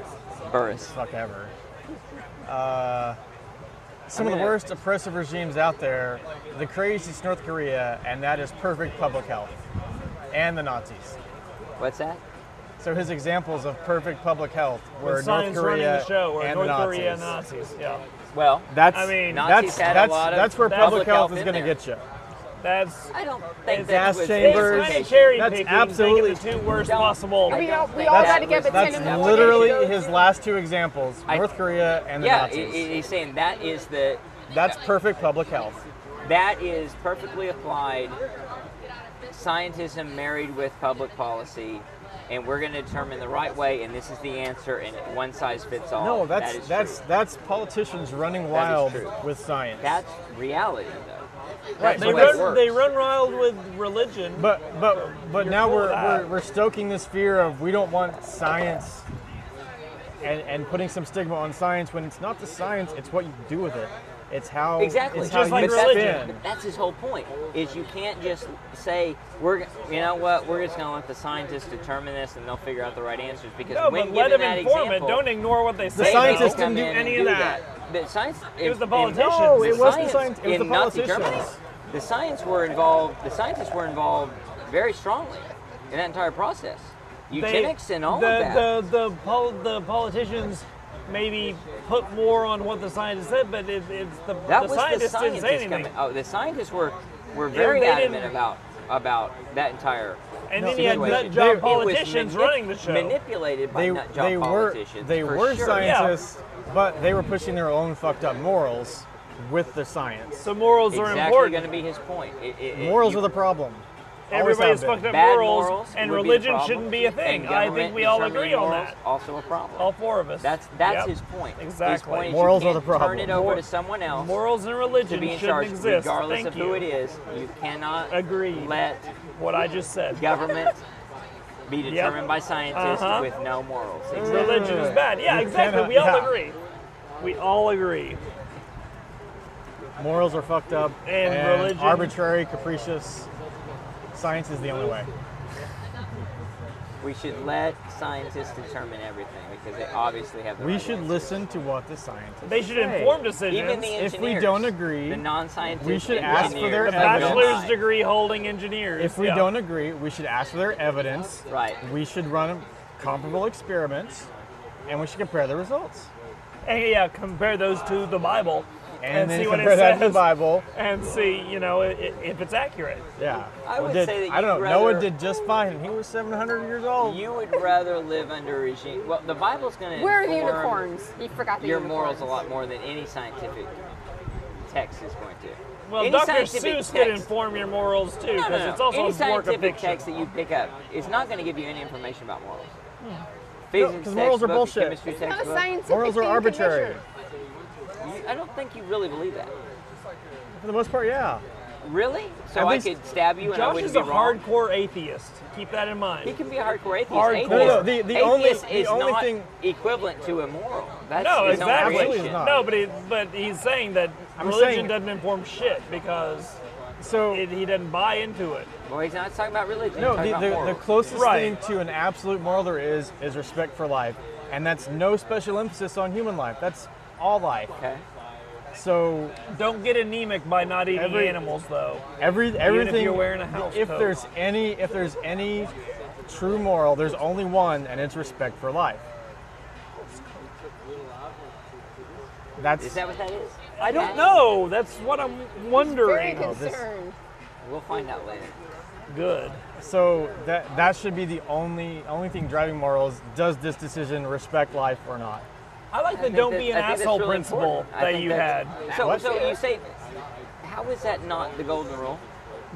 Speaker 3: Burris.
Speaker 2: fuck
Speaker 3: [LAUGHS]
Speaker 2: ever. Uh, some of
Speaker 3: mean,
Speaker 2: the
Speaker 3: it-
Speaker 2: worst oppressive regimes out there. The craziest North Korea, and that is perfect public health, and the Nazis.
Speaker 3: What's that?
Speaker 2: So his examples of perfect public health were
Speaker 5: When
Speaker 2: North
Speaker 5: science running
Speaker 2: Korea
Speaker 5: the show, or
Speaker 2: and
Speaker 5: North
Speaker 2: the Nazis.
Speaker 5: Korea Nazis. Yeah.
Speaker 3: Well,
Speaker 2: That's
Speaker 5: I mean,
Speaker 2: that's
Speaker 3: Nazis had a
Speaker 2: that's,
Speaker 3: lot of
Speaker 2: that's where
Speaker 3: public
Speaker 2: public health
Speaker 3: health
Speaker 2: is
Speaker 3: in
Speaker 2: going to
Speaker 3: there.
Speaker 2: get you.
Speaker 5: That's
Speaker 3: I don't think that
Speaker 5: It's
Speaker 2: gas
Speaker 3: was
Speaker 2: chambers.
Speaker 5: It's kind of
Speaker 3: That's
Speaker 5: cherry
Speaker 2: That's
Speaker 5: picking,
Speaker 2: absolutely-
Speaker 5: taking the two worst
Speaker 3: Don't-
Speaker 5: possible.
Speaker 4: We all, we
Speaker 3: That
Speaker 4: all
Speaker 3: was-
Speaker 4: got to give it
Speaker 2: That's
Speaker 4: ten and
Speaker 2: literally his last two examples:
Speaker 3: I-
Speaker 2: North Korea and the
Speaker 3: Yeah,
Speaker 2: Nazis.
Speaker 3: he- he- he's saying that is the
Speaker 2: That's perfect public health.
Speaker 3: that is perfectly applied scientism married with public policy, and we're going to determine the right way, and this is the answer, and one size fits all.
Speaker 2: No,
Speaker 3: That
Speaker 2: that's
Speaker 3: is
Speaker 2: that's
Speaker 3: true.
Speaker 2: that's politicians running wild
Speaker 3: true.
Speaker 2: with science.
Speaker 3: that's reality, though.
Speaker 2: Right,
Speaker 3: That's
Speaker 5: They
Speaker 3: the way it
Speaker 5: run,
Speaker 3: works.
Speaker 5: they run wild with religion.
Speaker 2: but but but
Speaker 5: You're
Speaker 2: now
Speaker 5: full of
Speaker 2: we're,
Speaker 5: that.
Speaker 2: we're we're stoking this fear of we don't want science and and putting some stigma on science when it's not the science, it's what you do with it. It's how
Speaker 3: Exactly.
Speaker 2: it's
Speaker 5: Just
Speaker 2: how
Speaker 5: like
Speaker 2: you
Speaker 3: But that's-
Speaker 5: religion.
Speaker 2: spin.
Speaker 3: but that's his whole point. Is you can't just say we're g- you know what we're just going to let the scientists determine this and they'll figure out the right answers because
Speaker 5: no,
Speaker 3: when
Speaker 5: but let
Speaker 3: given
Speaker 5: them
Speaker 3: that
Speaker 5: inform
Speaker 3: example,
Speaker 5: it. Don't ignore what they say.
Speaker 2: The
Speaker 5: though.
Speaker 2: scientists
Speaker 3: come
Speaker 2: didn't do
Speaker 3: in
Speaker 2: any
Speaker 3: and
Speaker 2: of
Speaker 3: do
Speaker 2: that.
Speaker 3: The science.
Speaker 5: It was the
Speaker 3: in-
Speaker 5: politicians.
Speaker 3: in-
Speaker 5: No, it
Speaker 3: the
Speaker 2: wasn't science, it was
Speaker 3: in
Speaker 2: the
Speaker 3: Nazi
Speaker 2: politicians.
Speaker 3: Germany, The science were involved. The scientists were involved very strongly in that entire process. Eugenics and all
Speaker 5: the,
Speaker 3: of that.
Speaker 5: The, the, pol- the politicians maybe put more on what the scientists said, but it, it's the,
Speaker 3: that
Speaker 5: the
Speaker 3: was
Speaker 5: scientists
Speaker 3: the scientists
Speaker 5: didn't say anything.
Speaker 3: coming. Oh, the scientists were were very
Speaker 5: they
Speaker 3: adamant
Speaker 5: didn't-
Speaker 3: about about that entire.
Speaker 5: And then
Speaker 3: situation.
Speaker 5: you had nut
Speaker 2: They- it
Speaker 5: job
Speaker 2: was
Speaker 5: politicians
Speaker 3: It was manip-
Speaker 5: running the show.
Speaker 3: Manipulated by
Speaker 2: They
Speaker 3: nut job
Speaker 2: they were
Speaker 3: politicians.
Speaker 2: they
Speaker 3: for
Speaker 2: were
Speaker 3: sure.
Speaker 2: scientists, but they were pushing their own fucked up morals with the science.
Speaker 5: so morals
Speaker 3: Exactly
Speaker 5: are
Speaker 3: going to
Speaker 5: important.
Speaker 3: be his point. It- it- it-
Speaker 2: Morals
Speaker 3: you-
Speaker 2: are the problem. Always have
Speaker 5: Everybody's
Speaker 2: been.
Speaker 5: fucked up
Speaker 3: bad
Speaker 5: morals, and
Speaker 3: would be the
Speaker 5: religion
Speaker 3: problem,
Speaker 5: shouldn't be a thing.
Speaker 3: and
Speaker 5: I think we all
Speaker 3: government
Speaker 5: agree on
Speaker 3: determining
Speaker 5: that.
Speaker 3: morals, Also a problem.
Speaker 5: All four of us.
Speaker 3: That's that's
Speaker 5: Yep.
Speaker 3: his point. His
Speaker 5: Exactly.
Speaker 3: point is
Speaker 2: Morals
Speaker 3: you
Speaker 2: are the
Speaker 3: can't
Speaker 2: problem.
Speaker 3: Turn it over
Speaker 2: Mor-
Speaker 3: to someone else
Speaker 5: Morals and
Speaker 3: to
Speaker 5: religion
Speaker 3: be in
Speaker 5: shouldn't
Speaker 3: charge,
Speaker 5: exist.
Speaker 3: regardless
Speaker 5: Thank
Speaker 3: of
Speaker 5: you.
Speaker 3: who it is. You cannot
Speaker 5: Agreed.
Speaker 3: let
Speaker 5: What I just said.
Speaker 3: government be determined by scientists
Speaker 5: Uh-huh.
Speaker 3: with no morals.
Speaker 2: Mm-hmm.
Speaker 3: Exactly.
Speaker 5: Religion is bad. Yeah,
Speaker 2: You
Speaker 5: exactly.
Speaker 2: cannot-
Speaker 5: we all
Speaker 2: yeah.
Speaker 5: agree. We all agree.
Speaker 2: Morals are fucked up
Speaker 5: And religion.
Speaker 2: arbitrary, capricious. Science is the only way.
Speaker 3: We should let scientists determine everything because they obviously have the
Speaker 2: We
Speaker 3: right
Speaker 2: should
Speaker 3: answer.
Speaker 2: listen to what the scientists.
Speaker 5: They should
Speaker 2: say.
Speaker 5: inform decisions.
Speaker 3: Even the
Speaker 2: If we
Speaker 3: engineers,
Speaker 2: don't agree,
Speaker 3: the non-scientists,
Speaker 2: we should ask for their
Speaker 5: A bachelor's degree holding engineers.
Speaker 2: If we
Speaker 5: Yeah.
Speaker 2: don't agree, we should ask for their evidence.
Speaker 3: Right.
Speaker 2: We should run comparable experiments. and we should compare the results.
Speaker 5: And yeah, compare those to the Bible
Speaker 2: And,
Speaker 5: and,
Speaker 2: then
Speaker 5: see what
Speaker 2: compare
Speaker 5: it
Speaker 2: that to the
Speaker 5: says
Speaker 2: Bible.
Speaker 5: and see, you know, i- i- if it's accurate.
Speaker 2: Yeah.
Speaker 3: I
Speaker 2: Well,
Speaker 3: would
Speaker 2: did-
Speaker 3: say that
Speaker 2: I don't
Speaker 3: you'd
Speaker 2: know. Noah
Speaker 3: rather-
Speaker 2: did just fine, and he was 700 years old.
Speaker 3: You would rather live under a regime. Well, the Bible's going to
Speaker 4: We're unicorns. He forgot the
Speaker 3: your
Speaker 4: unicorns.
Speaker 3: morals a lot more than any scientific text is going to.
Speaker 5: Well,
Speaker 3: Any
Speaker 5: Dr.
Speaker 3: scientific
Speaker 5: Seuss could
Speaker 3: text-
Speaker 5: inform your morals too,
Speaker 3: No,
Speaker 5: because
Speaker 3: no, no.
Speaker 5: it's also
Speaker 3: any
Speaker 5: a work of
Speaker 3: scientific
Speaker 5: fiction.
Speaker 3: text that you pick up is not going to give you any information about morals.
Speaker 2: No, 'cause
Speaker 3: Physics
Speaker 2: morals are
Speaker 3: textbook,
Speaker 2: bullshit.
Speaker 3: Chemistry
Speaker 4: It's not a
Speaker 3: textbook.
Speaker 4: scientific
Speaker 2: Morals are
Speaker 4: thing to
Speaker 2: arbitrary.
Speaker 4: measure.
Speaker 3: You- I don't think you really believe that.
Speaker 2: For the most part, yeah.
Speaker 3: Really? So
Speaker 2: At
Speaker 3: I
Speaker 2: least-
Speaker 3: could stab you and I
Speaker 5: Josh
Speaker 3: wouldn't
Speaker 5: is
Speaker 3: be
Speaker 5: a
Speaker 3: wrong.
Speaker 5: hardcore atheist. Keep that in
Speaker 3: He
Speaker 5: mind.
Speaker 3: can be a hardcore atheist.
Speaker 5: Hardcore.
Speaker 3: Atheist,
Speaker 5: No, no,
Speaker 2: no, the- the only-
Speaker 3: atheist
Speaker 2: the
Speaker 3: is
Speaker 2: only
Speaker 3: not
Speaker 2: thing-
Speaker 3: equivalent to immoral. That's
Speaker 5: No,
Speaker 3: his own
Speaker 5: exactly.
Speaker 2: Absolutely
Speaker 3: creation.
Speaker 2: not.
Speaker 5: No, but he, but he's saying that
Speaker 2: I'm
Speaker 5: religion
Speaker 2: saying-
Speaker 5: doesn't inform shit because
Speaker 2: So
Speaker 5: it, he doesn't buy into it.
Speaker 3: Well, he's not talking about religion.
Speaker 2: No,
Speaker 3: he's talking
Speaker 2: the,
Speaker 3: about
Speaker 2: the, the
Speaker 3: morals.
Speaker 2: closest
Speaker 5: Right.
Speaker 2: thing to an absolute moral there is is respect for life, and that's no special emphasis on human life. That's all life.
Speaker 3: okay.
Speaker 2: So
Speaker 5: Don't get anemic by not eating
Speaker 2: Every-
Speaker 5: animals, though.
Speaker 2: every everything.
Speaker 5: you're wearing a house
Speaker 2: if
Speaker 5: coat.
Speaker 2: there's any, if there's any true moral, there's only one, and it's respect for life. That's
Speaker 3: Is that what that is?
Speaker 5: I don't know. That's what I'm
Speaker 4: Very
Speaker 5: wondering.
Speaker 2: this-
Speaker 4: concerned.
Speaker 3: We'll find out later.
Speaker 2: Oh,
Speaker 5: Good.
Speaker 2: so. That that should be the only only thing driving morals. Does this decision respect life or not?
Speaker 5: I like the
Speaker 3: think
Speaker 5: don't
Speaker 3: that-
Speaker 5: be an
Speaker 3: I think that's
Speaker 5: asshole
Speaker 3: really
Speaker 5: principle
Speaker 3: important. I
Speaker 5: that
Speaker 3: think
Speaker 5: you had.
Speaker 3: that's- So,
Speaker 2: What?
Speaker 3: so you say, how is that not the golden rule?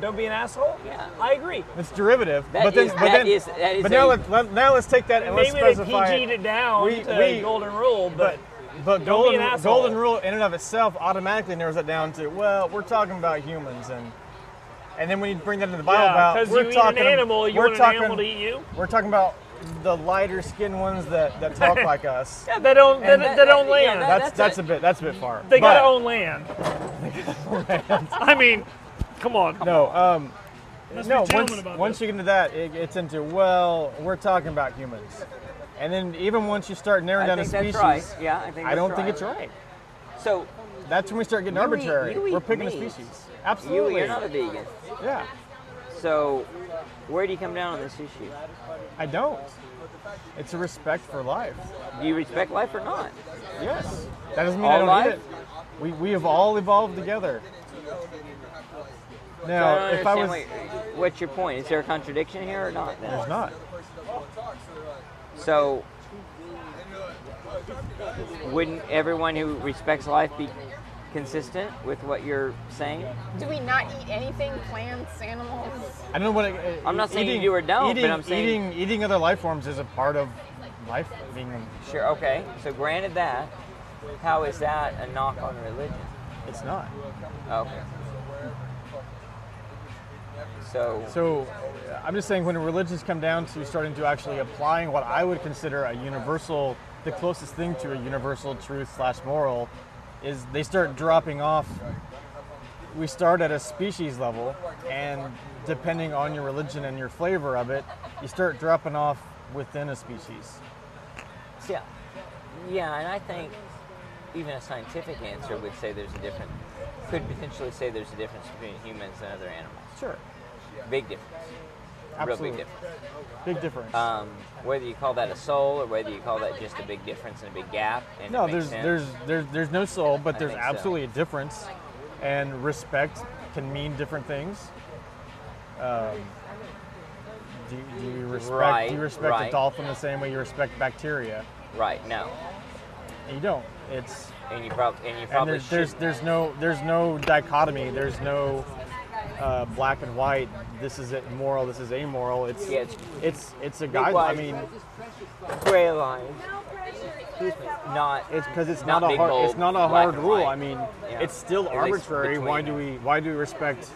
Speaker 5: Don't be an asshole.
Speaker 3: Yeah.
Speaker 5: I agree.
Speaker 2: It's derivative.
Speaker 3: That
Speaker 2: but then,
Speaker 3: is-
Speaker 2: but
Speaker 3: that
Speaker 2: then,
Speaker 3: is- that is
Speaker 2: but now,
Speaker 3: a-
Speaker 2: let, let, now let's take that and let's
Speaker 5: Maybe they
Speaker 2: specify it.
Speaker 5: PG'd it down
Speaker 2: We-
Speaker 5: to
Speaker 2: we-
Speaker 5: golden rule,
Speaker 2: But
Speaker 5: but
Speaker 2: but
Speaker 5: Don't be
Speaker 2: golden
Speaker 5: an asshole.
Speaker 2: golden rule in and of itself automatically narrows it down to well, we're talking about humans and and then when you bring that into the Bible
Speaker 5: yeah,
Speaker 2: about
Speaker 5: because
Speaker 2: we're
Speaker 5: you eat an
Speaker 2: talking
Speaker 5: animal, you
Speaker 2: we're
Speaker 5: want
Speaker 2: talking
Speaker 5: an animal to eat you.
Speaker 2: we're talking about the lighter skinned ones that
Speaker 5: [LAUGHS]
Speaker 2: that talk like us.
Speaker 5: They don't. They,
Speaker 3: And
Speaker 5: they
Speaker 3: that- that-
Speaker 5: don't
Speaker 3: yeah,
Speaker 5: land.
Speaker 3: that-
Speaker 2: That's
Speaker 3: that's
Speaker 2: that's
Speaker 3: a-
Speaker 2: a bit that's a bit far.
Speaker 5: they gotta
Speaker 2: But,
Speaker 5: own land. [LAUGHS] I mean, come on.
Speaker 2: no um
Speaker 5: Let's be
Speaker 2: no
Speaker 5: gentlemen
Speaker 2: once
Speaker 5: about
Speaker 2: once
Speaker 5: this.
Speaker 2: you get into that it, it's into well we're talking about humans, and then even once you start narrowing
Speaker 3: I
Speaker 2: down
Speaker 3: think
Speaker 2: a
Speaker 3: that's
Speaker 2: species,
Speaker 3: right. Yeah, I think. That's
Speaker 2: I don't
Speaker 3: right.
Speaker 2: think it's right.
Speaker 3: So,
Speaker 2: That's when we start getting
Speaker 3: You eat-
Speaker 2: arbitrary.
Speaker 3: you eat
Speaker 2: We're picking a
Speaker 3: meat.
Speaker 2: species.
Speaker 3: you,
Speaker 2: Absolutely.
Speaker 3: you're not a vegan.
Speaker 2: yeah.
Speaker 3: So, where do you come down on this issue?
Speaker 2: I don't. It's a respect for life.
Speaker 3: Do you respect life or not?
Speaker 2: Yes. That doesn't mean I
Speaker 3: All
Speaker 2: don't
Speaker 3: life?
Speaker 2: eat it. We, we have all evolved together.
Speaker 3: So I
Speaker 2: Now,
Speaker 3: don't
Speaker 2: if I was,
Speaker 3: understand what- what's your point? Is there a contradiction here or not? then?
Speaker 2: there's not.
Speaker 3: So, wouldn't everyone who respects life be consistent with what you're saying?
Speaker 4: Do we not eat anything? Plants, animals?
Speaker 2: I don't know what. It,
Speaker 3: I'm not saying
Speaker 2: eating,
Speaker 3: you do or don't, but
Speaker 2: Eating,
Speaker 3: I'm saying-
Speaker 2: eating eating other life forms is a part of life. Being
Speaker 3: Sure. Okay. So, granted that, how is that a knock on religion?
Speaker 2: it's not.
Speaker 3: Okay. So,
Speaker 2: So I'm just saying when religions come down to starting to actually applying what I would consider a universal, the closest thing to a universal truth slash moral, is they start dropping off. We start at a species level, and depending on your religion and your flavor of it, you start dropping off within a species.
Speaker 3: yeah, yeah, and I think even a scientific answer would say there's a difference. Could potentially say there's a difference between humans and other animals.
Speaker 2: Sure,
Speaker 3: Big difference.
Speaker 2: absolutely,
Speaker 3: Real big difference.
Speaker 2: big difference.
Speaker 3: Um, whether you call that a soul or whether you call that just a big difference and a big gap. And it
Speaker 2: No,
Speaker 3: makes
Speaker 2: there's
Speaker 3: sense.
Speaker 2: there's there's there's no soul, but
Speaker 3: I
Speaker 2: there's
Speaker 3: think so.
Speaker 2: absolutely a difference, and respect can mean different things. Um, do, you- do you respect do
Speaker 3: Right,
Speaker 2: you respect a
Speaker 3: right.
Speaker 2: dolphin the same way you respect bacteria?
Speaker 3: right no,
Speaker 2: You don't. It's
Speaker 3: and you probably and you
Speaker 2: and
Speaker 3: probably
Speaker 2: there's there's,
Speaker 3: shouldn't.
Speaker 2: there's no there's no dichotomy. There's no uh, black and white. This is it, moral. This is amoral. It's
Speaker 3: Yeah, it's-
Speaker 2: it's it's a guide. I
Speaker 3: white.
Speaker 2: mean,
Speaker 3: gray line. Not
Speaker 2: It's because it's
Speaker 3: Not
Speaker 2: not, a
Speaker 3: big
Speaker 2: hard.
Speaker 3: bulb,
Speaker 2: It's not a
Speaker 3: black
Speaker 2: hard
Speaker 3: and
Speaker 2: rule.
Speaker 3: white.
Speaker 2: I mean,
Speaker 3: Yeah.
Speaker 2: it's still
Speaker 3: At least
Speaker 2: arbitrary. Why do
Speaker 3: between-
Speaker 2: we? Why do we respect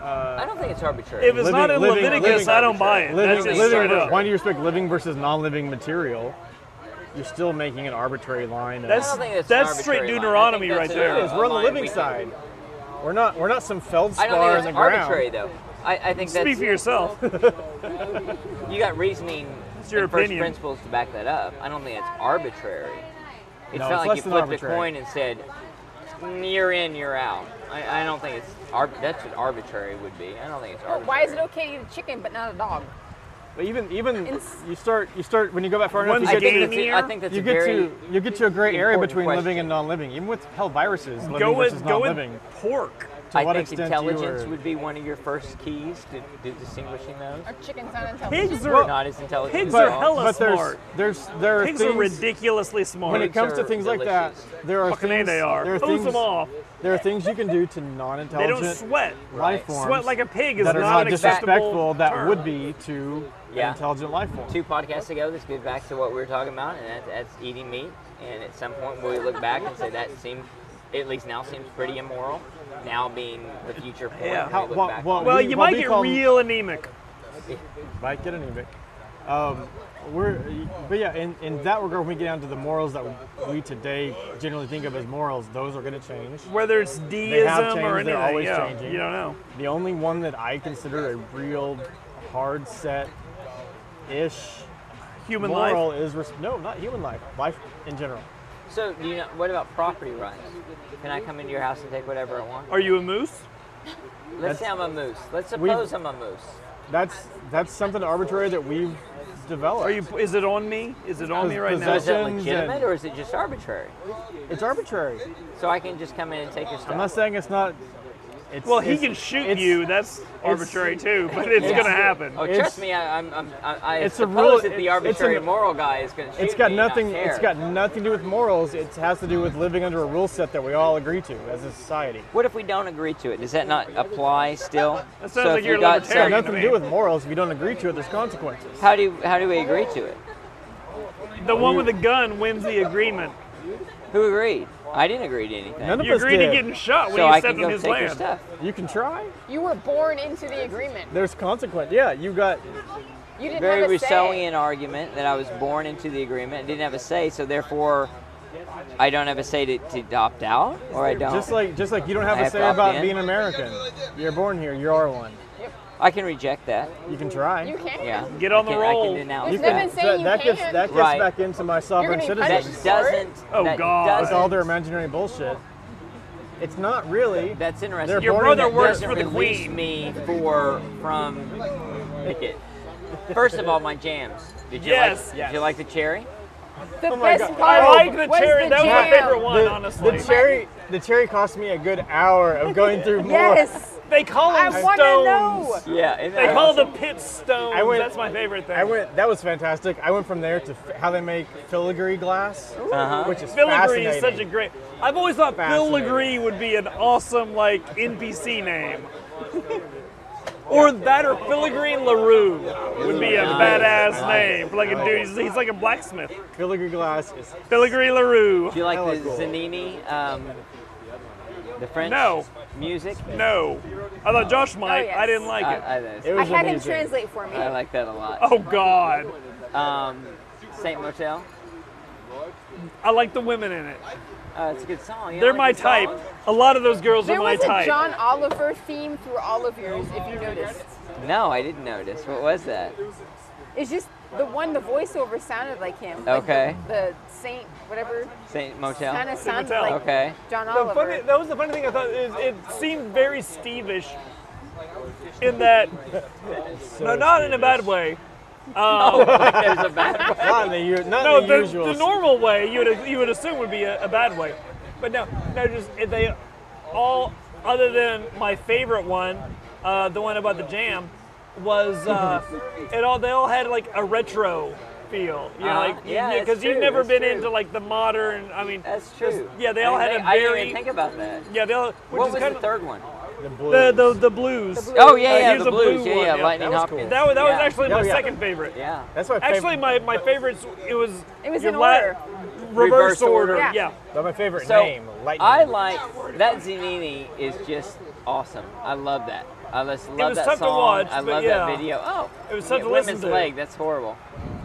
Speaker 3: I don't think it's arbitrary.
Speaker 5: If it's
Speaker 2: Living-
Speaker 5: not in
Speaker 2: living-
Speaker 5: Leviticus,
Speaker 2: living-
Speaker 5: I don't buy it.
Speaker 2: living?
Speaker 5: That's just
Speaker 2: living
Speaker 5: straight up.
Speaker 2: why do you respect living versus non-living material? You're still making an arbitrary line. of-
Speaker 3: I
Speaker 5: That's-
Speaker 3: don't think it's
Speaker 5: That's
Speaker 3: an
Speaker 5: straight
Speaker 3: arbitrary line. I
Speaker 5: Deuteronomy
Speaker 3: think
Speaker 5: right
Speaker 3: that's
Speaker 5: there.
Speaker 3: a-
Speaker 2: It is. We're on
Speaker 3: a
Speaker 2: the
Speaker 3: line
Speaker 2: living
Speaker 3: we-
Speaker 2: side. We're not. We're not some
Speaker 3: I don't
Speaker 2: feldspar
Speaker 3: think
Speaker 2: in the
Speaker 3: it's
Speaker 2: ground.
Speaker 3: arbitrary though. I, I think
Speaker 5: Speak
Speaker 3: that's [LAUGHS]
Speaker 5: for yourself.
Speaker 3: you got reasoning
Speaker 5: It's your
Speaker 3: and first
Speaker 5: opinion.
Speaker 3: principles to back that up. I don't think it's arbitrary. It's
Speaker 2: No,
Speaker 3: not
Speaker 2: it's
Speaker 3: like
Speaker 2: less
Speaker 3: you
Speaker 2: than
Speaker 3: flipped
Speaker 2: arbitrary.
Speaker 3: a coin and said "Mm, you're in, you're out. I, I don't think it's arb- that's what arbitrary would be. I don't think it's
Speaker 4: Well,
Speaker 3: arbitrary.
Speaker 4: why is it okay to eat a chicken but not a dog?
Speaker 2: But even even
Speaker 4: Ins-
Speaker 2: you start you start when you go back far enough,
Speaker 5: One's
Speaker 2: you
Speaker 3: I
Speaker 2: get
Speaker 5: game
Speaker 3: think,
Speaker 2: to,
Speaker 3: that's, a- I think that's
Speaker 2: you
Speaker 3: a
Speaker 2: get
Speaker 3: very.
Speaker 2: to you get to a gray area
Speaker 3: important
Speaker 2: between living
Speaker 3: question.
Speaker 2: and non-living. Even with hell viruses, living
Speaker 5: Go
Speaker 2: versus
Speaker 5: with go
Speaker 2: non-living.
Speaker 5: with pork.
Speaker 2: to
Speaker 3: I
Speaker 2: what
Speaker 3: think
Speaker 2: extent do you
Speaker 3: intelligence
Speaker 2: are-
Speaker 3: would be one of your first keys to, to distinguishing those.
Speaker 6: Our chicken's not intelligent.
Speaker 5: Pigs are
Speaker 3: Not as intelligent.
Speaker 5: pigs
Speaker 3: as
Speaker 5: are
Speaker 3: dogs.
Speaker 5: hella
Speaker 2: but there's
Speaker 5: smart.
Speaker 2: there's there are
Speaker 5: Pigs
Speaker 2: things
Speaker 5: are ridiculously
Speaker 2: when
Speaker 5: smart.
Speaker 2: it
Speaker 3: Pigs
Speaker 2: comes to
Speaker 3: are
Speaker 2: things like that.
Speaker 3: delicious.
Speaker 2: There are
Speaker 5: Fucking A
Speaker 2: things
Speaker 5: they
Speaker 2: There are
Speaker 5: are. Hose
Speaker 2: things,
Speaker 5: them off.
Speaker 2: there are things you can do to
Speaker 5: They don't
Speaker 2: non-intelligent
Speaker 5: sweat.
Speaker 2: life
Speaker 3: Right.
Speaker 2: forms
Speaker 5: Sweat like a pig is
Speaker 2: that are
Speaker 5: not
Speaker 2: not
Speaker 5: an acceptable
Speaker 2: disrespectful that
Speaker 5: term.
Speaker 2: would be to
Speaker 3: Yeah.
Speaker 2: an intelligent life form.
Speaker 3: Two podcasts ago, this goes back to what we were talking about, and that, that's eating meat. And at some point, we look back and say that seemed, at least now, seems pretty immoral. Now being the future point,
Speaker 5: Yeah.
Speaker 3: we
Speaker 2: How-
Speaker 3: look
Speaker 2: what-
Speaker 3: back
Speaker 2: what-
Speaker 3: on
Speaker 5: Well,
Speaker 2: We-
Speaker 5: you
Speaker 2: what
Speaker 5: might
Speaker 2: we
Speaker 5: get
Speaker 2: call-
Speaker 5: real anemic.
Speaker 2: Might get anemic. Um, we're, but yeah, in, in that regard, when we get down to the morals that we today generally think of as morals, those are going to change.
Speaker 5: Whether it's deism
Speaker 2: changed,
Speaker 5: or
Speaker 2: they're
Speaker 5: anything,
Speaker 2: always
Speaker 5: yeah,
Speaker 2: changing.
Speaker 5: you don't know.
Speaker 2: The only one that I consider a real hard set ish
Speaker 5: Human
Speaker 2: moral
Speaker 5: life.
Speaker 2: is res- no, not human life, life in general.
Speaker 3: So, do you know, what about property rights? Can I come into your house and take whatever I want?
Speaker 5: Are you a moose?
Speaker 3: Let's say I'm a moose. Let's
Speaker 2: We've-
Speaker 3: suppose I'm a moose.
Speaker 2: That's that's something arbitrary that we've developed.
Speaker 5: Are you? Is it on me? Is it on me right now?
Speaker 3: Is that
Speaker 2: Possessions
Speaker 3: legitimate
Speaker 2: and-
Speaker 3: or is it just arbitrary?
Speaker 2: It's arbitrary.
Speaker 3: So I can just come in and take your stuff.
Speaker 2: I'm not saying it's not. It's,
Speaker 5: Well, he
Speaker 2: it's-
Speaker 5: can shoot
Speaker 2: it's-
Speaker 5: you. That's arbitrary too, but it's
Speaker 3: Yeah.
Speaker 5: gonna happen.
Speaker 3: oh,
Speaker 2: it's-
Speaker 3: trust me, I, I'm, I'm, I, I
Speaker 2: it's a rule-
Speaker 3: suppose that the
Speaker 2: it's- it's
Speaker 3: arbitrary
Speaker 2: an-
Speaker 3: moral guy is going to shoot
Speaker 2: It's got
Speaker 3: me, and I
Speaker 2: nothing. It's
Speaker 3: care.
Speaker 2: got nothing to do with morals. It has to do with living under a rule set that we all agree to as a society.
Speaker 3: What if we don't agree to it? Does that not apply still?
Speaker 5: That sounds
Speaker 3: So if
Speaker 5: like
Speaker 3: we
Speaker 5: you're a
Speaker 3: got
Speaker 2: It has
Speaker 5: libertarian.
Speaker 3: some-
Speaker 2: nothing to do with morals. If you don't agree to it, there's consequences.
Speaker 3: How do how do we agree to it?
Speaker 5: The one with the gun wins the agreement.
Speaker 3: Who agreed? I didn't agree to anything.
Speaker 2: None of
Speaker 5: You
Speaker 2: us
Speaker 5: agreed to
Speaker 2: did.
Speaker 5: getting shot when
Speaker 3: so
Speaker 5: you
Speaker 3: I
Speaker 5: stepped
Speaker 3: can go
Speaker 5: on his
Speaker 3: take your
Speaker 5: land.
Speaker 3: stuff.
Speaker 2: You can try.
Speaker 6: You were born into the agreement.
Speaker 2: There's consequence. Yeah, you got.
Speaker 6: You didn't
Speaker 3: Very
Speaker 6: have a say.
Speaker 3: Rousseauian argument that I was born into the agreement and didn't have a say, so therefore I don't have a say to, to opt out, or I don't.
Speaker 2: Just like just like you don't have
Speaker 3: I
Speaker 2: a
Speaker 3: have to
Speaker 2: say
Speaker 3: opt
Speaker 2: about
Speaker 3: in.
Speaker 2: being American. You're born here. You are one.
Speaker 3: I can reject that.
Speaker 2: You can try.
Speaker 6: You can't.
Speaker 3: Yeah.
Speaker 5: Get
Speaker 3: I
Speaker 5: on the
Speaker 3: can- I can
Speaker 5: roll.
Speaker 3: denounce
Speaker 6: There's
Speaker 3: that.
Speaker 6: nothing saying
Speaker 2: that,
Speaker 6: you
Speaker 2: that gets
Speaker 6: can't.
Speaker 2: that gets
Speaker 3: Right.
Speaker 2: back into my sovereign
Speaker 6: You're gonna be
Speaker 2: citizenship.
Speaker 3: That doesn't.
Speaker 5: Oh,
Speaker 3: that
Speaker 5: God.
Speaker 2: It's
Speaker 3: doesn't-
Speaker 2: all their imaginary bullshit. It's not really.
Speaker 3: That's
Speaker 2: They're
Speaker 3: interesting.
Speaker 2: Your born brother
Speaker 3: That
Speaker 5: works
Speaker 3: doesn't
Speaker 5: for the
Speaker 3: release
Speaker 5: queen.
Speaker 3: Me for from. First of all, my jams. Did you
Speaker 5: Yes.
Speaker 3: like? Did you like the cherry?
Speaker 4: The
Speaker 2: Oh my
Speaker 4: best
Speaker 2: God.
Speaker 4: part
Speaker 5: I like the
Speaker 4: was
Speaker 5: cherry.
Speaker 4: Oh, the
Speaker 5: that was my
Speaker 4: jam.
Speaker 5: favorite one,
Speaker 2: the,
Speaker 5: honestly.
Speaker 2: the cherry, the cherry cost me a good hour
Speaker 6: [LAUGHS]
Speaker 2: of going through more.
Speaker 4: Yes,
Speaker 5: they call them
Speaker 4: I want to know.
Speaker 5: stones.
Speaker 3: Yeah. and
Speaker 5: They
Speaker 3: I
Speaker 5: call
Speaker 3: also-
Speaker 5: the pit stones.
Speaker 2: I went-
Speaker 5: That's my favorite thing.
Speaker 2: I went. That was fantastic. I went from there to f- how they make filigree glass, which is
Speaker 5: Uh-huh. Filigree
Speaker 2: fascinating.
Speaker 5: is such a great. I've always thought
Speaker 2: Fascinating.
Speaker 5: Filigree would be an awesome like NPC name. [LAUGHS] Or that, or Filigree Larue would be a
Speaker 3: Nice,
Speaker 5: badass
Speaker 3: nice.
Speaker 5: name for like a dude. He's, he's like a blacksmith.
Speaker 2: filigree glass is
Speaker 5: Filigree Larue.
Speaker 3: Do you like
Speaker 2: I like
Speaker 3: the
Speaker 2: gold.
Speaker 3: Zanini? Um, the French.
Speaker 5: No.
Speaker 3: Music.
Speaker 5: No, I thought Josh might.
Speaker 4: Oh, yes.
Speaker 5: I didn't like
Speaker 3: I,
Speaker 5: it.
Speaker 3: I,
Speaker 2: it
Speaker 4: I
Speaker 2: was
Speaker 4: had him
Speaker 2: amazing.
Speaker 4: translate for me.
Speaker 3: I like that a lot.
Speaker 5: Oh God,
Speaker 3: Um, Saint Motel.
Speaker 5: I like the women in it.
Speaker 3: Uh, it's a good song. You
Speaker 5: They're
Speaker 3: don't
Speaker 5: my
Speaker 3: like the
Speaker 5: type.
Speaker 3: song?
Speaker 5: A lot of those girls
Speaker 4: There
Speaker 5: are my
Speaker 4: was a
Speaker 5: type.
Speaker 4: John Oliver theme through all of yours, if you noticed.
Speaker 3: No, I didn't notice. What was that?
Speaker 4: It's just the one the voiceover sounded like him. like
Speaker 3: Okay.
Speaker 4: the, the Saint whatever
Speaker 3: Saint Motel.
Speaker 4: kind of sounded
Speaker 5: Mattel.
Speaker 4: like
Speaker 3: Okay.
Speaker 4: John
Speaker 5: The
Speaker 4: Oliver.
Speaker 5: funny, that was the funny thing I thought is it seemed very Steve-ish in [LAUGHS] that, no, not in a bad way.
Speaker 3: There's a bad-
Speaker 2: not in the, u- not
Speaker 5: No,
Speaker 2: in the,
Speaker 5: the,
Speaker 2: usual.
Speaker 5: the normal way you would you would assume would be a, a bad way, but no, no, just if they all other than my favorite one, uh, the one about the jam,
Speaker 3: [LAUGHS]
Speaker 5: was uh, it all they all had like a retro feel, you know,
Speaker 3: Uh-huh.
Speaker 5: like
Speaker 3: Yeah, that's
Speaker 5: because you've
Speaker 3: true,
Speaker 5: never
Speaker 3: that's
Speaker 5: been
Speaker 3: true.
Speaker 5: into like the modern. I mean,
Speaker 3: That's true.
Speaker 5: yeah, they
Speaker 3: I
Speaker 5: all
Speaker 3: mean,
Speaker 5: had
Speaker 3: they-
Speaker 5: a
Speaker 3: I didn't
Speaker 5: very-
Speaker 3: even think about that.
Speaker 5: yeah, they all which
Speaker 3: What
Speaker 5: is
Speaker 3: was
Speaker 5: kind
Speaker 3: the
Speaker 5: of
Speaker 3: third one?
Speaker 2: the blue.
Speaker 5: the, the the blues.
Speaker 3: Oh yeah,
Speaker 5: Uh,
Speaker 3: yeah,
Speaker 5: here's
Speaker 3: the
Speaker 5: a blue
Speaker 3: blues.
Speaker 5: one,
Speaker 3: yeah,
Speaker 5: yeah.
Speaker 3: yeah, Lightning
Speaker 2: That was cool.
Speaker 3: Hopkins.
Speaker 5: That was that was
Speaker 3: Yeah.
Speaker 5: actually
Speaker 2: Yeah,
Speaker 5: my
Speaker 2: yeah.
Speaker 5: second favorite.
Speaker 3: Yeah.
Speaker 2: that's my
Speaker 5: Actually,
Speaker 2: favorite.
Speaker 5: my, my favorites. It was
Speaker 4: It was
Speaker 5: your
Speaker 4: in
Speaker 5: la-
Speaker 4: order.
Speaker 5: reverse,
Speaker 3: Reverse
Speaker 5: order.
Speaker 3: order.
Speaker 5: Yeah.
Speaker 4: Yeah.
Speaker 2: That's my favorite
Speaker 3: So
Speaker 2: name. Lightning.
Speaker 3: I like that Zanini is just awesome. I love that. I just love
Speaker 5: was
Speaker 3: that
Speaker 5: tough to
Speaker 3: song.
Speaker 5: watch,
Speaker 3: I
Speaker 5: but
Speaker 3: love
Speaker 5: yeah.
Speaker 3: that video. Oh,
Speaker 5: It was tough
Speaker 3: yeah,
Speaker 5: to
Speaker 3: women's
Speaker 5: listen to.
Speaker 3: leg. That's horrible.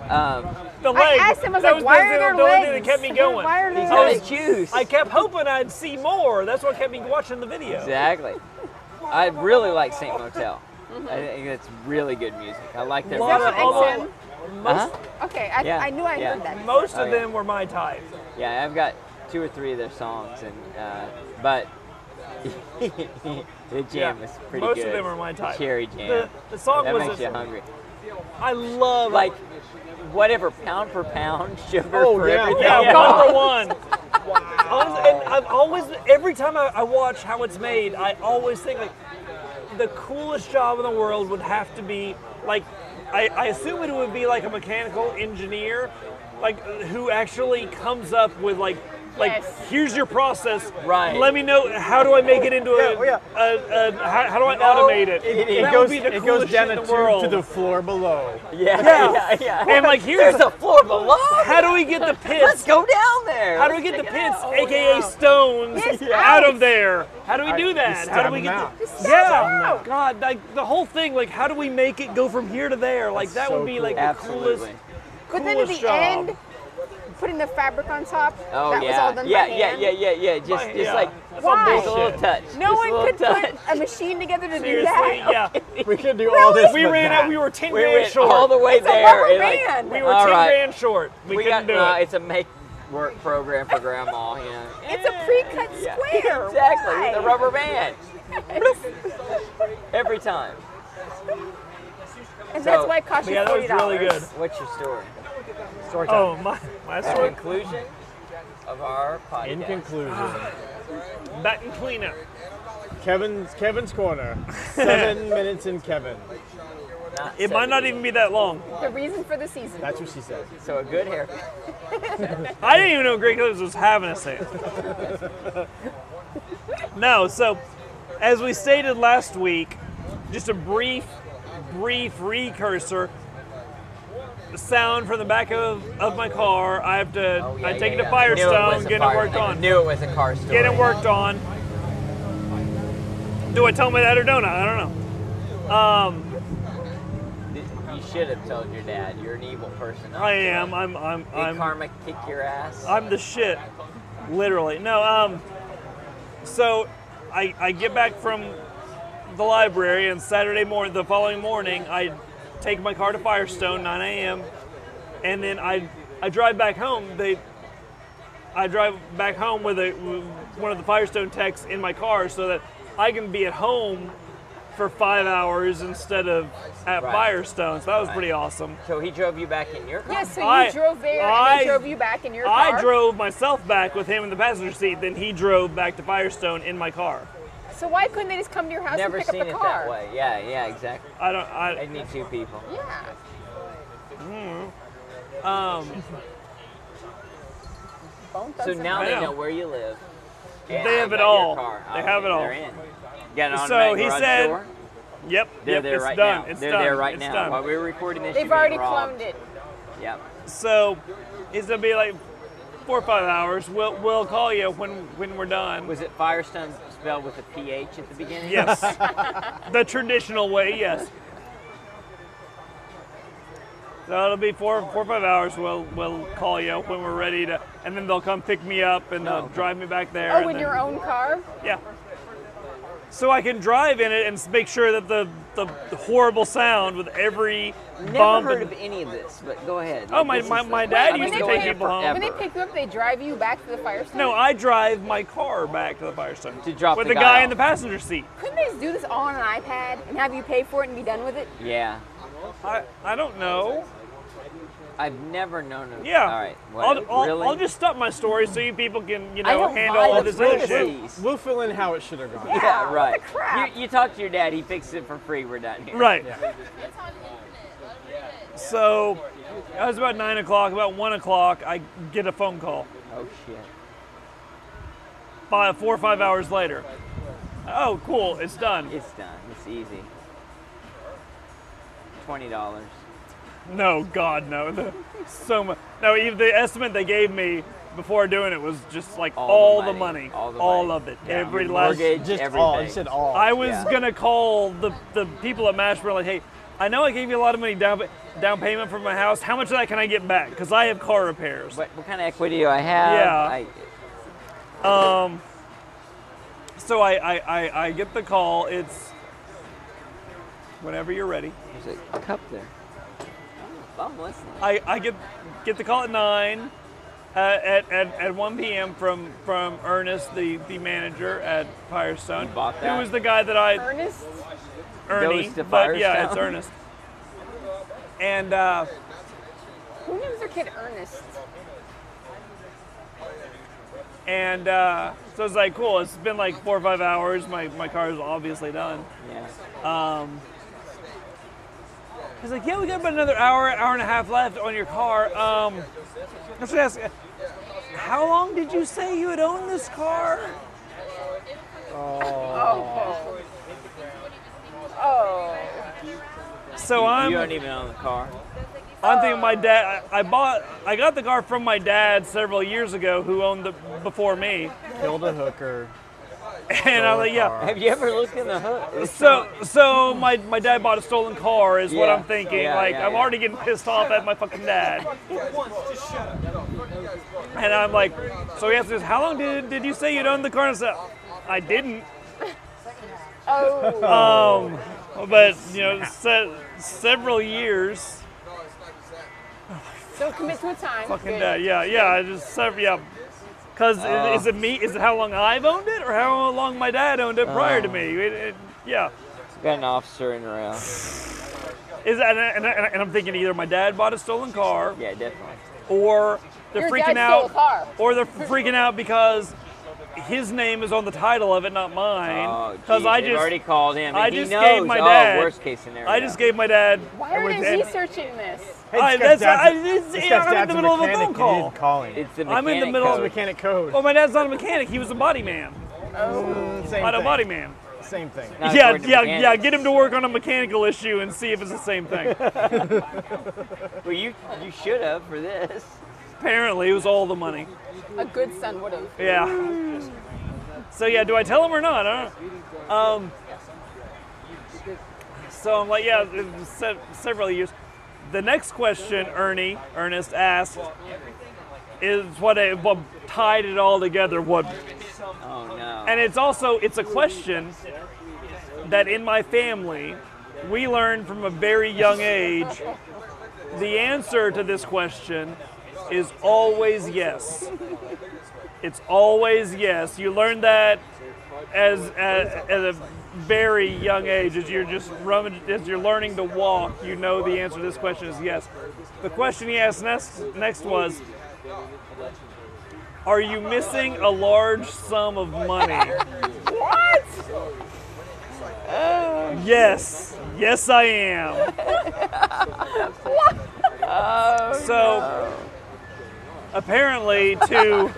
Speaker 3: Um,
Speaker 5: The
Speaker 4: I
Speaker 5: leg.
Speaker 4: asked him, I was
Speaker 5: that
Speaker 4: like, why
Speaker 5: the,
Speaker 4: are there
Speaker 5: the only thing
Speaker 4: legs?
Speaker 5: that kept me
Speaker 4: [LAUGHS]
Speaker 5: going.
Speaker 4: Why are there
Speaker 3: he's
Speaker 5: I
Speaker 3: got
Speaker 5: was-
Speaker 3: a juice.
Speaker 5: I kept hoping I'd see more. That's what kept me watching the video.
Speaker 3: exactly. I really like Saint
Speaker 5: [LAUGHS]
Speaker 3: Motel. I think that's really good music. I like their
Speaker 5: Lot
Speaker 3: music
Speaker 5: of-
Speaker 3: a
Speaker 4: all-
Speaker 3: lot.
Speaker 5: all-
Speaker 3: Uh-huh.
Speaker 4: Okay, I,
Speaker 3: Yeah,
Speaker 4: I knew I
Speaker 3: yeah.
Speaker 4: heard that.
Speaker 5: Most
Speaker 3: Oh,
Speaker 5: of
Speaker 3: yeah.
Speaker 5: them were my type.
Speaker 3: Yeah, I've got two or three of their songs, and uh, but [LAUGHS] the jam was pretty
Speaker 5: Most
Speaker 3: good.
Speaker 5: of them were my type.
Speaker 3: Cherry jam.
Speaker 5: The, the song
Speaker 3: that
Speaker 5: was
Speaker 3: makes
Speaker 5: a-
Speaker 3: you hungry.
Speaker 5: I love
Speaker 3: Like, whatever, pound for pound, [LAUGHS] sugar
Speaker 2: Oh,
Speaker 3: for
Speaker 2: yeah.
Speaker 3: everything.
Speaker 5: Yeah,
Speaker 3: else.
Speaker 5: one for one. Honestly, and I've always, every time I, I watch how it's made, I always think like the coolest job in the world would have to be like, I, I assume it would be like a mechanical engineer, like who actually comes up with like, like
Speaker 4: Yes.
Speaker 5: here's your process.
Speaker 3: Right.
Speaker 5: Let me know how do I make it into
Speaker 2: Yeah,
Speaker 5: a,
Speaker 2: yeah.
Speaker 5: a, a, how, how do I
Speaker 3: No,
Speaker 5: automate it?
Speaker 3: it- it
Speaker 5: that
Speaker 2: goes,
Speaker 5: would be the
Speaker 2: it goes
Speaker 5: coolest
Speaker 2: down a
Speaker 5: shit in the
Speaker 2: tube
Speaker 5: world.
Speaker 2: to the floor below.
Speaker 3: [LAUGHS] Yeah,
Speaker 5: Yeah.
Speaker 3: yeah, yeah.
Speaker 5: And, like, here's
Speaker 3: There's a floor below.
Speaker 5: how do we get the
Speaker 3: Let's
Speaker 5: pits?
Speaker 3: go down there.
Speaker 5: How do we get the pits,
Speaker 4: Oh,
Speaker 5: aka
Speaker 3: Oh,
Speaker 5: stones,
Speaker 4: Yes,
Speaker 5: [LAUGHS] out
Speaker 4: ouch.
Speaker 5: of there? How do we do
Speaker 2: you
Speaker 5: that?
Speaker 2: stab
Speaker 5: How do we
Speaker 2: them
Speaker 5: get
Speaker 2: out.
Speaker 5: the,
Speaker 4: Just stab them
Speaker 5: yeah?
Speaker 4: out.
Speaker 5: God, like the whole thing. Like, how do we make it go from here to there? Like
Speaker 2: That's
Speaker 5: that
Speaker 2: so
Speaker 5: would be like
Speaker 2: cool.
Speaker 5: the coolest.
Speaker 3: Absolutely.
Speaker 4: But then at the
Speaker 5: coolest job.
Speaker 4: end, putting the fabric on top,
Speaker 3: Oh
Speaker 4: that
Speaker 3: yeah.
Speaker 4: was all done
Speaker 3: yeah,
Speaker 4: by
Speaker 3: yeah,
Speaker 4: hand.
Speaker 3: yeah, yeah, yeah. Just,
Speaker 5: By-
Speaker 3: just
Speaker 5: yeah.
Speaker 3: like
Speaker 5: That's
Speaker 4: all
Speaker 3: just a little
Speaker 5: bullshit.
Speaker 3: touch.
Speaker 4: No
Speaker 3: just a
Speaker 4: one
Speaker 3: little
Speaker 4: could
Speaker 3: touch. [LAUGHS]
Speaker 4: put a machine together to do
Speaker 5: Seriously,
Speaker 4: that. [LAUGHS]
Speaker 5: yeah.
Speaker 2: We
Speaker 6: [LAUGHS]
Speaker 2: could do all this.
Speaker 5: We
Speaker 2: but
Speaker 5: ran
Speaker 2: that.
Speaker 5: out. We were ten
Speaker 3: We
Speaker 5: grand
Speaker 3: went
Speaker 5: short.
Speaker 3: all the way
Speaker 4: a
Speaker 3: there.
Speaker 4: rubber
Speaker 3: and, like,
Speaker 4: band.
Speaker 5: we were
Speaker 3: All
Speaker 5: ten
Speaker 3: right.
Speaker 5: grand short. We,
Speaker 3: we
Speaker 5: couldn't
Speaker 3: got
Speaker 5: do
Speaker 3: uh,
Speaker 5: it.
Speaker 3: it's a make work program for grandma. Yeah.
Speaker 4: [LAUGHS] It's a pre-cut
Speaker 3: Yeah.
Speaker 4: square.
Speaker 3: exactly.
Speaker 4: Why?
Speaker 3: With a rubber band. Every time.
Speaker 4: And that's
Speaker 3: So-
Speaker 4: why it cost you
Speaker 5: Yeah, that
Speaker 4: forty
Speaker 5: was really good.
Speaker 3: What's your story?
Speaker 2: Story time.
Speaker 5: Oh my, my
Speaker 3: In
Speaker 4: [LAUGHS]
Speaker 5: story.
Speaker 3: conclusion of our podcast.
Speaker 2: In conclusion,
Speaker 5: Back and clean up.
Speaker 2: Kevin's Kevin's corner. Seven minutes in Kevin.
Speaker 3: Not
Speaker 5: It might not
Speaker 3: 70.
Speaker 5: even be that long.
Speaker 4: The reason for the season.
Speaker 2: That's what she said.
Speaker 3: So a good hair.
Speaker 5: I didn't even know Greg Phillips was having a sale. no, so as we stated last week, just a brief, brief recursor sound from the back of, of my car. I have to,
Speaker 3: Oh, yeah,
Speaker 5: I take
Speaker 3: yeah,
Speaker 5: it
Speaker 3: yeah. I knew
Speaker 5: to
Speaker 3: it
Speaker 5: Firestone,
Speaker 3: was a
Speaker 5: get it
Speaker 3: fire
Speaker 5: worked
Speaker 3: thing. I
Speaker 5: on.
Speaker 3: Knew it was a car story.
Speaker 5: Get it worked on. Do I tell me that or don't I? I don't know.
Speaker 3: You should have told your dad. You're an evil person.
Speaker 5: I am. I'm. I'm.
Speaker 3: Did
Speaker 5: I'm.
Speaker 3: karma kick your ass?
Speaker 5: I'm the shit. Literally. No, um so I I get back from the library and Saturday morning the following morning I take my car to Firestone, nine AM, and then I I drive back home. They I drive back home with a with one of the Firestone techs in my car so that I can be at home for five hours instead of at
Speaker 3: Right.
Speaker 5: Firestone. So that was pretty awesome.
Speaker 3: so he drove you back in your car.
Speaker 4: Yes, so you
Speaker 5: I-
Speaker 4: drove there and
Speaker 5: I-
Speaker 4: they drove you back in your car.
Speaker 5: I drove myself back with him in the passenger seat, then he drove back to Firestone in my car.
Speaker 4: So why couldn't they just come to your house
Speaker 3: Never
Speaker 4: and pick
Speaker 3: seen
Speaker 4: up the
Speaker 3: it
Speaker 4: car?
Speaker 3: that way. Yeah, yeah, exactly.
Speaker 5: I don't.
Speaker 3: I
Speaker 5: I
Speaker 3: need two people.
Speaker 4: Yeah. Um.
Speaker 3: So now
Speaker 5: I
Speaker 3: they
Speaker 5: know.
Speaker 3: know where you live. and
Speaker 5: They have
Speaker 3: got
Speaker 5: it
Speaker 3: your
Speaker 5: all.
Speaker 3: car.
Speaker 5: They
Speaker 3: Oh,
Speaker 5: have it all.
Speaker 3: They're in. Got an
Speaker 5: So
Speaker 3: automatic
Speaker 5: he
Speaker 3: garage
Speaker 5: said-
Speaker 3: door?
Speaker 5: yep.
Speaker 3: They're
Speaker 5: yep.
Speaker 3: there
Speaker 5: it's
Speaker 3: right
Speaker 5: done.
Speaker 3: now.
Speaker 5: It's
Speaker 3: They're
Speaker 5: done.
Speaker 3: there right
Speaker 5: it's
Speaker 3: now.
Speaker 5: done.
Speaker 3: While we were recording this,
Speaker 4: They've
Speaker 3: you're being
Speaker 4: already
Speaker 3: robbed.
Speaker 4: cloned it.
Speaker 3: Yep.
Speaker 5: So it's gonna be like four or five hours. We'll we'll call you when when we're done.
Speaker 3: Was it Firestone spelled with a PH at the beginning?
Speaker 5: [LAUGHS] Yes. the traditional way, yes. So it'll be four, four or five hours. We'll we'll call you when we're ready to, and then they'll come pick me up and
Speaker 3: Oh,
Speaker 5: they'll drive me back there.
Speaker 4: Oh,
Speaker 5: and
Speaker 4: in
Speaker 5: then-
Speaker 4: your own car?
Speaker 5: Yeah. So I can drive in it and s- make sure that the the horrible sound with every
Speaker 3: Never
Speaker 5: bump.
Speaker 3: heard
Speaker 5: and-
Speaker 3: of any of this, but go ahead.
Speaker 5: Oh, my-
Speaker 3: This is
Speaker 5: my-
Speaker 3: the-
Speaker 5: my dad
Speaker 3: I've
Speaker 5: used
Speaker 3: been
Speaker 5: to
Speaker 3: going
Speaker 5: take
Speaker 3: here
Speaker 5: people home.
Speaker 4: When they
Speaker 3: forever.
Speaker 4: pick you up, they drive you back to the fire station?
Speaker 5: no, I drive my car back to the Firestone
Speaker 3: To drop
Speaker 5: with
Speaker 3: the
Speaker 5: the,
Speaker 3: guy
Speaker 5: guy
Speaker 3: off.
Speaker 5: in the passenger seat.
Speaker 4: Couldn't they just do this all on an iPad and have you pay for it and be done with it?
Speaker 3: Yeah.
Speaker 5: I, I don't know.
Speaker 3: I've never known of.
Speaker 5: Yeah.
Speaker 3: All right. What,
Speaker 5: I'll, I'll,
Speaker 3: really?
Speaker 5: I'll just stop my story so you people can you
Speaker 3: I
Speaker 5: know
Speaker 3: don't
Speaker 5: handle
Speaker 3: buy
Speaker 5: all
Speaker 3: the
Speaker 5: this other shit.
Speaker 3: fantasies.
Speaker 2: We'll fill in how it should have gone.
Speaker 3: Yeah,
Speaker 4: what
Speaker 3: right.
Speaker 4: the crap?
Speaker 3: You, you talk to your dad. He fixed it for free. We're done here.
Speaker 5: Right.
Speaker 2: Yeah.
Speaker 5: So it was about nine o'clock. About one o'clock, I get a phone call.
Speaker 3: Oh shit.
Speaker 5: Five, four or five hours later. Oh, cool. It's done.
Speaker 3: It's done. It's easy. Twenty dollars.
Speaker 5: No, God, no. The- so much. No, even the estimate they gave me before doing it was just like all, the, money.
Speaker 3: All the money.
Speaker 5: of it.
Speaker 3: Yeah.
Speaker 5: Every
Speaker 3: Your
Speaker 5: last.
Speaker 3: mortgage.
Speaker 2: Just
Speaker 3: Everything.
Speaker 2: all. He said all.
Speaker 5: I was
Speaker 3: Yeah.
Speaker 5: gonna call the the people at Mashburn like, hey, I know I gave you a lot of money down pa- down payment for my house. How much of that can I get back? Because I have car repairs.
Speaker 3: What, what kind of equity do I have?
Speaker 5: Yeah.
Speaker 3: I,
Speaker 5: So I I, I I get the call. It's whenever you're ready.
Speaker 3: there's a cup there. Oh, I'm listening.
Speaker 5: I, I get get the call at nine uh, at, at, at 1 p.m. from from Ernest, the, the manager at Firestone,
Speaker 3: You bought that?
Speaker 5: who was the guy that I
Speaker 4: Ernest?
Speaker 5: Ernie,
Speaker 3: Goes to
Speaker 5: but yeah,
Speaker 3: Firestone?
Speaker 5: it's Ernest. And uh,
Speaker 4: Who names their kid Ernest?
Speaker 5: and uh, so it's like cool. It's been like four or five hours. My my car is obviously done.
Speaker 3: Yeah.
Speaker 5: He's like, yeah, we got about another hour, hour and a half left on your car. Um, I should ask, how long did you say you had owned this car?
Speaker 4: Oh. Oh.
Speaker 5: So I'm.
Speaker 3: you don't even own the car.
Speaker 5: I'm thinking my dad. I, I bought, I got the car from my dad several years ago, who owned the before me. [LAUGHS]
Speaker 8: Killed a hooker.
Speaker 5: And I'm like, yeah.
Speaker 3: Have you ever looked in the hood?
Speaker 5: So, so my, my dad bought a stolen car is what
Speaker 3: Yeah.
Speaker 5: I'm thinking.
Speaker 3: Yeah,
Speaker 5: like
Speaker 3: yeah,
Speaker 5: I'm
Speaker 3: yeah.
Speaker 5: already getting pissed off at my fucking dad. And I'm like, so he asked us, how long did did you say you'd owned the car? And I said, I didn't.
Speaker 4: Oh.
Speaker 5: Um, but
Speaker 3: [LAUGHS]
Speaker 5: you know, se- several years.
Speaker 4: Don't commit to a time.
Speaker 5: Fucking
Speaker 4: Good.
Speaker 5: dad. Yeah, yeah. I just several. Yeah. Cause i- is it me? Is it how long I've owned it, or how long my dad owned it prior to me? It- it- yeah.
Speaker 3: Got an officer in the rail.
Speaker 5: Is and, I- and, I- and I'm thinking either my dad bought a stolen car,
Speaker 3: Yeah, definitely.
Speaker 5: or they're
Speaker 4: Your
Speaker 5: freaking
Speaker 4: dad stole a
Speaker 5: out,
Speaker 4: car.
Speaker 5: or they're freaking out because his name is on the title of it, not mine.
Speaker 3: Oh,
Speaker 5: Because
Speaker 3: geez,
Speaker 5: I
Speaker 3: they've
Speaker 5: just
Speaker 3: already called him. and
Speaker 5: I
Speaker 3: he
Speaker 5: just
Speaker 3: knows.
Speaker 5: gave my
Speaker 3: oh,
Speaker 5: dad-
Speaker 3: worst case scenario.
Speaker 5: I just gave my dad.
Speaker 4: Why are
Speaker 5: and
Speaker 4: they
Speaker 5: with-
Speaker 4: researching this?
Speaker 5: I,
Speaker 8: Hey, this guy's
Speaker 5: that's, I,
Speaker 8: dad's-
Speaker 5: it's,
Speaker 8: this guy's
Speaker 5: I'm in
Speaker 8: dad's
Speaker 5: the middle of a
Speaker 8: mechanic
Speaker 5: phone
Speaker 8: and
Speaker 5: call. Oh,
Speaker 8: He's calling.
Speaker 3: It's the
Speaker 5: I'm in the
Speaker 3: mechanic
Speaker 5: middle of
Speaker 3: code.
Speaker 8: mechanic code.
Speaker 5: Well, my dad's not a mechanic. He was a body man.
Speaker 8: Mm, same
Speaker 5: Not a
Speaker 8: thing.
Speaker 5: body man.
Speaker 8: Same thing.
Speaker 3: Not
Speaker 5: yeah,
Speaker 3: according to
Speaker 5: yeah,
Speaker 3: mechanics.
Speaker 5: yeah. Get him to work on a mechanical issue and see if it's the same thing.
Speaker 3: Well, you you should have for this.
Speaker 5: Apparently, it was all the money.
Speaker 4: A good son would have.
Speaker 5: Yeah. So yeah, do I tell him or not? I don't know. Um, so I'm like, yeah, it was se- several years. The next question Ernie Ernest asked is what I, what tied it all together. What
Speaker 3: Oh no.
Speaker 5: and it's also it's a question that in my family we learned from a very young age. The answer to this question is always yes. It's always yes. You learn that as as, at a very young age, as you're just rummage, as you're learning to walk, you know the answer to this question is yes. The question he asked next next was, "Are you missing a large sum of money?"
Speaker 4: What?
Speaker 5: Yes, yes, I am. so, apparently, to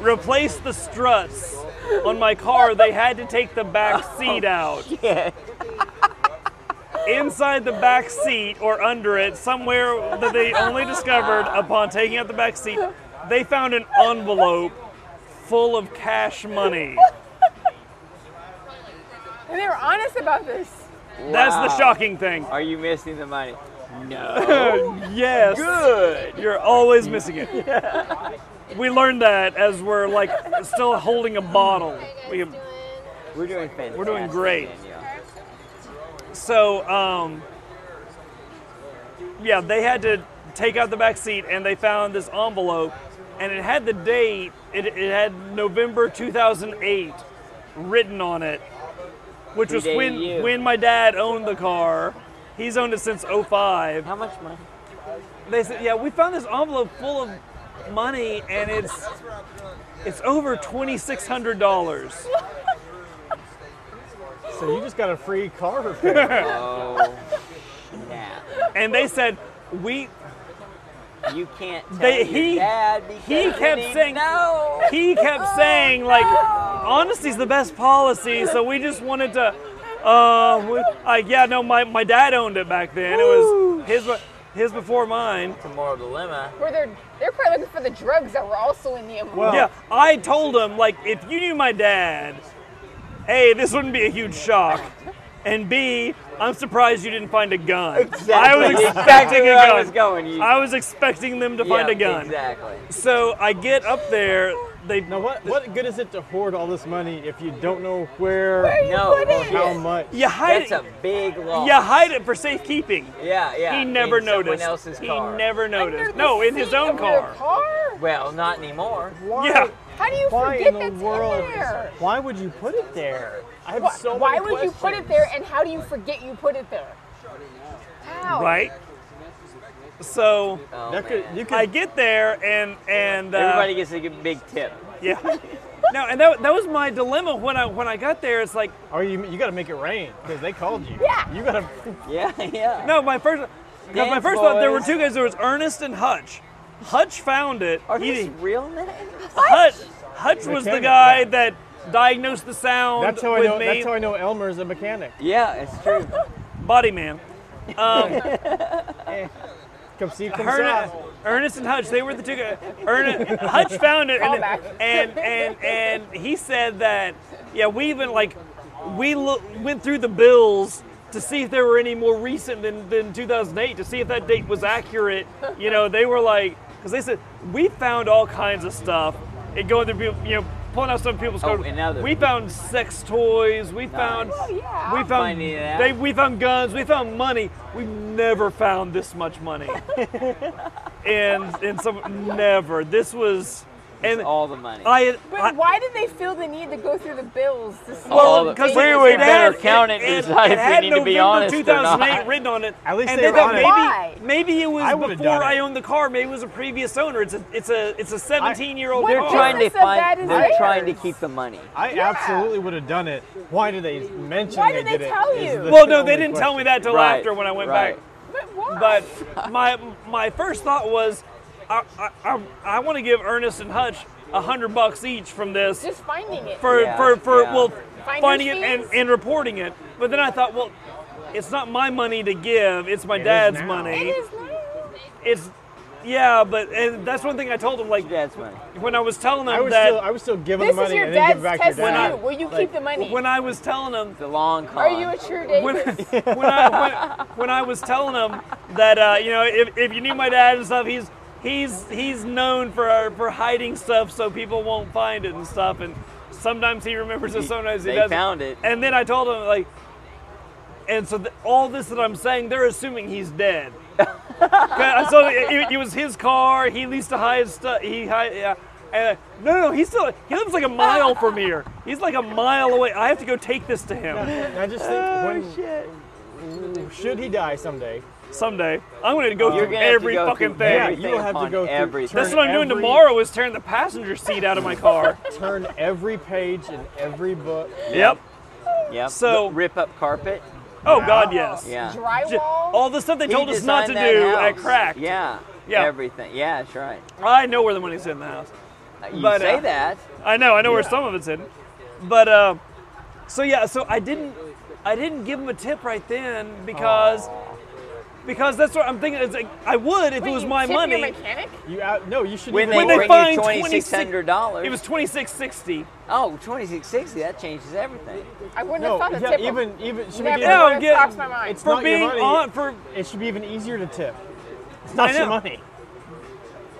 Speaker 5: replace the struts on my car, they had to take the back seat out. Inside the back seat or under it, somewhere that they only discovered upon taking out the back seat, they found an envelope full of cash money.
Speaker 4: And they were honest about this.
Speaker 5: That's the
Speaker 3: Wow.
Speaker 5: shocking thing.
Speaker 3: Are you missing the money?
Speaker 5: yes. Good. You're always missing it. We learned that as we're like still holding a bottle. We,
Speaker 3: We're doing fantastic.
Speaker 5: doing great.
Speaker 3: Danielle.
Speaker 5: so, um, yeah, they had to take out the back seat and they found this envelope and it had the date, it, it had November 2008 written on it, which was
Speaker 3: Predating
Speaker 5: when,
Speaker 3: you.
Speaker 5: when my dad owned the car. He's owned it since 05.
Speaker 3: How much money?
Speaker 5: They said, "Yeah, we found this envelope full of money, and it's it's over twenty six hundred dollars."
Speaker 8: So you just got a free car repair.
Speaker 3: Oh, snap.
Speaker 5: And they said, "We."
Speaker 3: You can't tell
Speaker 5: They-
Speaker 3: your
Speaker 5: he-
Speaker 3: dad because
Speaker 5: He kept
Speaker 3: he
Speaker 5: saying,
Speaker 3: no.
Speaker 5: He kept
Speaker 3: Oh,
Speaker 5: saying, like, honesty's the best policy. So we just wanted to, uh, we, uh yeah, no, my, my dad owned it back then. It was his his before mine.
Speaker 3: It's a moral dilemma.
Speaker 4: Where they're they're probably looking for the drugs that were also in the envelope.
Speaker 8: Well-
Speaker 5: Yeah, I told him like if you knew my dad, a this wouldn't be a huge shock, and b I'm surprised you didn't find a gun. I was
Speaker 3: Exactly.
Speaker 5: expecting a
Speaker 3: Where
Speaker 5: gun.
Speaker 3: I was going. You,
Speaker 5: I was expecting them to find
Speaker 3: Yeah,
Speaker 5: a gun.
Speaker 3: Exactly.
Speaker 5: So I get up there. They
Speaker 8: now what? What good is it to hoard all this money if you don't know where,
Speaker 3: No.
Speaker 8: or how
Speaker 3: shit.
Speaker 8: much?
Speaker 5: you hide
Speaker 3: That's
Speaker 5: it.
Speaker 3: a big loss.
Speaker 5: You hide it for safekeeping.
Speaker 3: Yeah, yeah.
Speaker 5: he never
Speaker 3: in
Speaker 5: noticed.
Speaker 3: Someone else's
Speaker 5: he
Speaker 3: car.
Speaker 5: never
Speaker 4: Under
Speaker 5: noticed.
Speaker 4: the
Speaker 5: No, in
Speaker 4: seat
Speaker 5: his own
Speaker 4: of your
Speaker 5: car.
Speaker 4: car?
Speaker 3: Well, not anymore.
Speaker 8: Why?
Speaker 5: Yeah.
Speaker 4: How do you
Speaker 8: Why
Speaker 4: forget
Speaker 8: in
Speaker 4: that's
Speaker 8: the world?
Speaker 4: in there?
Speaker 8: Why would you put it there? I have
Speaker 4: Why,
Speaker 8: so
Speaker 4: why
Speaker 8: many
Speaker 4: would you put it
Speaker 8: questions.
Speaker 4: there, and how do you forget you put it there? How?
Speaker 5: Right? So
Speaker 3: Oh,
Speaker 8: That could,
Speaker 3: man.
Speaker 8: you could,
Speaker 5: I get there and and uh,
Speaker 3: Everybody gets a good big tip.
Speaker 5: yeah. No, and that, that was my dilemma when I when I got there. It's like
Speaker 8: or you, you got to make it rain because they called you.
Speaker 6: Yeah.
Speaker 8: You got to.
Speaker 3: Yeah, yeah.
Speaker 5: no, my first 'cause my
Speaker 3: Dance
Speaker 5: first thought there were
Speaker 3: boys.
Speaker 5: two guys. There was Ernest and Hutch. Hutch found it.
Speaker 3: Are
Speaker 5: He-
Speaker 3: these real men?
Speaker 5: Hutch Hutch was the
Speaker 8: Mechanic,
Speaker 5: guy
Speaker 8: yeah.
Speaker 5: that diagnosed the sound
Speaker 8: That's how I
Speaker 5: with
Speaker 8: know.
Speaker 5: me.
Speaker 8: That's how I know Elmer's a mechanic.
Speaker 3: Yeah, it's
Speaker 5: [LAUGHS]
Speaker 3: true.
Speaker 5: Body man.
Speaker 8: Come see, come
Speaker 5: Ernest,
Speaker 8: shop.
Speaker 5: Ernest and Hutch, they were the two guys. Ernest, Hutch found it, and,
Speaker 4: Callback.
Speaker 5: and and and he said that yeah, we even like we look, went through the bills to see if there were any more recent than than 2008 to see if that date was accurate. You know, they were like because they said we found all kinds of stuff and going through people, you know. Pulling out some people's
Speaker 3: Oh,
Speaker 5: code.
Speaker 3: and now they're-
Speaker 5: we found sex toys. We found,
Speaker 4: Oh, yeah.
Speaker 5: we found,
Speaker 3: Money, yeah.
Speaker 5: they, we found guns. We found money. We've never found this much money and and some never. This was and
Speaker 3: All the money.
Speaker 5: I. had-
Speaker 4: But
Speaker 5: I
Speaker 4: why did they feel the need to go through the bills to see?
Speaker 3: All
Speaker 5: well,
Speaker 3: the-
Speaker 5: because
Speaker 3: We
Speaker 5: it-
Speaker 3: would
Speaker 5: it
Speaker 3: better
Speaker 5: had-
Speaker 3: count it and decide if we
Speaker 5: had
Speaker 3: need to be
Speaker 5: November
Speaker 3: honest or not.
Speaker 5: 2008 written on it.
Speaker 8: At least
Speaker 5: and
Speaker 8: they
Speaker 5: they
Speaker 8: were
Speaker 5: thought
Speaker 8: honest.
Speaker 4: Why?
Speaker 5: maybe, maybe it was
Speaker 8: I would've
Speaker 5: before
Speaker 8: done it.
Speaker 5: I owned the car. Maybe it was a previous owner. It's a it's a it's a 17 year old
Speaker 4: What
Speaker 5: car.
Speaker 3: they're trying to
Speaker 4: business of that
Speaker 3: find.
Speaker 4: is
Speaker 3: They're
Speaker 4: theirs?
Speaker 3: trying to keep the money.
Speaker 8: I absolutely would have done it. Why did they mention
Speaker 4: Why
Speaker 8: they
Speaker 4: did they
Speaker 8: did it?
Speaker 4: tell
Speaker 8: is
Speaker 4: you?
Speaker 8: the
Speaker 5: well, no, they
Speaker 8: only
Speaker 5: didn't tell me
Speaker 8: question.
Speaker 5: that till
Speaker 3: Right,
Speaker 5: after when I went
Speaker 3: right.
Speaker 5: back.
Speaker 4: But why?
Speaker 5: But my my first thought was, I I, I, I want to give Ernest and Hutch a hundred bucks each from this.
Speaker 4: just finding it.
Speaker 5: for
Speaker 3: Yeah,
Speaker 5: for, for
Speaker 3: yeah.
Speaker 5: well
Speaker 4: Finders
Speaker 5: finding it and,
Speaker 4: fees?
Speaker 5: and reporting it. But then I thought, well, it's not my money to give; it's my dad's
Speaker 8: now.
Speaker 5: money.
Speaker 4: it is now.
Speaker 5: It's yeah, but and that's one thing I told him. Like
Speaker 3: That's money.
Speaker 5: when I was telling
Speaker 8: I
Speaker 5: him
Speaker 8: would
Speaker 5: that
Speaker 8: still, I would still give them
Speaker 4: This
Speaker 8: the
Speaker 4: is
Speaker 8: money
Speaker 4: your
Speaker 8: and then give
Speaker 4: dad's
Speaker 8: it back
Speaker 4: test
Speaker 8: to your dad.
Speaker 4: too. Will you keep the money?
Speaker 5: when I was telling him
Speaker 3: The long con.
Speaker 4: Are you a true Davis?
Speaker 3: [LAUGHS]
Speaker 5: when, when I when, when I was telling him that uh, you know if, if you knew my dad and stuff, he's he's he's known for for hiding stuff so people won't find it and stuff. And sometimes he remembers it,
Speaker 3: He-
Speaker 5: sometimes he
Speaker 3: they
Speaker 5: doesn't.
Speaker 3: found it.
Speaker 5: And then I told him like, and so th- all this that I'm saying, they're assuming he's
Speaker 3: [LAUGHS]
Speaker 5: dead. 'Cause- so it, it was his car. He leased to hide stuff. He hide. Yeah. And, uh, no, no, he's still. He lives like a mile from here. He's like a mile away. I have to go take this to him.
Speaker 3: [LAUGHS]
Speaker 8: And I just think,
Speaker 4: Oh,
Speaker 3: Oh,
Speaker 8: when, should he die someday?
Speaker 5: someday. I'm going to go
Speaker 3: You're
Speaker 5: through
Speaker 3: gonna have to
Speaker 5: every
Speaker 3: go
Speaker 5: fucking
Speaker 3: through
Speaker 5: thing.
Speaker 8: Yeah, you
Speaker 3: everything
Speaker 8: will have to
Speaker 3: upon
Speaker 8: go through.
Speaker 3: everything.
Speaker 5: That's what I'm doing
Speaker 8: every-
Speaker 5: tomorrow is tearing the passenger seat out of
Speaker 3: [LAUGHS]
Speaker 5: my car.
Speaker 8: Turn every page in every book.
Speaker 5: yep.
Speaker 3: Yep.
Speaker 5: So-
Speaker 3: rip up carpet.
Speaker 5: Oh God, yes.
Speaker 3: Yeah.
Speaker 5: J-
Speaker 4: [LAUGHS] Drywall.
Speaker 5: All the stuff they
Speaker 3: He
Speaker 5: told us not to do
Speaker 3: designed that
Speaker 5: at
Speaker 3: house.
Speaker 5: crack.
Speaker 3: Yeah.
Speaker 5: Yeah.
Speaker 3: Everything. Yeah, that's right.
Speaker 5: I know where the money's in the house.
Speaker 3: You
Speaker 5: But,
Speaker 3: say
Speaker 5: uh,
Speaker 3: that.
Speaker 5: I know, I know where some of it's hidden. But uh, so yeah, so I didn't, I didn't give him a tip right then because, because that's what I'm thinking. It's like I would if
Speaker 4: Wait,
Speaker 5: it was
Speaker 4: you
Speaker 5: my
Speaker 4: tip
Speaker 5: money.
Speaker 4: Your mechanic?
Speaker 8: You out? No, you should.
Speaker 3: When
Speaker 8: even
Speaker 3: they
Speaker 5: when
Speaker 8: go-
Speaker 5: they
Speaker 3: bring
Speaker 5: find
Speaker 3: you
Speaker 5: 26
Speaker 3: $2,600, dollars
Speaker 5: it was twenty six sixty.
Speaker 3: oh, 2660 that changes everything. [LAUGHS]
Speaker 4: I wouldn't
Speaker 8: no,
Speaker 4: have thought
Speaker 8: yeah,
Speaker 4: to tip him.
Speaker 8: even even should
Speaker 4: Never
Speaker 8: we
Speaker 5: Yeah,
Speaker 4: would
Speaker 5: I'm
Speaker 4: have
Speaker 5: getting-
Speaker 4: crossed my mind.
Speaker 8: It's
Speaker 5: For
Speaker 8: not your
Speaker 5: being
Speaker 8: money.
Speaker 5: on for
Speaker 8: It should be even easier to tip. It's
Speaker 5: I
Speaker 8: not your
Speaker 5: know.
Speaker 8: [LAUGHS] money.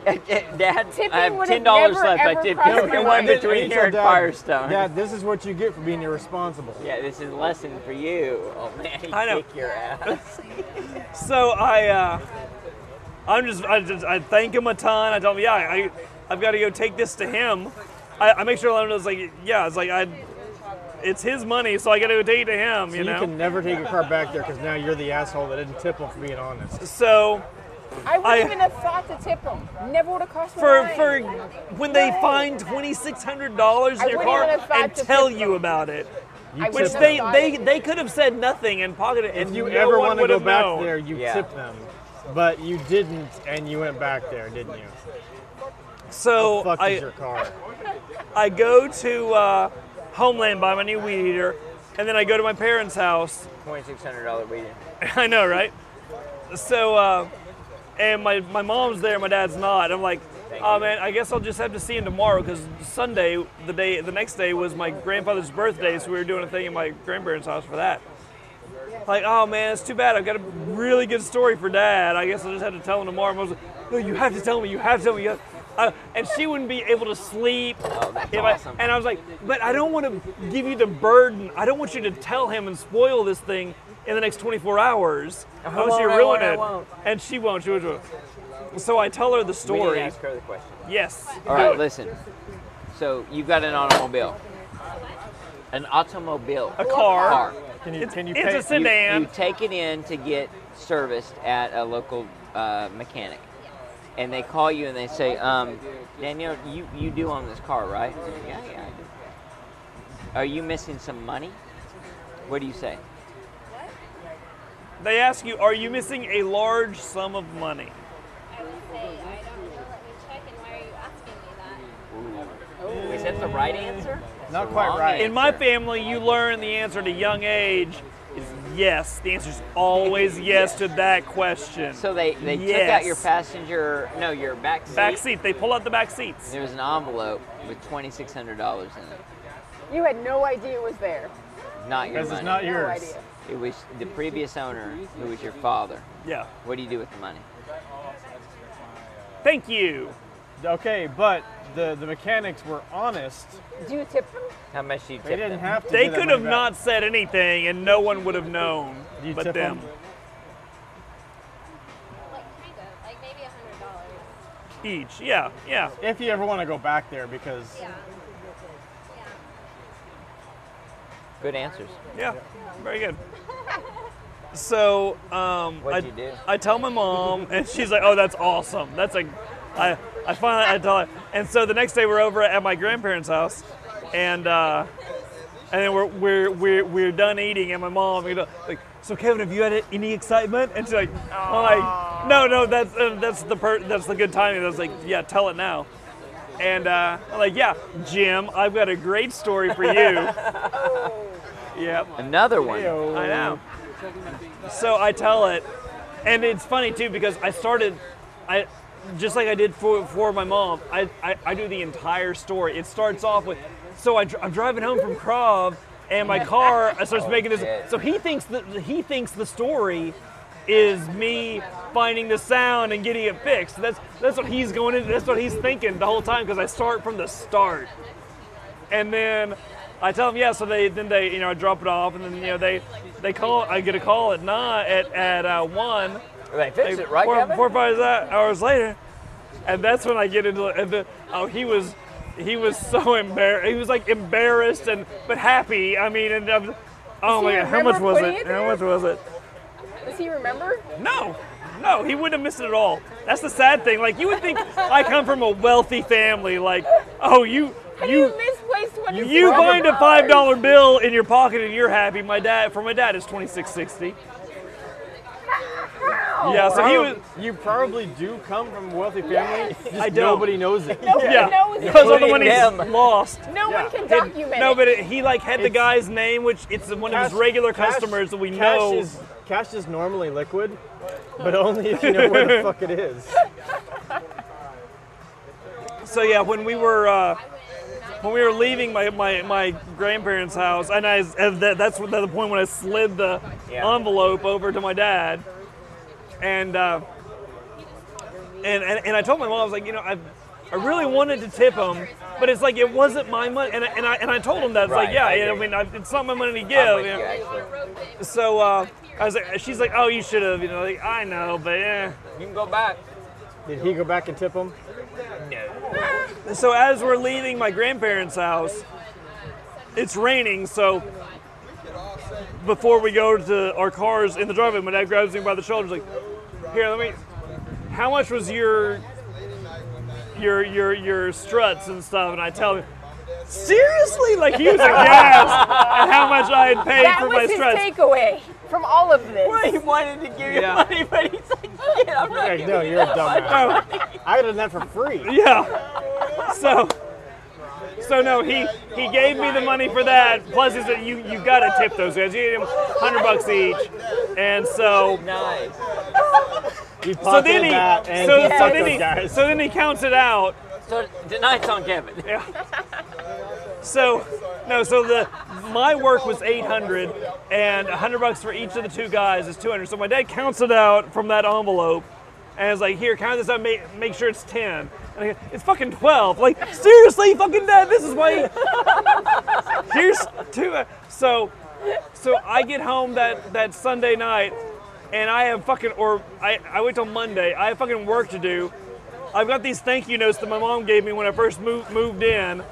Speaker 3: Dad,
Speaker 4: Tipping
Speaker 3: I have
Speaker 4: would've
Speaker 3: ten dollars
Speaker 4: never,
Speaker 3: left. I
Speaker 4: ever
Speaker 3: tipped [LAUGHS]
Speaker 4: crossed my
Speaker 3: everyone
Speaker 4: mind.
Speaker 3: between here and
Speaker 8: Dad,
Speaker 3: Firestone.
Speaker 8: Dad, this is what you get for being irresponsible.
Speaker 3: Yeah, this is a lesson for you. Oh man, he
Speaker 5: I know.
Speaker 3: kick your
Speaker 5: [LAUGHS]
Speaker 3: ass.
Speaker 5: So I, uh, I'm just I, just, I thank him a ton. I tell him, yeah, I, I've got to go take this to him. I, I make sure I know it's like, yeah, it's like I, it's his money, so I got to go take it to him,
Speaker 8: So
Speaker 5: you
Speaker 8: you,
Speaker 5: know.
Speaker 8: can never take a car back there because now you're the asshole that didn't tip him for being honest.
Speaker 5: So
Speaker 4: I wouldn't
Speaker 5: I-
Speaker 4: even have thought to tip him. Never would have crossed my
Speaker 5: for
Speaker 4: mind.
Speaker 5: for when they find twenty six hundred dollars in
Speaker 4: I
Speaker 5: your
Speaker 4: wouldn't
Speaker 5: car
Speaker 4: even have thought
Speaker 5: and
Speaker 4: to tip
Speaker 5: tell
Speaker 4: them.
Speaker 5: you about it,
Speaker 8: You
Speaker 4: I
Speaker 8: tip
Speaker 5: which
Speaker 4: wouldn't have
Speaker 5: they
Speaker 4: thought
Speaker 5: they
Speaker 4: it.
Speaker 5: they could have said nothing and pocketed it,
Speaker 8: If
Speaker 5: and
Speaker 8: you
Speaker 5: no
Speaker 8: ever
Speaker 5: one
Speaker 8: want to
Speaker 5: would
Speaker 8: go
Speaker 5: have
Speaker 8: back
Speaker 5: known.
Speaker 8: there, you
Speaker 3: Yeah.
Speaker 8: tip them. But you didn't, and you went back there, didn't you?
Speaker 5: So
Speaker 8: Fuck
Speaker 5: I
Speaker 8: is your car.
Speaker 5: I go to uh, Homeland buy my new weed eater, and then I go to my parents' house.
Speaker 3: Twenty six hundred dollar weed.
Speaker 5: [LAUGHS] I know, right? So, uh, and my, my mom's there, my dad's not. I'm like, oh man, I guess I'll just have to see him tomorrow because Sunday, the day, the next day was my grandfather's birthday, so we were doing a thing in my grandparents' house for that. Like, oh man, it's too bad. I've got a really good story for dad. I guess I'll just have to tell him tomorrow. Mom's like, no, you have to tell me. You have to tell me. You have- Uh, and she wouldn't be able to sleep.
Speaker 3: Oh, that's
Speaker 5: If I-
Speaker 3: awesome.
Speaker 5: and I was like, but I don't want to give you the burden. I don't want you to tell him and spoil this thing in the next 24 hours. I want you to
Speaker 3: won't, I
Speaker 5: ruin
Speaker 3: won't, I
Speaker 5: it.
Speaker 3: won't.
Speaker 5: And she won't. She won't. So I tell her the
Speaker 3: we need to
Speaker 5: story.
Speaker 3: ask her the question.
Speaker 5: Yes.
Speaker 3: All right, listen. So you got an automobile, an automobile,
Speaker 5: A car.
Speaker 3: car.
Speaker 8: Can you,
Speaker 5: It's,
Speaker 8: can you
Speaker 5: it's
Speaker 8: pay?
Speaker 5: a
Speaker 3: You, you
Speaker 5: sedan.
Speaker 3: take it in to get serviced at a local uh, mechanic, and they call you and they say, um, Daniel, you, you do own this car, right? Yeah, yeah, I do. Are you missing some money? What do you say?
Speaker 5: They ask you, are you missing a large sum of money?
Speaker 7: I would say, I don't know, let me check, and why are you asking me that?
Speaker 3: Is that the right answer?
Speaker 2: Not quite
Speaker 3: wrong
Speaker 2: right.
Speaker 5: In my family, you learn the answer at a young age is yes. The answer is
Speaker 3: [LAUGHS]
Speaker 5: always yes to that question.
Speaker 3: So they, they took out your
Speaker 5: Yes.
Speaker 3: passenger, no, your back seat.
Speaker 5: Back seat. They pull out the back seats.
Speaker 3: There was an envelope with $2,600 in it.
Speaker 4: You had no idea it was there.
Speaker 3: Not your
Speaker 2: Because
Speaker 3: money.
Speaker 2: it's not
Speaker 4: No
Speaker 2: yours.
Speaker 4: idea.
Speaker 3: It was the previous owner, who was your father.
Speaker 5: Yeah.
Speaker 3: What do you do with the money?
Speaker 5: Thank you.
Speaker 2: Okay, but the, the mechanics were honest.
Speaker 4: Do you tip them?
Speaker 3: How much do you tip
Speaker 2: They didn't
Speaker 3: them?
Speaker 2: have to.
Speaker 5: They
Speaker 2: give that
Speaker 5: could have
Speaker 2: money
Speaker 5: not said anything, and no one would have known
Speaker 2: back. You
Speaker 5: but
Speaker 2: tip
Speaker 5: them.
Speaker 2: 'em?
Speaker 7: Like, kind of, like maybe a hundred dollars.
Speaker 5: Each. Yeah. Yeah.
Speaker 2: If you ever want to go back there, because
Speaker 7: Yeah. Yeah.
Speaker 3: Good answers.
Speaker 5: Yeah, very good. So um,
Speaker 3: What'd
Speaker 5: I,
Speaker 3: you do?
Speaker 5: I tell my mom, and she's like, "Oh, that's awesome. That's a." I I finally I tell her, and so the next day we're over at my grandparents' house, and uh, and then we're we're we're we're done eating, and my mom you know, like, "So Kevin, have you had any excitement?" And she's like, "I'm like, no, no, that's uh, that's the per- that's the good timing." I was like, "Yeah, tell it now." And uh, I'm like, "Yeah, Jim, I've got a great story for you."
Speaker 3: [LAUGHS]
Speaker 5: yep.
Speaker 3: Another one.
Speaker 5: I know. So I tell it, and it's funny too because I started, I just like I did for, for my mom. I, I, I do the entire story. It starts off with, so I, dr- I'm driving home from Krav, and my car starts making this.
Speaker 3: shit.
Speaker 5: So he thinks that he thinks the story is me finding the sound and getting it fixed. That's that's what he's going into. That's what he's thinking the whole time because I start from the start and then I tell them yeah. So they then they you know I drop it off, and then you know they they call. I get a call at nine at at uh, one.
Speaker 3: They fixed it, right,
Speaker 5: four,
Speaker 3: Kevin?
Speaker 5: four or five hou- hours later, and that's when I get into and the, oh he was he was so embarrassed. He was like embarrassed and but happy. I mean and. I'm, Oh
Speaker 4: Does
Speaker 5: my
Speaker 4: he
Speaker 5: god, how much
Speaker 4: remember
Speaker 5: was
Speaker 4: putting
Speaker 5: it?
Speaker 4: it
Speaker 5: How
Speaker 4: there?
Speaker 5: much was it?
Speaker 4: Does he remember?
Speaker 5: No, no, he wouldn't have missed it at all. That's the sad thing. Like you would think I come from a wealthy family, like, oh you
Speaker 4: How do
Speaker 5: you
Speaker 4: you misplaced twenty.
Speaker 5: you find a five dollar bill in your pocket and you're happy. My dad, for my dad, it's twenty six sixty. Yeah, so he was.
Speaker 8: you probably do come from a wealthy family. just
Speaker 5: [LAUGHS] I don't.
Speaker 8: Nobody knows
Speaker 5: [LAUGHS]
Speaker 8: it.
Speaker 5: Yeah,
Speaker 4: knows it.
Speaker 5: because all the money's
Speaker 3: Him.
Speaker 5: lost.
Speaker 4: No
Speaker 8: Yeah.
Speaker 4: one can
Speaker 5: It-
Speaker 4: document it.
Speaker 5: no, but it, he like had the
Speaker 8: It's-
Speaker 5: guy's name, which it's one of his regular customers that we
Speaker 8: cash
Speaker 5: know.
Speaker 8: Is, cash is normally liquid, but only if you know where the
Speaker 5: [LAUGHS]
Speaker 8: fuck it is.
Speaker 5: So yeah, when we were uh, when we were leaving my, my, my grandparents' house, and I and that, that's when- the point when I slid the
Speaker 3: Yeah.
Speaker 5: envelope over to my dad, and uh, and, and and I told my mom I was like, you know, I I really wanted to tip him, but it's like it wasn't my money, and I, and I and I told him that it's like
Speaker 3: Right,
Speaker 5: yeah,
Speaker 3: I
Speaker 5: I,
Speaker 3: hear
Speaker 5: mean I, it's not my money to give.
Speaker 3: I'm with
Speaker 5: you know.
Speaker 3: you, actually.
Speaker 5: So uh, I was like, she's like, oh, you should have, you know, like I know, but yeah.
Speaker 3: You can go back.
Speaker 8: Did he go back and tip him?
Speaker 5: So as we're leaving my grandparents' house, it's raining. So before we go to our cars in the driveway, my dad grabs me by the shoulders, like, "Here, let me. How much was your your your your struts and stuff?" And I tell him. Seriously, like he
Speaker 4: [LAUGHS]
Speaker 5: was aghast at how much I had paid
Speaker 4: that
Speaker 5: for
Speaker 4: was
Speaker 5: my
Speaker 4: his
Speaker 5: struts.
Speaker 4: takeaway from all of
Speaker 3: [LAUGHS]
Speaker 4: this. [LAUGHS]
Speaker 3: He wanted to give you
Speaker 5: Yeah.
Speaker 3: money, but he's like, shit, I'm not
Speaker 8: Like,
Speaker 3: giving
Speaker 8: no,
Speaker 3: you
Speaker 8: you're a
Speaker 3: that
Speaker 8: dumbass.
Speaker 5: [LAUGHS] Oh.
Speaker 8: I got that for free.
Speaker 5: Yeah. So, so no, he he gave me the money for that. Plus, is that you you gotta tip those guys. You get them hundred bucks each, and so
Speaker 3: Nice.
Speaker 8: You
Speaker 5: so
Speaker 8: pocketed
Speaker 5: then
Speaker 8: that,
Speaker 5: he
Speaker 8: and
Speaker 5: so,
Speaker 8: you
Speaker 5: so
Speaker 8: suck
Speaker 5: then
Speaker 8: those
Speaker 5: he
Speaker 8: guys.
Speaker 5: so then he counts it out.
Speaker 3: So tonight's on Kevin.
Speaker 5: So no, so the my work was eight hundred, and hundred bucks for each of the two guys is two hundred. So my dad counts it out from that envelope. And it's like, here, count this out, make, make sure it's 10. And I go, it's fucking 12. Like, seriously, fucking dad, this is why. [LAUGHS] Here's two. uh, So, so I get home that, that Sunday night, and I have fucking, or I, I wait till Monday. I have fucking work to do. I've got these thank you notes that my mom gave me when I first moved, moved in.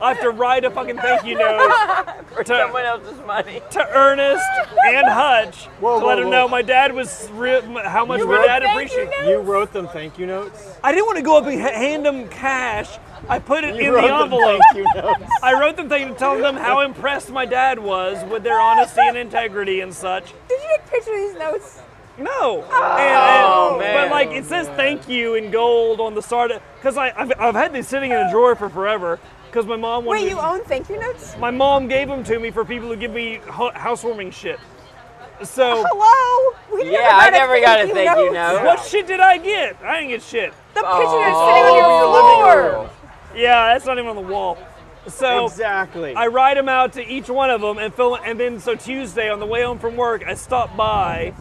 Speaker 5: I have to write a fucking thank you note
Speaker 3: for
Speaker 5: to-
Speaker 3: someone else's
Speaker 5: [LAUGHS]
Speaker 3: money.
Speaker 5: to Ernest and Hutch
Speaker 8: Whoa,
Speaker 5: to let
Speaker 8: whoa,
Speaker 5: them
Speaker 8: whoa.
Speaker 5: know my dad was re- how much my
Speaker 8: wrote
Speaker 5: dad
Speaker 8: thank you
Speaker 5: appreciated.
Speaker 8: You wrote them thank you notes.
Speaker 5: I didn't want to go up and ha- hand them cash. I put it
Speaker 8: You
Speaker 5: in
Speaker 8: wrote
Speaker 5: the
Speaker 8: them
Speaker 5: envelope.
Speaker 8: thank you
Speaker 5: [LAUGHS]
Speaker 8: notes.
Speaker 5: I wrote them thing to tell them how impressed my dad was with their honesty and integrity and such.
Speaker 4: Did you take pictures of these notes?
Speaker 5: No.
Speaker 8: Oh,
Speaker 5: And- and-
Speaker 3: man.
Speaker 5: But like it says thank you in gold on the start because I've, I've had these sitting in a drawer for forever because my mom wanted
Speaker 4: Wait,
Speaker 5: to-
Speaker 4: you own thank you notes?
Speaker 5: my mom gave them to me for people who give me ho- housewarming shit. So
Speaker 4: Hello? We
Speaker 3: Yeah, I never got a thank you
Speaker 4: Oh.
Speaker 3: note.
Speaker 5: what shit did I get? I didn't get shit.
Speaker 4: The picture
Speaker 3: Oh.
Speaker 4: is sitting on your floor.
Speaker 5: Yeah, that's not even on the wall. So
Speaker 8: Exactly.
Speaker 5: I write them out to each one of them and fill, and then so Tuesday on the way home from work, I stopped by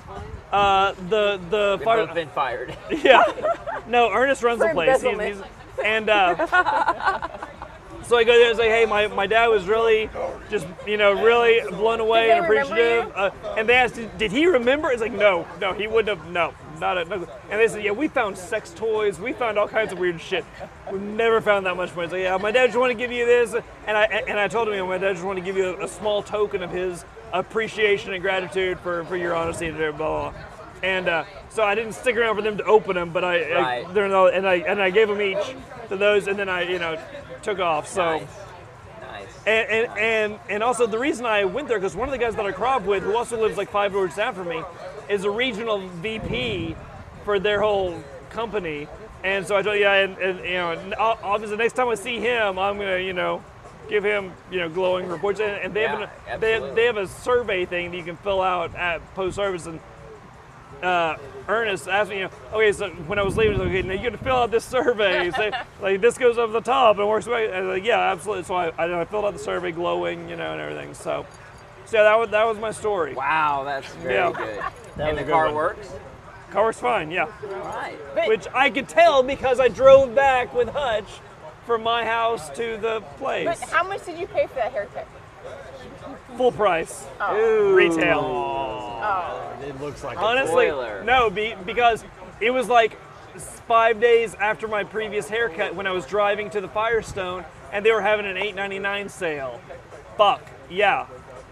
Speaker 5: uh, the the
Speaker 3: We've
Speaker 5: fire.
Speaker 3: both been fired. [LAUGHS]
Speaker 5: Yeah, [LAUGHS] no, Ernest runs
Speaker 4: For
Speaker 5: the place. He's-
Speaker 4: embezzlement.
Speaker 5: he's- and uh, [LAUGHS] so I go there and say, hey, my, my dad was really just you know really blown away
Speaker 4: Did they
Speaker 5: and
Speaker 4: remember
Speaker 5: appreciative. Uh, and they asked, did, did he remember? It's like no, no, he wouldn't have. No, not a. No. And they said, yeah, we found sex toys. We found all kinds of weird shit. We've never found that much money. It's like, yeah, my dad just want to give you this, and I and I told him, you know, my dad just want to give you a, a small token of his appreciation and gratitude for, for your honesty and blah blah. blah. And uh, so I didn't stick around for them to open them, but I, I
Speaker 3: Right.
Speaker 5: they're in the- and I and I gave them each to those, and then I you know took off. So
Speaker 3: Nice. Nice.
Speaker 5: and and, and and also the reason I went there because one of the guys that I crop with, who also lives like five doors down from me, is a regional VP for their whole company. And so I told yeah, and, and you know, and o- obviously next time I see him, I'm gonna you know give him you know glowing reports. And, and they have
Speaker 3: Yeah,
Speaker 5: an, they have,
Speaker 3: absolutely.
Speaker 5: they have a survey thing that you can fill out at post service and. Uh, Ernest asked me, you know, okay, so when I was leaving, he was like, okay, now you got to fill out this survey. Say, like, this goes over the top and works away. And I was like, yeah, absolutely. So I, I, I filled out the survey, glowing, you know, and everything. So, so that was that was my story.
Speaker 3: Wow, that's very
Speaker 5: Yeah.
Speaker 3: good.
Speaker 5: was
Speaker 3: and the
Speaker 5: a good
Speaker 3: car
Speaker 5: one.
Speaker 3: works.
Speaker 5: Car works fine, yeah.
Speaker 3: All right.
Speaker 5: Which I could tell because I drove back with Hutch from my house to the
Speaker 4: But
Speaker 5: place,
Speaker 4: how much did you pay for that haircut?
Speaker 5: full price,
Speaker 8: Ooh.
Speaker 5: retail.
Speaker 8: It looks like it.
Speaker 5: Honestly,
Speaker 3: Spoiler.
Speaker 5: no, be, because it was like s- five days after my previous haircut when I was driving to the Firestone, and they were having an 8.99 sale. Fuck yeah,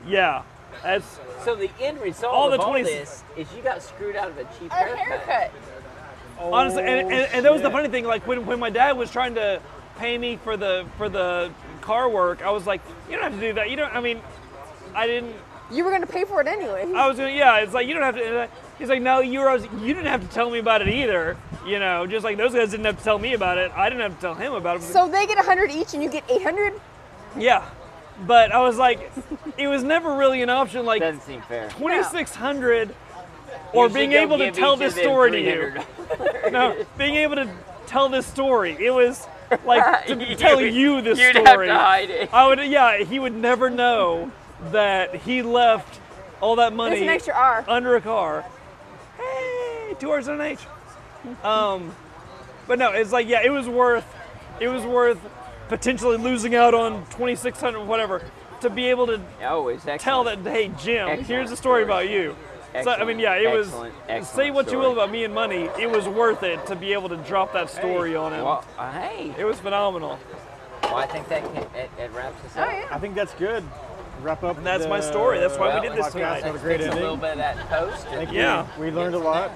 Speaker 5: yeah. That's
Speaker 3: So the end result
Speaker 5: All
Speaker 3: of
Speaker 5: the
Speaker 3: all
Speaker 5: 20s
Speaker 3: this is you got screwed out of a cheap
Speaker 4: A
Speaker 3: haircut.
Speaker 4: haircut.
Speaker 5: honestly, and, and, and that was the
Speaker 8: shit.
Speaker 5: funny thing. Like when, when my dad was trying to pay me for the for the car work, I was like, you don't have to do that. You don't. I mean, I didn't.
Speaker 4: You were going to pay for it anyway.
Speaker 5: I was gonna, yeah. It's like you don't have to. and I- He's like, no, you were. always- You didn't have to tell me about it either. You know, just like those guys didn't have to tell me about it. I didn't have to tell him about it.
Speaker 4: so they get 100 each and you get 800?
Speaker 5: Yeah, but I was like, it was never really an option. Like [LAUGHS]
Speaker 3: Doesn't seem fair.
Speaker 5: 2600 or
Speaker 3: You
Speaker 5: being
Speaker 3: should go
Speaker 5: able to
Speaker 3: give
Speaker 5: tell
Speaker 3: each
Speaker 5: this
Speaker 3: of them
Speaker 5: story to you.
Speaker 3: $300.
Speaker 5: No, [LAUGHS] being able to tell this story. It was
Speaker 3: [LAUGHS]
Speaker 5: like to
Speaker 3: You-
Speaker 5: tell you this
Speaker 3: you'd have
Speaker 5: story.
Speaker 3: to hide it.
Speaker 5: I would, yeah, he would never know that he left all that money
Speaker 4: There's an extra R.
Speaker 5: under a car. Hey, two R's and an H. Um, but no, it's like yeah, it was worth, it was worth potentially losing out on 2,600 whatever to be able to
Speaker 3: Oh, it's excellent.
Speaker 5: tell that hey Jim, here's
Speaker 3: Excellent
Speaker 5: a story
Speaker 3: story.
Speaker 5: about you. So I
Speaker 3: Excellent,
Speaker 5: mean yeah, it was
Speaker 3: excellent, excellent
Speaker 5: say what you will
Speaker 3: story.
Speaker 5: about me and money, it was worth it to be able to drop that story on him.
Speaker 3: Well, uh, hey.
Speaker 5: It was phenomenal.
Speaker 3: Well, I think that can, it, it wraps us
Speaker 4: Oh,
Speaker 3: up.
Speaker 4: yeah.
Speaker 8: I think that's good. Wrap up.
Speaker 5: And that's
Speaker 8: the
Speaker 5: my story. That's why we did this
Speaker 8: podcast.
Speaker 5: tonight.
Speaker 8: What a great
Speaker 3: Fix A little
Speaker 8: ending.
Speaker 3: bit of that post.
Speaker 8: I think
Speaker 5: Yeah.
Speaker 8: We, we learned a lot.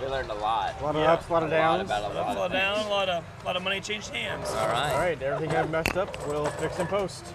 Speaker 3: We learned a lot.
Speaker 8: A lot of
Speaker 5: Yeah.
Speaker 8: ups, a lot of
Speaker 3: A lot
Speaker 8: downs.
Speaker 3: about a lot. of things.
Speaker 5: a lot of a lot of money changed hands.
Speaker 3: All right.
Speaker 8: All right, everything I messed up, we'll fix and post.